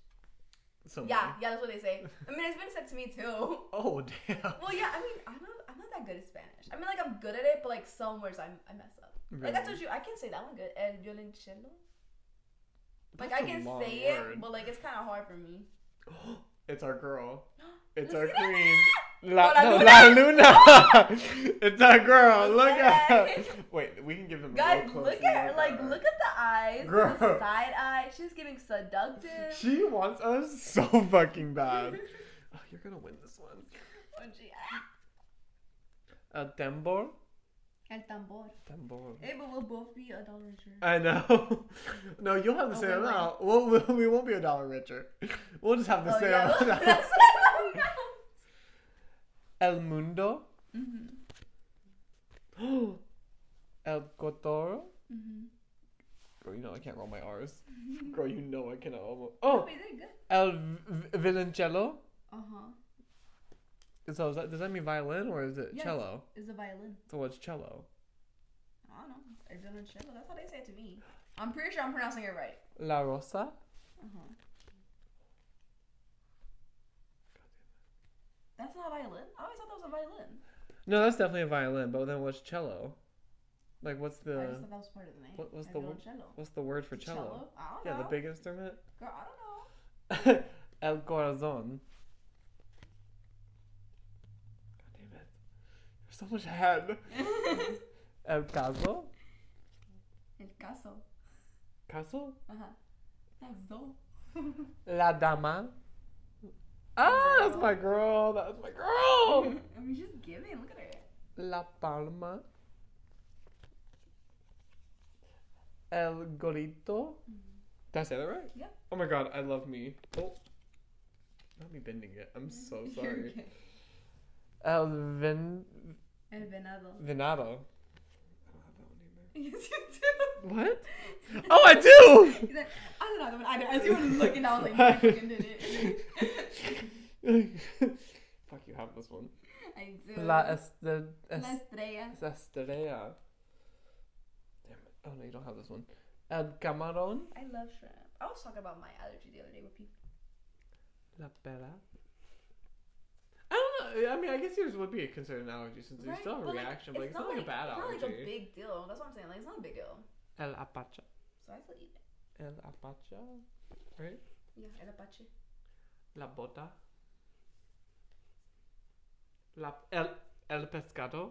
Speaker 1: Someone.
Speaker 2: Yeah, yeah, that's what they say. I mean, it's been said to me too. [laughs]
Speaker 1: Oh damn.
Speaker 2: Well, yeah, I mean, I'm not, I'm not that good at Spanish. I mean, like, I'm good at it, but like, some words I'm, I mess up. Like, I
Speaker 1: Really?
Speaker 2: told you, I can say that one good. El violoncello. Like,
Speaker 1: That's
Speaker 2: I
Speaker 1: a
Speaker 2: can
Speaker 1: long
Speaker 2: say
Speaker 1: word.
Speaker 2: it, but like, it's kind of hard for me.
Speaker 1: It's our [gasps] girl. [laughs] It's our
Speaker 2: Lucina!
Speaker 1: queen. La,
Speaker 2: La
Speaker 1: no,
Speaker 2: Luna!
Speaker 1: La Luna. it's our girl. Look at her. [laughs] Wait, we can give them. a
Speaker 2: [laughs] Guys,
Speaker 1: real
Speaker 2: look
Speaker 1: close
Speaker 2: at her. Like, look at the eyes,
Speaker 1: Girl.
Speaker 2: the side eye. She's giving seductive.
Speaker 1: She wants us [laughs] so fucking
Speaker 2: [laughs]
Speaker 1: bad. oh, you're gonna win this one. Uh,
Speaker 2: Oh, gee, [laughs] ah.
Speaker 1: El tambor.
Speaker 2: El tambor.
Speaker 1: Tambor.
Speaker 2: Hey, but we'll both be a dollar richer.
Speaker 1: I know. [laughs] no, you'll have the
Speaker 2: Oh,
Speaker 1: same
Speaker 2: we're right.
Speaker 1: amount. We'll, we'll, we won't be a dollar richer. [laughs] We'll just have the
Speaker 2: Oh,
Speaker 1: same
Speaker 2: yeah. [laughs]
Speaker 1: amount. [laughs]
Speaker 2: That's what I'm now.
Speaker 1: El mundo. [gasps]
Speaker 2: Mhm,
Speaker 1: El Cotor.
Speaker 2: mhm.
Speaker 1: Girl, you know I can't roll my R's.
Speaker 2: [laughs]
Speaker 1: Girl, you know I cannot roll. my- Oh,
Speaker 2: We did good.
Speaker 1: El v- Violoncello.
Speaker 2: Uh huh.
Speaker 1: So is that, does that mean violin or is it
Speaker 2: Yes.
Speaker 1: cello?
Speaker 2: Is a violin.
Speaker 1: So what's cello?
Speaker 2: I don't know. El violoncello. That's how they say it to me. I'm pretty sure I'm pronouncing it right.
Speaker 1: La Rosa. Mm-hmm.
Speaker 2: Uh-huh. That's not a violin. I always thought that was a violin.
Speaker 1: No, that's definitely a violin. But then what's cello? Like what's
Speaker 2: I just
Speaker 1: the
Speaker 2: thought that was part of the name.
Speaker 1: what- what's
Speaker 2: El
Speaker 1: the wo-
Speaker 2: violoncello.
Speaker 1: what's the word for cello?
Speaker 2: I don't
Speaker 1: Yeah,
Speaker 2: know.
Speaker 1: the big [laughs] instrument.
Speaker 2: Girl, I don't know.
Speaker 1: El corazón. God damn it! There's so much head. [laughs] El caso.
Speaker 2: El caso.
Speaker 1: Caso.
Speaker 2: Uh-huh. That's dope.
Speaker 1: [laughs] La Dama. Ah, that's my girl. That's my girl.
Speaker 2: I mean, she's giving. Look at her.
Speaker 1: La Palma. El Gorito. Did I say that right?
Speaker 2: Mm-hmm. Yep.
Speaker 1: Oh my god, I love me. Oh. Not me bending it. I'm so
Speaker 2: [laughs] You're
Speaker 1: sorry.
Speaker 2: okay.
Speaker 1: El Ven-
Speaker 2: El
Speaker 1: [laughs]
Speaker 2: venado. [laughs]
Speaker 1: Venado.
Speaker 2: Yes, you do.
Speaker 1: What? Oh, I do!
Speaker 2: He's like, [laughs] I don't know. I don't know. I don't know. As you were looking, I was like, no,
Speaker 1: [laughs]
Speaker 2: I fucking did it. [laughs]
Speaker 1: Fuck, you have this one.
Speaker 2: I do.
Speaker 1: La Este-
Speaker 2: La
Speaker 1: Es-
Speaker 2: estrella.
Speaker 1: Estrella. Damn it. Oh no, you don't have this one. El Camarón.
Speaker 2: I love shrimp. I was talking about my allergy the other day with people.
Speaker 1: La Pera. I don't know. I mean, I guess yours would be considered an allergy since it's still a
Speaker 2: But,
Speaker 1: reaction, but it's not like a bad
Speaker 2: It's not like a
Speaker 1: allergy.
Speaker 2: big deal. That's what I'm saying. Like, it's not a big deal.
Speaker 1: El Apache.
Speaker 2: So I still eat it.
Speaker 1: El Apache. Right?
Speaker 2: Yeah, el apache.
Speaker 1: La Bota. La, el, el Pescado.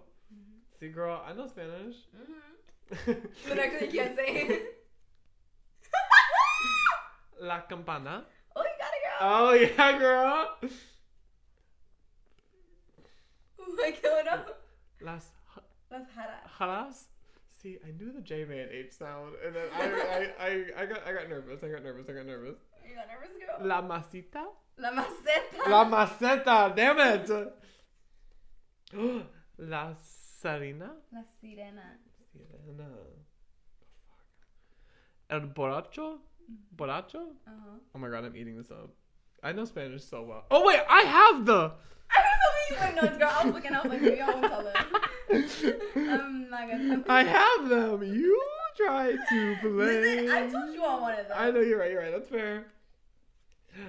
Speaker 1: See, girl, I know Spanish.
Speaker 2: Mm-hmm. [laughs] But actually, you can't say.
Speaker 1: [laughs]
Speaker 2: [laughs]
Speaker 1: La Campana.
Speaker 2: oh, you got it, girl.
Speaker 1: Oh, yeah, girl.
Speaker 2: Oh my god. no.
Speaker 1: Las j-
Speaker 2: Las jaras.
Speaker 1: Jalas. See, I knew the J man H sound, and then I, I, I, I, got, I got nervous. I got nervous. I got nervous.
Speaker 2: You got nervous, girl.
Speaker 1: La Masita.
Speaker 2: La maceta.
Speaker 1: La Maceta, damn it! [gasps] La Sarina?
Speaker 2: La sirena.
Speaker 1: Sirena. El Borracho? Borracho?
Speaker 2: Uh huh.
Speaker 1: Oh my god, I'm eating this up. I know Spanish so well. Oh wait, I have the!
Speaker 2: [laughs] I was looking at my notes, girl. I was looking. I was like, maybe I won't
Speaker 1: [laughs]
Speaker 2: tell them. I'm not gonna.
Speaker 1: I have them! You try
Speaker 2: [laughs]
Speaker 1: to play!
Speaker 2: Listen, I told you I wanted them.
Speaker 1: I know, you're right, you're right, that's fair.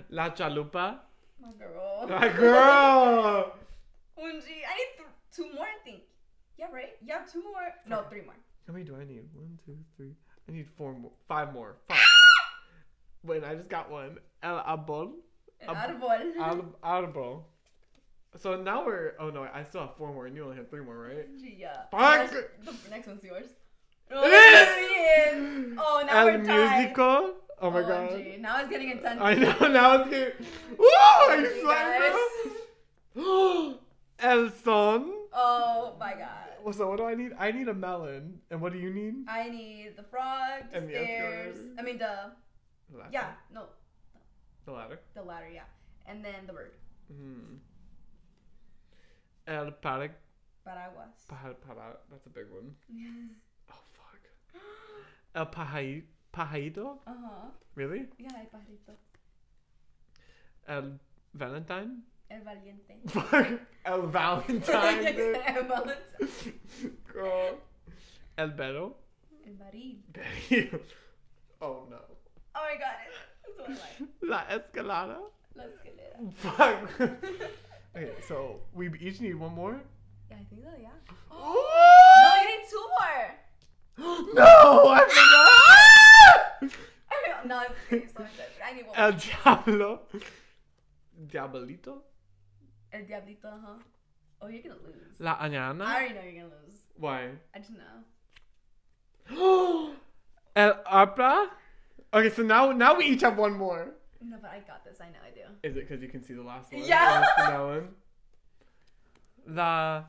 Speaker 1: La Chalupa?
Speaker 2: My girl.
Speaker 1: My [laughs] girl!
Speaker 2: Unji, I need th- two more, I think. Yeah, right? Yeah, two more. No, three more.
Speaker 1: How many do I need? One, two, three. I need four more. Five
Speaker 2: [laughs]
Speaker 1: more. Five. Wait, I just got one. El árbol.
Speaker 2: El
Speaker 1: Ab-
Speaker 2: árbol. [laughs]
Speaker 1: Al- árbol. So now we're. Oh no, I still have four more, and you only have three more, right?
Speaker 2: Unji, yeah.
Speaker 1: Fuck!
Speaker 2: The next one's yours.
Speaker 1: is!
Speaker 2: it is! Oh, now
Speaker 1: El
Speaker 2: we're tied.
Speaker 1: musical. Oh my
Speaker 2: OMG, Now it's getting
Speaker 1: god.
Speaker 2: intense.
Speaker 1: I
Speaker 2: [laughs]
Speaker 1: know. Now it's getting. Woo! Are you
Speaker 2: You
Speaker 1: sorry, bro? [gasps] El son.
Speaker 2: Oh my god.
Speaker 1: Well, So what do I need? I need a melon. And what do you need?
Speaker 2: I need the frog, the
Speaker 1: And the
Speaker 2: stairs.
Speaker 1: escalator.
Speaker 2: I mean, the.
Speaker 1: The ladder.
Speaker 2: Yeah, no,
Speaker 1: The ladder.
Speaker 2: the ladder, yeah. And then the bird.
Speaker 1: Mm. El para
Speaker 2: Paraguas. [laughs]
Speaker 1: Paja, paja, that's a big one.
Speaker 2: uh
Speaker 1: Oh fuck. [gasps] El pajai, pajaito?
Speaker 2: huh.
Speaker 1: Really?
Speaker 2: Uh-huh. Yeah, el pajarito.
Speaker 1: El Valentine?
Speaker 2: El valiente.
Speaker 1: [laughs] Fuck. El [laughs]
Speaker 2: [laughs]
Speaker 1: Valentine. dude.
Speaker 2: el valiente.
Speaker 1: Girl. El Bello?
Speaker 2: El baril.
Speaker 1: Bello. [laughs] oh no.
Speaker 2: Oh my god. That's what I like.
Speaker 1: La Escalada?
Speaker 2: La [laughs] escalera.
Speaker 1: Fuck. [laughs] okay, so we each need one more? [gasps]
Speaker 2: Yeah, I think so, yeah. No,
Speaker 1: no, [gasps]
Speaker 2: you need two more! [laughs]
Speaker 1: I forgot! [laughs]
Speaker 2: no, I'm kidding, so intense. I need one more.
Speaker 1: El Diablo? Diabolito?
Speaker 2: El Diablito, huh? Oh, you're gonna lose.
Speaker 1: La
Speaker 2: I
Speaker 1: Añana?
Speaker 2: already know you're gonna lose.
Speaker 1: Why?
Speaker 2: I just know.
Speaker 1: [gasps] El Abra? Okay, so now now we each have one more.
Speaker 2: No, but I got this. I know I do.
Speaker 1: Is it because you can see the last one?
Speaker 2: Yeah.
Speaker 1: Or it's the melon? La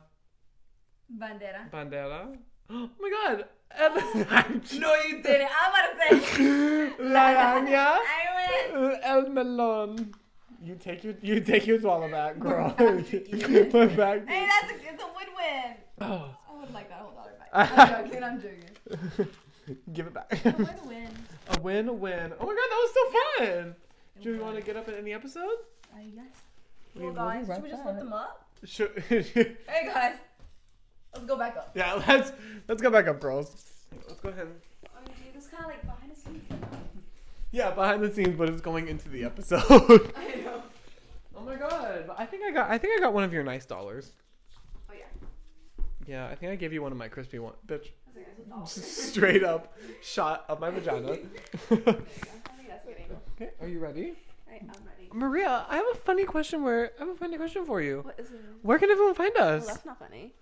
Speaker 2: Bandera.
Speaker 1: bandera. [gasps] Oh my god. [laughs] El
Speaker 2: No, you didn't. I'm about [laughs] to say.
Speaker 1: [laughs] La araña.
Speaker 2: ah, [laughs] I win.
Speaker 1: El melon. You take your you take your swallow back, [laughs] girl.
Speaker 2: We're back again.
Speaker 1: We're back.
Speaker 2: Hey, that's a, it's a win-win.
Speaker 1: Oh.
Speaker 2: I would like that whole dollar back. [laughs] I'm joking. I'm joking.
Speaker 1: [laughs] Give it back.
Speaker 2: I'm gonna win.
Speaker 1: A win win. Oh my god, that was so fun. Do we want to
Speaker 2: to?
Speaker 1: get up in any episode?
Speaker 2: I guess.
Speaker 1: We
Speaker 2: Well,
Speaker 1: will be
Speaker 2: guys,
Speaker 1: right
Speaker 2: should we just flip
Speaker 1: back.
Speaker 2: them up?
Speaker 1: Should, [laughs]
Speaker 2: Hey, guys. Let's go back up.
Speaker 1: yeah, [laughs] let's let's go back up, girls. Let's go ahead.
Speaker 2: OMG, this kind of like behind the scenes.
Speaker 1: Yeah, behind the scenes, but it's going into the episode. [laughs] oh
Speaker 2: [laughs] I know.
Speaker 1: my god! I think I got I think I got one of your nice dollars.
Speaker 2: Oh yeah.
Speaker 1: Yeah, I think I gave you one of my crispy one, bitch. [laughs]
Speaker 2: That's okay, that's a dollar.
Speaker 1: Straight up shot up my [laughs] vagina.
Speaker 2: I think that's a good angle.
Speaker 1: okay, are you ready,
Speaker 2: Right, I'm ready.
Speaker 1: Maria? I have a funny question. Where I have a funny question for you.
Speaker 3: What is it?
Speaker 1: Where can everyone find
Speaker 3: Well,
Speaker 1: us?
Speaker 3: that's not
Speaker 2: [laughs]
Speaker 3: funny.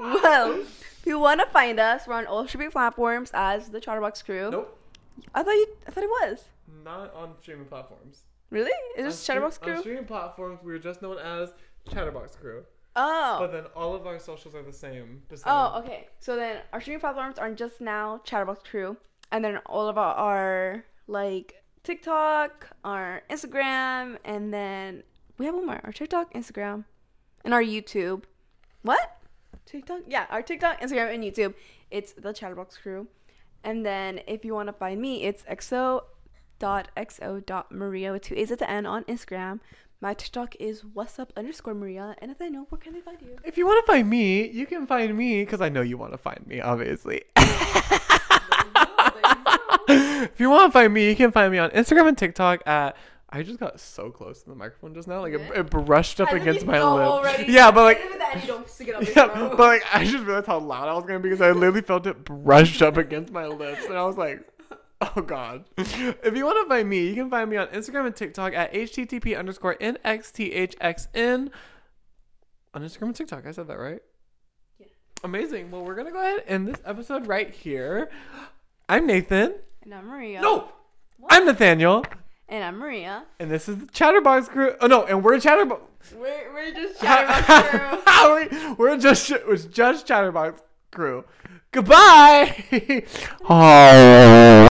Speaker 3: well, if you want to find us, we're on all streaming platforms as the Chatterbox Crew.
Speaker 1: Nope.
Speaker 2: I thought you. I thought it was.
Speaker 1: Not on streaming platforms.
Speaker 2: Really? Is
Speaker 1: On
Speaker 2: this
Speaker 1: stream-
Speaker 2: Chatterbox
Speaker 1: On
Speaker 2: Crew?
Speaker 1: streaming platforms, we were just known as Chatterbox Crew.
Speaker 2: Oh.
Speaker 1: But then all of our socials are the same. The same.
Speaker 2: Oh, okay. So then our streaming platforms are just now Chatterbox Crew, and then all of our, our like TikTok, our Instagram, and then we have one more: our TikTok, Instagram, and our YouTube. What? TikTok? Yeah, our TikTok, Instagram, and YouTube. It's the Chatterbox Crew, and then if you want to find me, it's XO. Dot xo dot maria with two a's at the end on Instagram. My TikTok is what's up underscore maria. And if they know, where can they find you?
Speaker 1: If you want to find me, you can find me because I know you want to find me, obviously. [laughs] if you want to find me, you can find me on Instagram and TikTok at. I just got so close to the microphone just now, like it, it brushed up
Speaker 2: I think
Speaker 1: against
Speaker 2: you
Speaker 1: my
Speaker 2: know
Speaker 1: lip.
Speaker 2: already.
Speaker 1: Yeah, but
Speaker 2: [laughs]
Speaker 1: like,
Speaker 5: Even that, you don't stick
Speaker 1: [laughs]
Speaker 5: it up your
Speaker 1: yeah,
Speaker 5: throat.
Speaker 1: but like, I just realized how loud I was gonna be because I literally felt it brushed up against my lips, and I was like,
Speaker 5: [laughs]
Speaker 1: [laughs] "Oh God!" If you want to find me, you can find me on Instagram and TikTok at http underscore nxthxn on Instagram and TikTok. I said that right.
Speaker 2: Yeah.
Speaker 1: Amazing. Well, we're gonna go ahead and end this episode right here. I'm Nathan.
Speaker 2: And I'm Maria.
Speaker 1: No, I'm Nathaniel,
Speaker 2: And I'm Maria.
Speaker 1: and this is the Chatterbox Crew. Oh no, and we're Chatterbox.
Speaker 5: We're, we're just
Speaker 1: How, [laughs]
Speaker 5: Chatterbox Crew.
Speaker 1: how we, we're just it [laughs]
Speaker 5: [laughs]
Speaker 1: was just Chatterbox crew. Goodbye. oh.